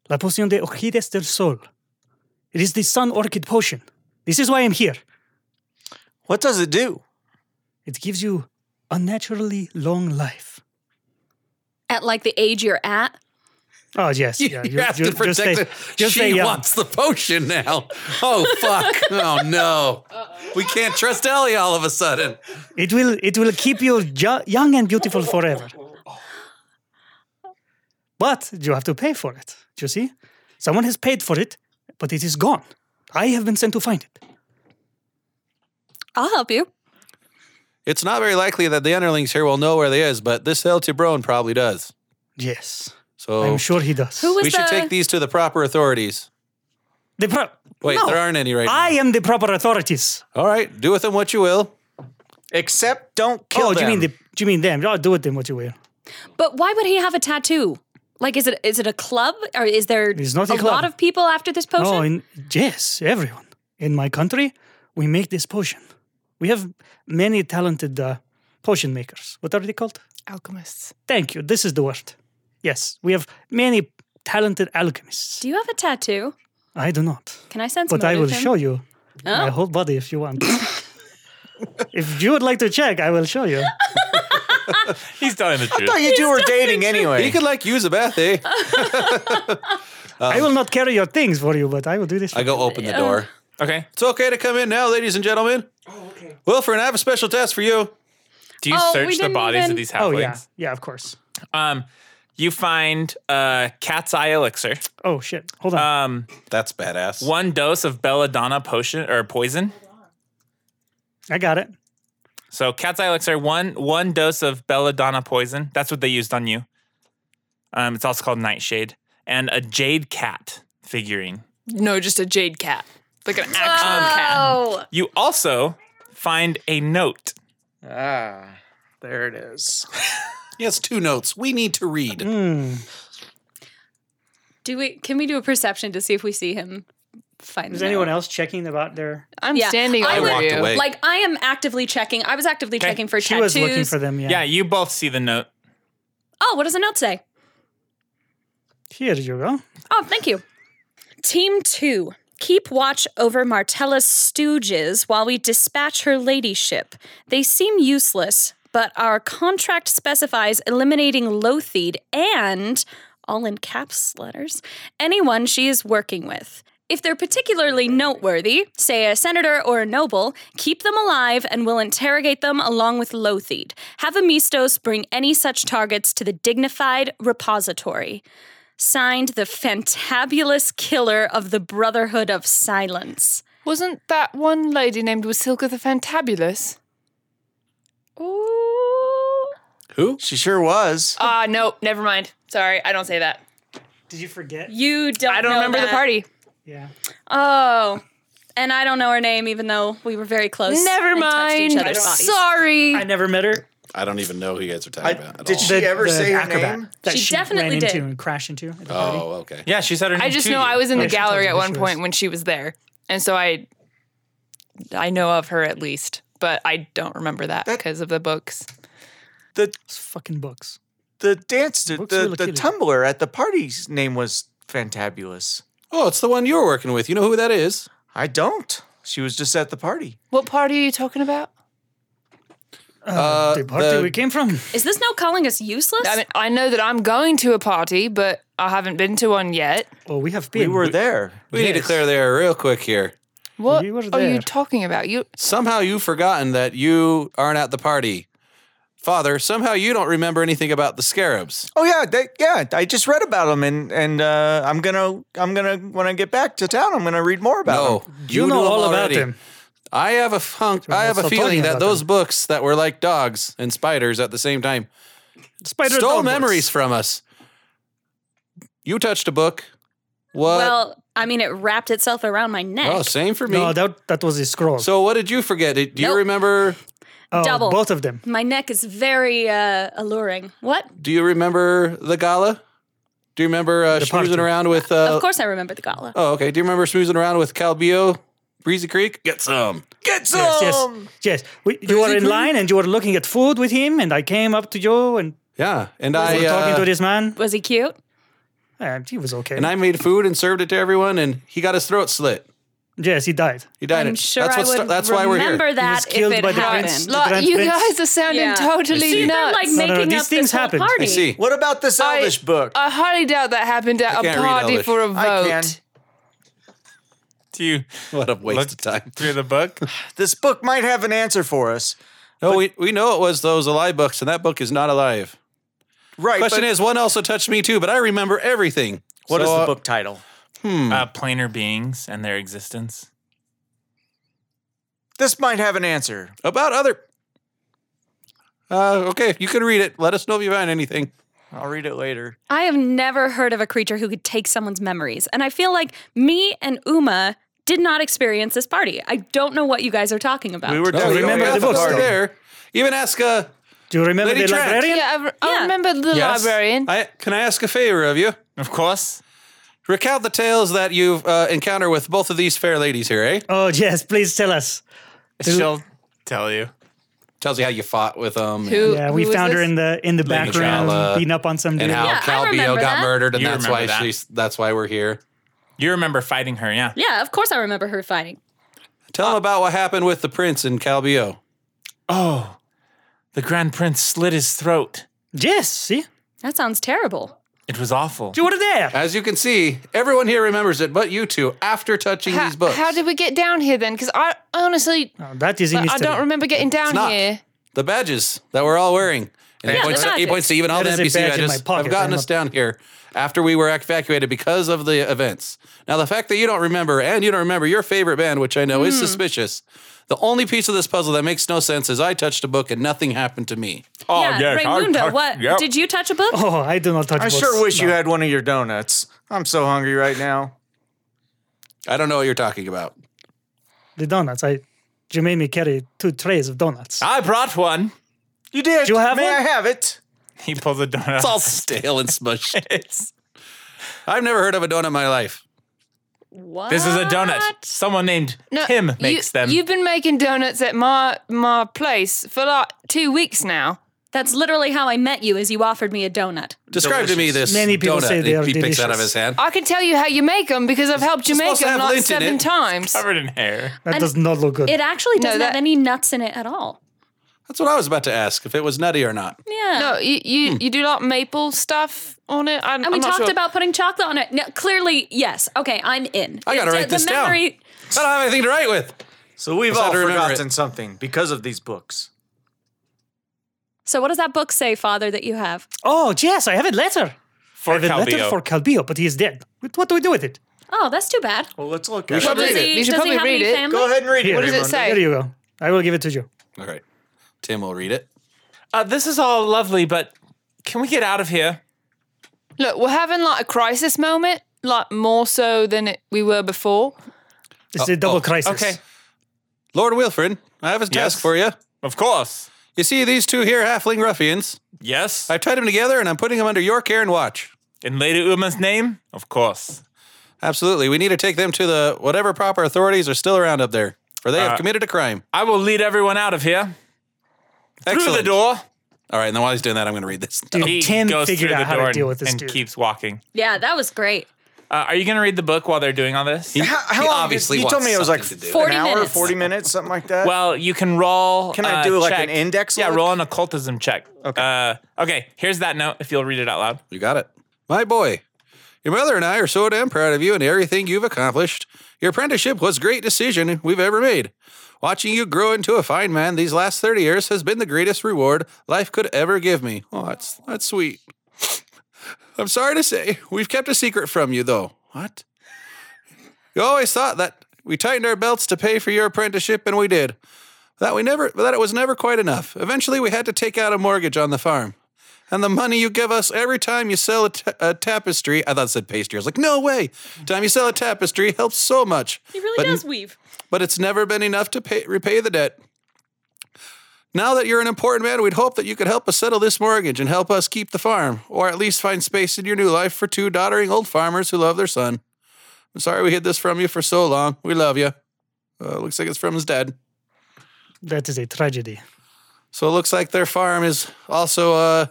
D: la potion de orchides del sol. It is the sun orchid potion. This is why I'm here.
H: What does it do?
D: It gives you unnaturally long life.
F: At like the age you're at?
D: Oh
G: (laughs)
D: yes,
G: You,
D: yeah,
G: you
D: you're-
G: have
D: you're-
G: to protect
D: just stay-
G: it.
D: just stay
G: she
D: young.
G: wants the potion now. Oh,
F: (laughs)
G: fuck. oh, no. We can't trust Ellie all of a sudden.
D: It will it will keep you jo- young and beautiful forever. But you have to pay for it. You see, someone has paid for it, but it is gone. I have been sent to find it.
F: I'll help you.
G: It's not very likely that the underlings here will know where they is, but this El Tibron probably does.
D: Yes,
G: So
D: I'm sure he does.
F: Who was
G: we should
F: the-
G: take these to the proper authorities.
D: the pro-
G: Wait,
D: No,
G: there aren't any right
D: I am the proper authorities.
G: now. All right, do with them what you will.
H: Except don't kill
D: oh, do you mean the?
H: them.
D: Do you mean them? Oh, do with them what you will.
F: But why would he have a tattoo? Like, is it is it a club or is there
D: It's not a
F: a,
D: club.
F: lot of people after this potion?
D: Oh, in, yes, everyone in my country, we make this potion. We have many talented uh, potion makers. What are they called?
E: Alchemists.
D: Thank you. This is the word. Yes, we have many talented alchemists.
F: Do you have a tattoo?
D: I do not,
F: Can I sense?
D: but I will
F: motive him?
D: show you my
F: Oh.
D: whole body if
F: (laughs)
D: you want. if you would like to check, I will show you.
B: He's telling the
H: I thought
B: truth.
H: Oh, you two were dating anyway.
G: You could like use a bath, eh?
D: I will not carry your things for you, but I will do this. For
G: I
D: you.
G: go
D: (laughs)
G: open the door.
B: Okay.
G: It's okay to come in now, ladies and gentlemen. Oh, okay. Wilfred, I have a special task for you.
B: Do you
F: Oh, we
B: search the
F: didn't
B: bodies
F: even-
B: of these halflings?
D: Oh yeah, yeah, of course.
B: Um, you find uh, cat's eye elixir,
D: Oh shit! Hold on.
B: um,
G: That's badass.
B: one dose of belladonna potion or poison.
D: I got it.
B: So cat's eye elixir, one one dose of belladonna poison. That's what they used on you. Um, it's also called nightshade and a jade cat figurine.
E: No, just a jade cat, like an actual cat.
F: Oh,
B: You also find a note.
H: Ah, there it is.
G: He has two notes. We need to read.
D: Hmm.
F: do we? Can we do a perception to see if we see him? Find
D: Is
F: the
D: anyone
F: note?
D: else checking about their?
E: I'm
F: Yeah.
E: standing
F: I
E: over
F: walked
E: you.
G: away.
F: Like I am actively checking. I was actively
B: Okay.
F: checking for
D: She
F: tattoos.
D: was looking for them. Yeah.
B: Yeah, you both see the note.
F: oh, what does the note say?
D: Here you go.
F: Oh, thank you. Team two. Keep watch over Martella's stooges while we dispatch her ladyship. They seem useless, but our contract specifies eliminating Lothied and, all in caps letters, anyone she is working with. If they're particularly noteworthy, say a senator or a noble, keep them alive and we'll interrogate them along with Lothied. Have Amistos bring any such targets to the dignified repository signed the fantabulous killer of the Brotherhood of Silence.
E: Wasn't that one lady named Wasilka the Fantabulous?
F: Ooh.
G: Who?
H: She sure was.
E: Ah, no, never mind. Sorry, I don't say that.
D: Did you forget?
F: You don't
E: I don't
F: know
E: remember
F: that.
E: the party.
D: Yeah.
F: Oh. And I don't know her name, even though we were very close.
E: Never
F: and touched
E: mind.
F: Each other's bodies.
E: Sorry.
D: I never met her.
G: I don't even know who you guys are talking about at
H: did
G: all.
H: she- ever say her name?
D: That
F: She definitely
D: ran
F: did.
D: into and crashed into at the party?
G: oh, okay.
B: Yeah, she said her name.
E: I just
B: to
E: know
B: you.
E: I was in the
D: Yeah, she told
E: gallery
D: you
E: at
D: who
E: one
D: she
E: point
D: was.
E: when she was there, and so I, I know of her at least, but I don't remember that
H: That-
E: because of the books.
H: The
D: Those fucking books.
H: the dance the
D: Looks
H: the,
D: really
H: the
D: cute.
H: tumbler at the party's name was fantabulous.
G: Oh, it's the one you were working with. You know who that is?
H: I don't. She was just at the party.
E: What party are you talking about?
G: Uh,
D: the party
G: the-
D: we came from.
F: Is this note calling us useless?
E: I mean, I know that I'm going to a party, but I haven't been to one yet.
D: Well, we have been.
H: We were there.
G: We need to
D: Yes.
G: clear the air real quick here.
E: What
D: You were
E: are you
D: there.
E: talking about? You
G: Somehow you've forgotten that you aren't at the party. Father, somehow you don't remember anything about the scarabs.
H: Oh yeah, they, yeah. I just read about them, and and uh, I'm gonna I'm gonna when I get back to town, I'm gonna read more about
G: No,
H: them.
G: you, know all already.
D: about them.
G: I have a funk. I have a
D: also
G: feeling
D: talking
G: that
D: about
G: those
D: them.
G: books that were like dogs and spiders at the same time
D: Spider
G: stole
D: dog books.
G: memories from us. You touched a book. What?
F: well, I mean, it wrapped itself around my neck.
G: uh, oh, same for me.
D: No, that that was a scroll.
G: so what did you forget? Did- Do you
F: Nope.
G: remember?
D: oh,
F: double.
D: both of them.
F: my neck is very uh, alluring. What?
G: Do you remember the gala? Do you remember uh,
D: The
G: schmoozing
D: party.
G: around with? Uh,
F: of course, I remember the gala.
G: Oh, okay. Do you remember schmoozing around with Calbio, Breezy Creek? Get some.
H: Get some.
D: Yes, yes, yes. We, you were in line and you were looking at food with him, and I came up to you and
G: Yeah, and
D: we
G: I
D: were talking
G: uh,
D: to this man.
F: Was he cute?
D: And he was okay.
G: and I made food and served it to everyone, and he got his throat slit.
D: yes, he died.
G: He died.
F: I'm
G: in-
F: sure
G: that's
F: I
G: what
F: would
G: sta- that's why we're here.
F: remember
D: was
F: that if
D: killed
F: it
D: by the
F: happened.
D: prince.
E: Like,
D: Grand
E: you
D: Prince.
E: guys are sounding
F: Yeah.
E: totally
F: See, they're
E: nuts.
F: like
D: no,
F: making
D: no, these
F: up
D: things
F: this whole
D: happen. I
F: party.
G: I see. (laughs)
H: What about this
E: I-
H: Elvish book?
E: I highly doubt that happened at a
G: can't read
E: party
G: Elvish.
E: for a vote.
H: I can.
B: Do you
G: What a waste
B: look
G: of time.
B: through the book?
H: this book might have an answer for us.
G: No, we, we know it was those alive books, and that book is not alive.
H: Right.
G: Question
H: but
G: is, one also touched me too, but I remember everything.
H: what is
G: So,
H: the
G: uh,
H: book title?
B: Uh, planar beings and their existence.
H: This might have an answer.
G: about? Other. Uh, okay, you can read it. Let us know if you find anything.
H: I'll read it later.
F: I have never heard of a creature who could take someone's memories. And I feel like me and Uma did not experience this party. I don't know what you guys are talking about.
H: We were
G: No,
H: down
G: you
D: remember
G: got
D: the books,
G: far
D: though.
G: there. Even ask uh, a
D: Do you remember
G: Lady
D: the
G: Trent.
D: librarian?
E: Yeah, I, re- I
F: Yeah.
E: remember the
G: Yes.
E: librarian.
G: I, can I ask a favor of you?
B: Of course.
G: Recount the tales that you've uh, encountered with both of these fair ladies here, eh?
D: Oh yes, please tell us.
B: She'll tell you.
G: Tells you how you fought with them
E: Who-
D: Yeah, we
E: who is
D: found her
E: this?
D: in the in the back
G: T'Challa.
D: room, beating up on some dude.
G: and how
F: Yeah, I
G: Calbio
F: remember
G: got
F: that.
G: murdered, and
B: You
G: that's why
B: remember that.
G: she's that's why we're here.
B: You remember fighting her, yeah.
F: yeah, of course I remember her fighting.
G: Tell
F: Uh,
G: them about what happened with the prince and Calbio.
B: Oh, the Grand Prince slit his throat.
D: Yes, see,
F: That sounds terrible.
B: It was awful.
D: you were there.
G: As you can see, everyone here remembers it, but you two. After touching
E: Ha-
G: these books,
E: How did we get down here then? Because I honestly,
D: Oh, that is a
E: I
D: mystery.
E: don't remember getting down
G: not.
E: here.
G: the badges that we're all wearing.
F: Yeah,
G: And he,
F: the
G: points to, he
F: badges.
G: points to even all
D: That
G: the
D: is a
G: NPC
D: badge in my
G: badges
D: pocket
G: have gotten
D: right
G: us down here after we were evacuated because of the events. Now, the fact that you don't remember and you don't remember your favorite band, which I know
F: Hmm.
G: is suspicious, the only piece of this puzzle that makes no sense is I touched a book and nothing happened to me.
B: Oh,
F: yeah, Raymundo, what?
B: Yep.
F: Did you touch a book?
D: (laughs) Oh, I do not touch
H: I
D: books.
H: sure wish
D: No.
H: you had one of your donuts. I'm so hungry right now.
G: I don't know what you're talking about. (laughs)
D: the donuts. I you made me carry two trays of donuts.
B: I brought one. (laughs)
H: You did.
D: Do you have
H: May
D: one?
H: I have it?
B: He pulls a donut.
G: It's all stale and smushed. I've never heard of a donut in my life.
F: What?
B: This is a donut. Someone named Tim makes
E: you,
B: them.
E: You've been making donuts at my my place for like two weeks now.
F: That's literally how I met you. Is you offered me a donut.
G: Describe to me this
D: Many people
G: donut
D: say they
G: that
D: are
G: he picks out of
D: delicious.
G: his hand.
E: I can tell you how you make them because I've helped you make
G: supposed to
E: them
G: have
E: like
G: lint in
E: seven
G: it.
E: times.
B: covered in hair.
D: That does not look good.
F: It actually
E: No,
F: doesn't
E: that-
F: have any nuts in it at all.
G: That's what I was about to ask, if it was nutty or not.
F: Yeah.
E: No, Uh, you
G: Hmm.
E: you, you do like maple stuff on it. I,
F: and we talked about putting chocolate on it. No, clearly, yes. Okay, I'm in.
G: I gotta
F: The-
G: write
F: the
G: this down.
F: memory,
G: I don't have anything to write with.
H: So we've
G: Just had
H: all
G: to remember
H: forgotten something because of these books.
F: So what does that book say, Father, that you have?
D: oh yes, I have a letter.
B: For
D: I have a letter
B: Calvillo.
D: for Calbio, but he is dead. What what do we do with it?
F: Oh, that's too bad.
H: Well, let's look at
G: should
H: it.
F: Does
G: read it.
F: he,
E: You should
F: does he
E: probably
F: have
E: read
F: any
E: it.
F: family?
H: Go ahead and read it.
E: What does it
H: Raymond.
E: say?
D: There you go. I will give it to you.
G: All right. Tim will read it.
B: Uh, this is all lovely, but can we get out of here?
E: Look, we're having like a crisis moment, like more so than it, we were before.
D: It's a double
G: oh,
D: crisis.
B: Okay.
G: Lord Wilfred, I have a task
B: Yes?
G: for you.
B: Of course.
G: You see these two here, halfling ruffians?
B: Yes.
G: I've tied them together and I'm putting them under your care and watch.
B: In Lady Uma's name? Of course.
G: Absolutely. We need to take them to the whatever proper authorities are still around up there, for they
B: Uh,
G: have committed a crime.
B: I will lead everyone out of here. Through the
G: Excellent.
B: door.
G: All right, and then while he's doing that, I'm going to read this. Oh,
D: Dude,
B: He
D: Tim
B: goes
D: figured
B: through
D: out
B: the
D: how to
B: door
D: deal
B: and-
D: with this
B: and
D: dude.
B: keeps walking.
F: Yeah, that was great.
B: Uh, are you going to read the book while they're doing all this?
G: He,
H: How, how
G: he
H: long
G: obviously
H: You
G: wants
H: told me it was like
G: something to do.
F: 40
H: an hour,
F: minutes.
H: 40 minutes, something like that.
B: Well, you can roll.
H: Can I
B: uh,
H: do, like,
B: check.
H: an index
B: Yeah,
H: look?
B: roll an occultism check. Okay. Uh, okay. Here's that note. If you'll read it out loud.
G: You got it. My boy, your mother and I are so damn proud of you and everything you've accomplished. Your apprenticeship was a great decision we've ever made. Watching you grow into a fine man these last 30 years has been the greatest reward life could ever give me. Oh, that's, that's sweet. I'm sorry to say, we've kept a secret from you, though. What? You always thought that we tightened our belts to pay for your apprenticeship, and we did. That we never that it was never quite enough. Eventually, we had to take out a mortgage on the farm and the money you give us every time you sell a, ta- a tapestry. I thought it said pastry. I was like, no way. Time you sell a tapestry helps so much.
F: He really
G: but,
F: does weave.
G: But it's never been enough to pay, repay the debt. Now that you're an important man, we'd hope that you could help us settle this mortgage and help us keep the farm, or at least find space in your new life for two doddering old farmers who love their son. I'm sorry we hid this from you for so long. We love you. Uh, looks like it's from his dad.
D: That is a tragedy.
G: So it looks like their farm is also uh,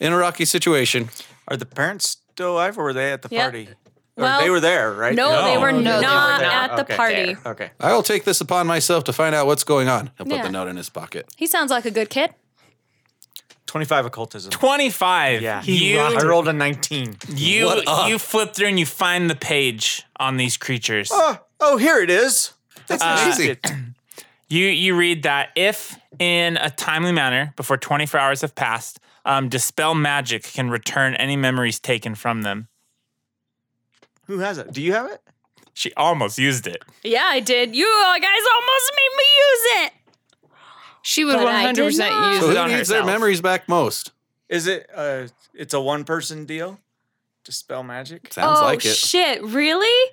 G: in a rocky situation.
H: are the parents still alive or were they at the
F: Yeah.
H: party? Or
F: Well,
H: they were there, right?
F: No, they were
E: no, they were
F: not
E: not.
F: at the
H: Okay.
F: party.
H: Okay.
G: I will take this upon myself to find out what's going on. He'll put
F: Yeah.
G: the note in his pocket.
F: He sounds like a good kid.
H: 25 occultism.
B: 25.
H: Yeah.
D: He
B: You,
D: rocked
H: I rolled a 19.
B: you,
G: What up?
B: you flip through and you find the page on these creatures.
H: Oh, oh, here it is. That's
G: amazing.
B: You you read that if in a timely manner before 24 hours have passed, um, dispel magic can return any memories taken from them.
H: Who has it? Do you have it?
B: She almost used it.
F: Yeah, I did. You guys almost made me use it.
E: She would
F: But
E: one
F: I did
E: hundred percent
F: not.
E: use
G: So
B: it
G: who
B: on
G: needs their
B: herself.
G: memories back most?
H: Is it uh it's a one person deal? Dispel magic?
G: Sounds
F: oh
G: like it.
F: shit! Really?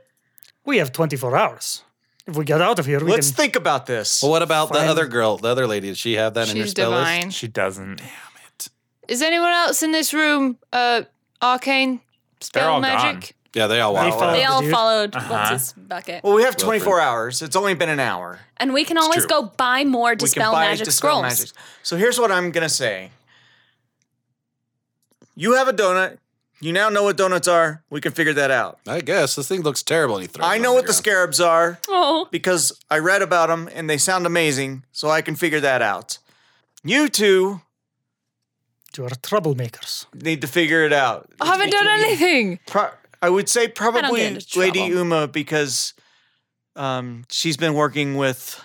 D: We have 24 hours. If we get out of here, we
H: Let's
D: can.
H: think about this.
G: well, what about the
D: Fine.
G: other girl, the other lady? Did she have that in her
E: She's
G: spell
E: divine.
B: She doesn't.
E: Is anyone else in this room? Uh, arcane
B: They're all
E: spell magic.
G: list? Yeah, they all
D: They
G: wow.
D: follow
F: They all
D: dude.
F: followed
B: Uh-huh.
F: what's his bucket,
H: Well, we have 24 hours. It's only been an hour.
F: and we can always
G: true.
F: go buy more
H: We
F: dispel magic
H: dispel
F: scrolls.
H: magics. So here's what I'm gonna say. You have a donut. You now know what donuts are. We can figure that out.
G: I guess this thing looks terrible. And he throws
H: I
G: it
H: know
G: on
H: what the
G: ground.
H: scarabs are
F: (laughs) Oh,
H: because I read about them and they sound amazing, so I can figure that out. You two
D: You are troublemakers.
H: need to figure it out.
E: I haven't done anything.
H: Pro- I would say
F: get
H: probably
F: into
H: Lady
F: trouble.
H: Uma because um, she's been working with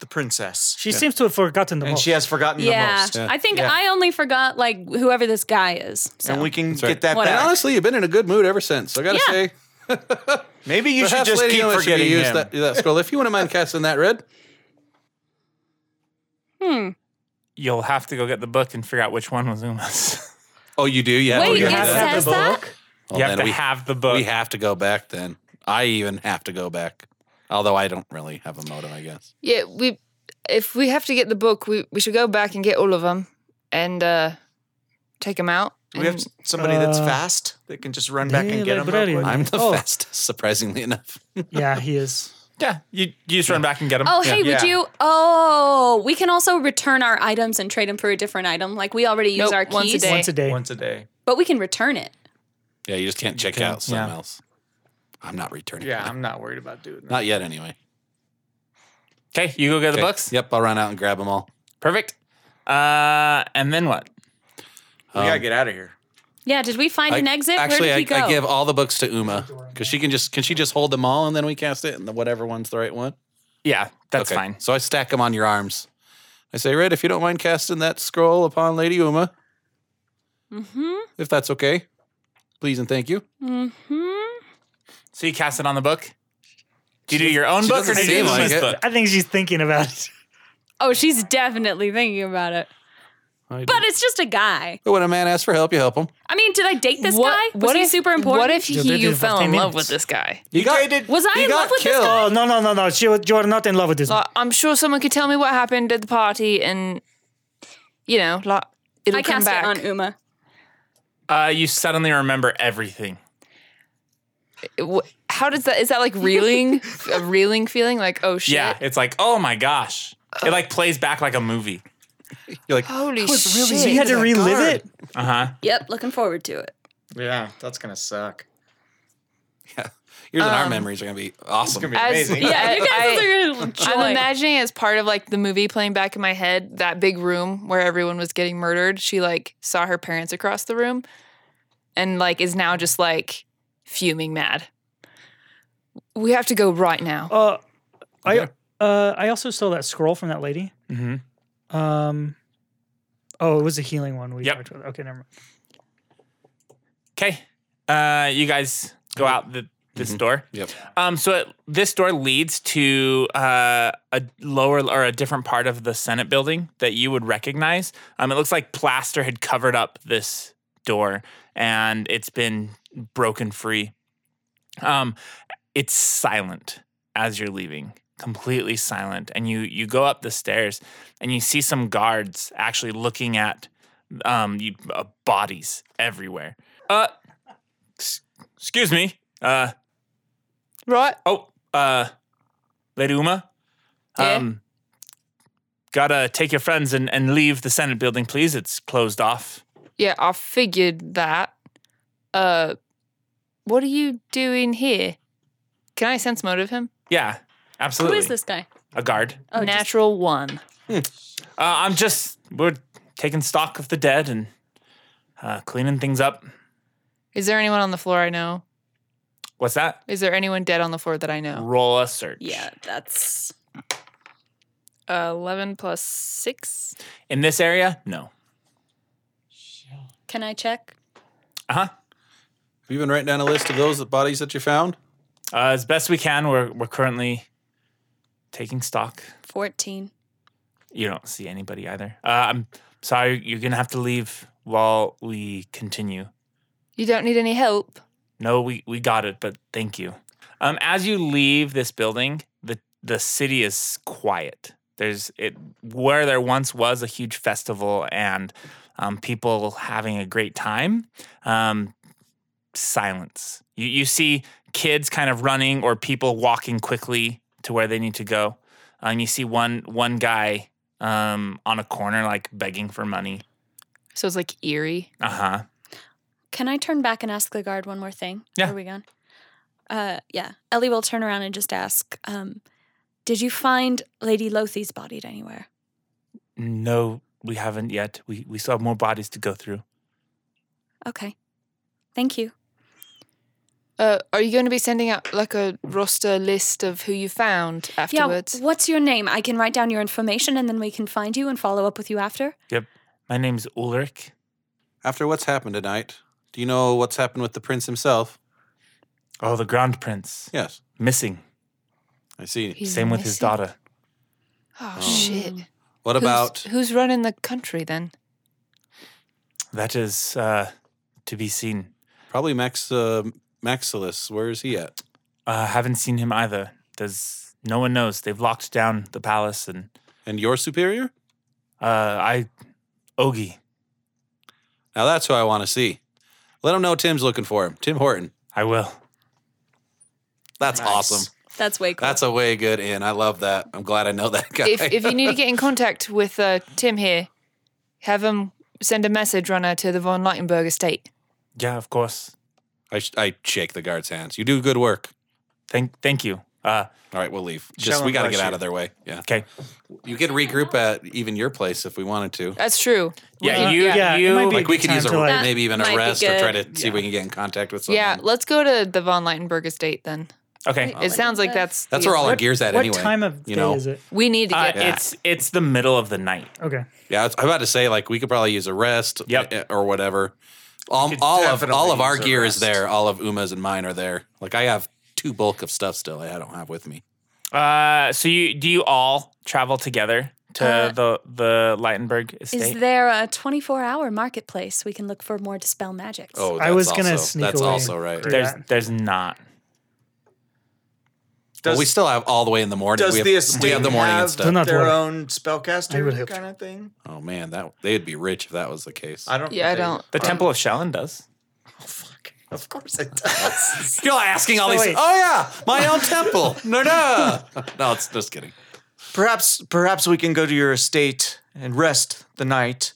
H: the princess.
D: She seems to have forgotten the
H: and
D: most.
H: she has forgotten the
F: Yeah.
H: most.
G: Yeah.
F: I think
H: Yeah.
F: I only forgot like whoever this guy is. So.
H: And we can
G: right.
H: get that
F: Whatever.
G: And
H: back.
G: honestly, you've been in a good mood ever since. I gotta
F: Yeah.
G: say,
H: Maybe you should
G: perhaps
H: just
G: Lady
H: keep
G: Noah should be
H: forgetting
G: used
H: him.
G: That, that scroll. If you wouldn't mind casting that red,
F: hmm.
B: You'll have to go get the book and figure out which one was Uma's.
G: (laughs) oh, you do, yeah.
F: Wait,
G: we
F: it
G: have to-
D: have the
F: says that?
G: Well,
B: you have
G: then
B: to
G: Oh, we,
B: have the book.
G: we have to go back. Then I even have to go back. Although I don't really have a motive, I guess. (laughs)
E: Yeah, we if we have to get the book, we, we should go back and get all of them and uh, take them out.
H: Do we have
E: and-
H: s- somebody that's
D: Uh,
H: fast that can just run back and
D: the
H: get him? Real
D: librarian.
H: quick?
G: I'm the
D: Oh.
G: fastest, surprisingly enough.
D: yeah, he is.
B: yeah, you, you just run back and get them.
F: Oh, hey, would
H: Yeah.
F: you? Oh, we can also return our items and trade them for a different item. Like we already use
E: Nope,
F: our
E: once a
F: keys,
E: day.
D: Once a day.
H: Once a day.
F: but we can return it.
G: Yeah, you just can't check
B: can-
G: out something
B: yeah.
G: else. I'm not returning.
H: Yeah, I'm not worried about doing that.
G: not yet anyway.
B: Okay, you go get the
G: Okay.
B: books.
G: Yep, I'll run out and grab them all.
B: Perfect. Uh, and then what?
H: We
G: Um,
H: gotta get out of here.
F: Yeah. Did we find
G: I-
F: an exit?
G: Actually,
F: Where
G: I,
F: did he
G: I
F: go?
G: give all the books to Uma because she can just can she just hold them all and then we cast it and the whatever one's the right one.
B: Yeah, that's
G: Okay.
B: fine.
G: So I stack them on your arms. I say, Red, if you don't mind casting that scroll upon Lady Uma,
F: mm-hmm.
G: if that's okay, please and thank you.
F: Mm-hmm.
B: So you cast it on the book. Do you do your own
G: she
B: book or do
G: doesn't
B: you do
G: seem like
B: Uma's
G: it.
B: book?
D: I think she's thinking about it.
F: Oh, she's definitely thinking about it. But it's just a guy.
G: But when a man asks for help, you help him.
F: I mean, did I date this guy? Was
E: what
F: he
E: if,
F: super important?
E: What if
D: Yeah,
E: he,
D: they
E: you
D: did
E: fell in
D: 15
E: love with
D: minutes.
E: this guy?
G: You, got,
F: was I
G: you
F: in
G: got
F: love with this
G: killed.
F: guy?
D: Oh no no no no! She was, you are not in love with this.
E: Like, I'm sure someone could tell me what happened at the party, and you know, like it'll
F: I
E: come
F: cast
E: back.
F: it on Uma.
B: Uh, you suddenly remember everything.
E: Wh- How does that? Is that like reeling, (laughs) a reeling feeling? Like oh shit!
B: Yeah, it's like, oh my gosh. It like plays back like a movie.
G: You're like,
E: Holy
D: was
E: shit!
D: really. She had to relive it.
B: Uh huh.
F: Yep, looking forward to it.
H: Yeah, that's gonna suck.
G: yours and our
E: Um,
G: memories are going to be awesome.
H: It's gonna be
E: As-
H: amazing.
E: yeah.
F: Yeah, (laughs) you guys
E: I-
F: are gonna enjoy.
E: I'm imagining as part of like the movie playing back in my head, that big room where everyone was getting murdered. She like saw her parents across the room and like is now just like fuming mad. We have to go right now.
D: Uh, I
G: Okay.
D: uh, I also stole that scroll from that lady.
B: Mm-hmm.
D: Um, oh, it was a healing one. We
B: Yep.
D: talked about. Okay, never mind.
B: Okay. Uh, you guys go out the, this door.
G: Mm-hmm. Yep.
B: Um, so it, this door leads to uh, a lower or a different part of the Senate building that you would recognize. Um, it looks like plaster had covered up this door and it's been broken free. Um, it's silent as you're leaving, completely silent. And you you go up the stairs and you see some guards actually looking at um, you, uh, bodies everywhere. Uh, s- excuse me. Uh,
E: Right?
B: Oh, uh, Lady Uma. Um,
E: Yeah?
B: Gotta take your friends and, and leave the Senate building, please. It's closed off.
E: Yeah, I figured that. Uh what are you doing here? Can I sense motive him?
B: Yeah,
F: Who
B: absolutely.
F: is this guy?
B: A guard.
F: Oh, just-
E: Natural one.
B: Uh, I'm just, we're taking stock of the dead and uh, cleaning things up.
E: Is there anyone on the floor I know?
B: What's that?
E: Is there anyone dead on the floor that I know?
B: Roll a search.
F: yeah, that's
E: Uh, 11 plus 6.
B: In this area? No.
F: Can I check?
B: Uh huh.
G: Have you been writing down a list of those bodies that you found?
B: Uh, as best we can, we're, we're currently taking stock.
F: 14.
B: You don't see anybody either. Uh, I'm sorry, you're gonna have to leave while we continue.
E: You don't need any help.
B: No, we, we got it, but thank you. Um, as you leave this building, the the city is quiet. There's it where there once was a huge festival and um, people having a great time. Um, silence. You you see kids kind of running or people walking quickly to where they need to go. Um, you see one one guy um, on a corner like begging for money.
E: So it's like eerie.
B: Uh huh.
F: Can I turn back and ask the guard one more thing?
B: Yeah.
F: Are we gone? Uh, yeah. Ellie will turn around and just ask, um, did you find Lady Lothi's body anywhere?
B: No, we haven't yet. We we still have more bodies to go through.
F: Okay. Thank you.
E: Uh, are you going to be sending out like a roster list of who you found afterwards?
F: Yeah, Oh, what's your name? I can write down your information and then we can find you and follow up with you after.
B: Yep. My name's Ulrich.
G: After what's happened tonight, do you know what's happened with the prince himself?
B: Oh, the Grand Prince.
G: Yes,
B: Missing.
G: I see.
E: He's
B: Same with his
E: missing.
B: daughter.
E: Oh, shit!
G: What about
E: who's, who's running the country then?
B: That is uh, to be seen.
G: probably Max uh, Maxilus? Where is he at?
B: Uh, haven't seen him either. There's no one knows. They've locked down the palace, and
G: And your superior?
B: uh, I, Ogi,
G: Now that's who I want to see. Let him know Tim's looking for him. Tim Horton.
B: I will.
G: That's awesome.
F: That's way cool.
G: That's a way good in. I love that. I'm glad I know that guy.
E: If if you need to get in contact with uh, Tim here, have him send a message runner to the von Leitenberg estate.
B: Yeah, of course.
G: (laughs) I, sh- I shake the guard's hands. You do good work.
B: Thank, thank you. Uh,
G: All right, we'll leave.
B: Show
G: Just
B: 'em
G: we got to
B: bless
G: get out
B: you.
G: of their way. Yeah,
B: okay.
G: you could regroup at even your place if we wanted to.
E: That's true.
B: Yeah,
D: Uh,
B: you,
D: yeah, it
B: you.
D: might be-
G: Like we could
D: Time
G: use a
D: to, like-
G: maybe even
F: Might
G: a
F: be
G: rest or try to
F: good.
G: see if we can get in contact with someone.
E: yeah, let's go to the von Leitenberg estate then.
B: okay.
E: It sounds like that's
G: Oh, that's
E: the-
G: where all our gears at
D: what
G: anyway.
D: time of
G: you
D: day
G: know?
D: is it?
E: we need to
B: Uh,
E: get.
B: it's it's the middle of the night.
D: Okay.
G: Yeah, I was- I'm about to say like we could probably use a rest.
B: Yep.
G: uh, or whatever. All,
H: could
G: all of
H: definitely
G: all of our
H: use a
G: gear is
H: rest.
G: there. All of Uma's and mine are there. Like I have two bulk of stuff still. I don't have with me.
B: Uh, so you do you all travel together to
F: Uh,
B: the the Leitenberg
F: Is
B: estate?
F: there a 24 hour marketplace we can look for more dispel magics?
G: Oh,
D: I
G: that's
D: was gonna
G: also,
D: sneak
G: That's
D: away.
G: also right.
D: Great.
B: there's
D: Yeah.
B: there's not.
G: Well,
H: Does-
G: we still have all the way in the morning.
H: Does
G: we have,
H: the
G: we
H: estate
G: have the morning and
H: have
G: stuff.
D: Do not
H: their
D: worry.
H: own
D: I will
H: spellcaster
D: help
H: kind of thing?
G: Oh man, that they'd be rich if that was the case.
H: I don't.
E: Yeah, I
H: they-
E: don't.
B: The Temple of Shellen does.
H: Of course it does.
G: You're asking all these.
D: wait.
G: Oh yeah, my own
H: (laughs)
G: temple. No, no, no. It's just kidding.
H: perhaps, perhaps we can go to your estate and rest the night,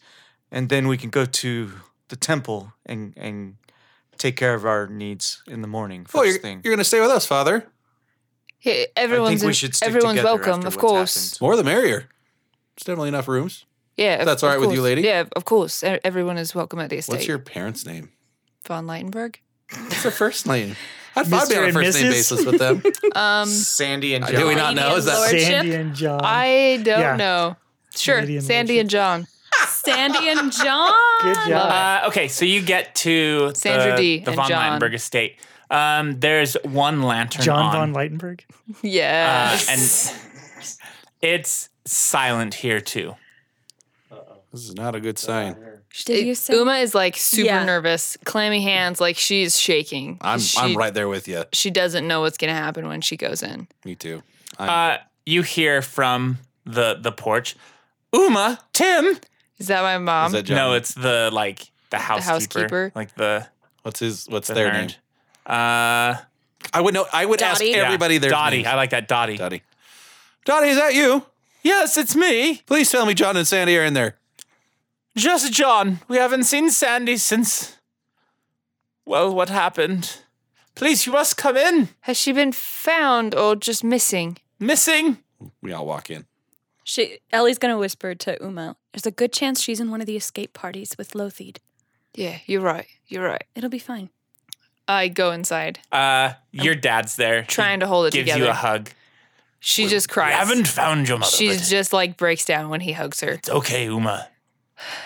H: and then we can go to the temple and and take care of our needs in the morning. 1st
G: Well, you're,
H: thing.
G: you're gonna stay with us, Father.
E: Yeah, everyone's
H: we
E: in-
H: should stick
E: everyone's
H: together
E: welcome,
H: after
E: of
H: what's
E: course.
H: happened.
G: More the merrier. It's definitely enough rooms.
E: Yeah, of-
G: That's all
E: of
G: right with you,
E: course.
G: lady?
E: Yeah, of course. E- Everyone is welcome at the estate.
G: What's your parents' name?
E: von Leitenberg?
G: (laughs) What's their first name? I'd, I'd be
D: Mr.
G: on a
D: and
G: first name
D: Mrs.?
G: basis with (laughs) them.
E: Um,
H: Sandy and
G: Uh,
H: John.
G: do we not know? Is that
F: Lordship?
D: Sandy and John.
E: I don't
D: Um, Yeah.
E: know. Sure,
D: Lady and
E: Sandy
D: Lordship.
E: and John.
F: Sandy
E: (laughs)
F: and John.
D: Good job.
B: Uh, okay, so you get to
E: Sandra
B: the,
E: Dee
B: the
E: and
B: von
E: John.
B: Leitenberg estate. Um, there's one lantern
D: John
B: on,
D: von Leitenberg.
E: Yeah.
B: uh, and it's silent here too.
G: This is not a good sign.
F: Did you
E: It-
F: say?
E: Uma is like super
F: Yeah.
E: nervous, clammy hands, like she's shaking.
G: I'm
E: she,
G: I'm right there with you.
E: She doesn't know what's gonna happen when she goes in.
G: Me too.
B: Uh, you hear from the the porch, Uma, Tim.
E: Is that my mom?
G: Is that John?
B: No, it's the like the housekeeper,
E: housekeeper.
B: like the,
G: what's his what's
B: the
G: their
B: nerd.
G: name?
B: Uh,
G: I would know. I would
F: Dottie?
G: ask
F: Yeah,
G: everybody their
B: Dottie,
G: names.
B: I like that Dottie.
G: Dottie. Dottie, is that you?
B: Yes, it's me.
G: Please tell me John and Sandy are in there.
B: Just John. We haven't seen Sandy since. Well, what happened? Please, you must come in.
E: Has she been found or just missing?
B: Missing.
G: We all walk in.
F: She, Ellie's going to whisper to Uma, there's a good chance she's in one of the escape parties with Lothied.
E: Yeah, you're right. You're right.
F: It'll be fine.
E: I go inside,
B: Uh, your dad's there.
E: trying to hold it
B: gives
E: together.
B: you a hug.
E: she just cries.
B: found your mother.
E: She's just like breaks down when he hugs her.
B: it's okay, Uma.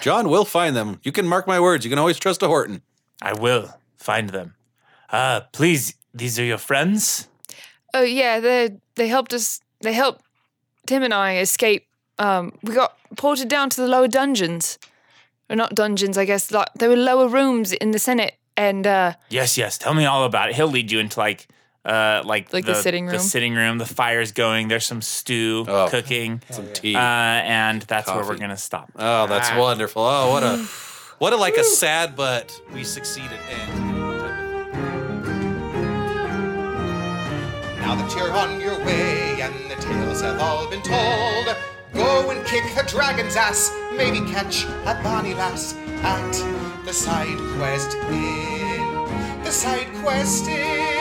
G: John will find them. You can mark my words. You can always trust a Horton.
B: I will find them. Uh, please, these are your friends.
E: Oh yeah, they they helped us. They helped Tim and I escape. Um, we got ported down to the lower dungeons, or not dungeons, I guess. Like there were lower rooms in the Senate, and uh,
B: Yes, yes. Tell me all about it. He'll lead you into like, uh, like,
E: Like the sitting
B: The
E: room?
B: sitting room. The fire's going. There's some stew
G: Oh.
B: cooking.
G: Some tea.
B: Uh, and that's where we're
G: Coffee.
B: gonna stop.
G: oh, that's wonderful. Oh, what a what a like a sad but we succeeded in.
A: Now that you're on your way and the tales have all been told, go and kick the dragon's ass, maybe catch a bonny lass at the side quest inn. The side quest inn.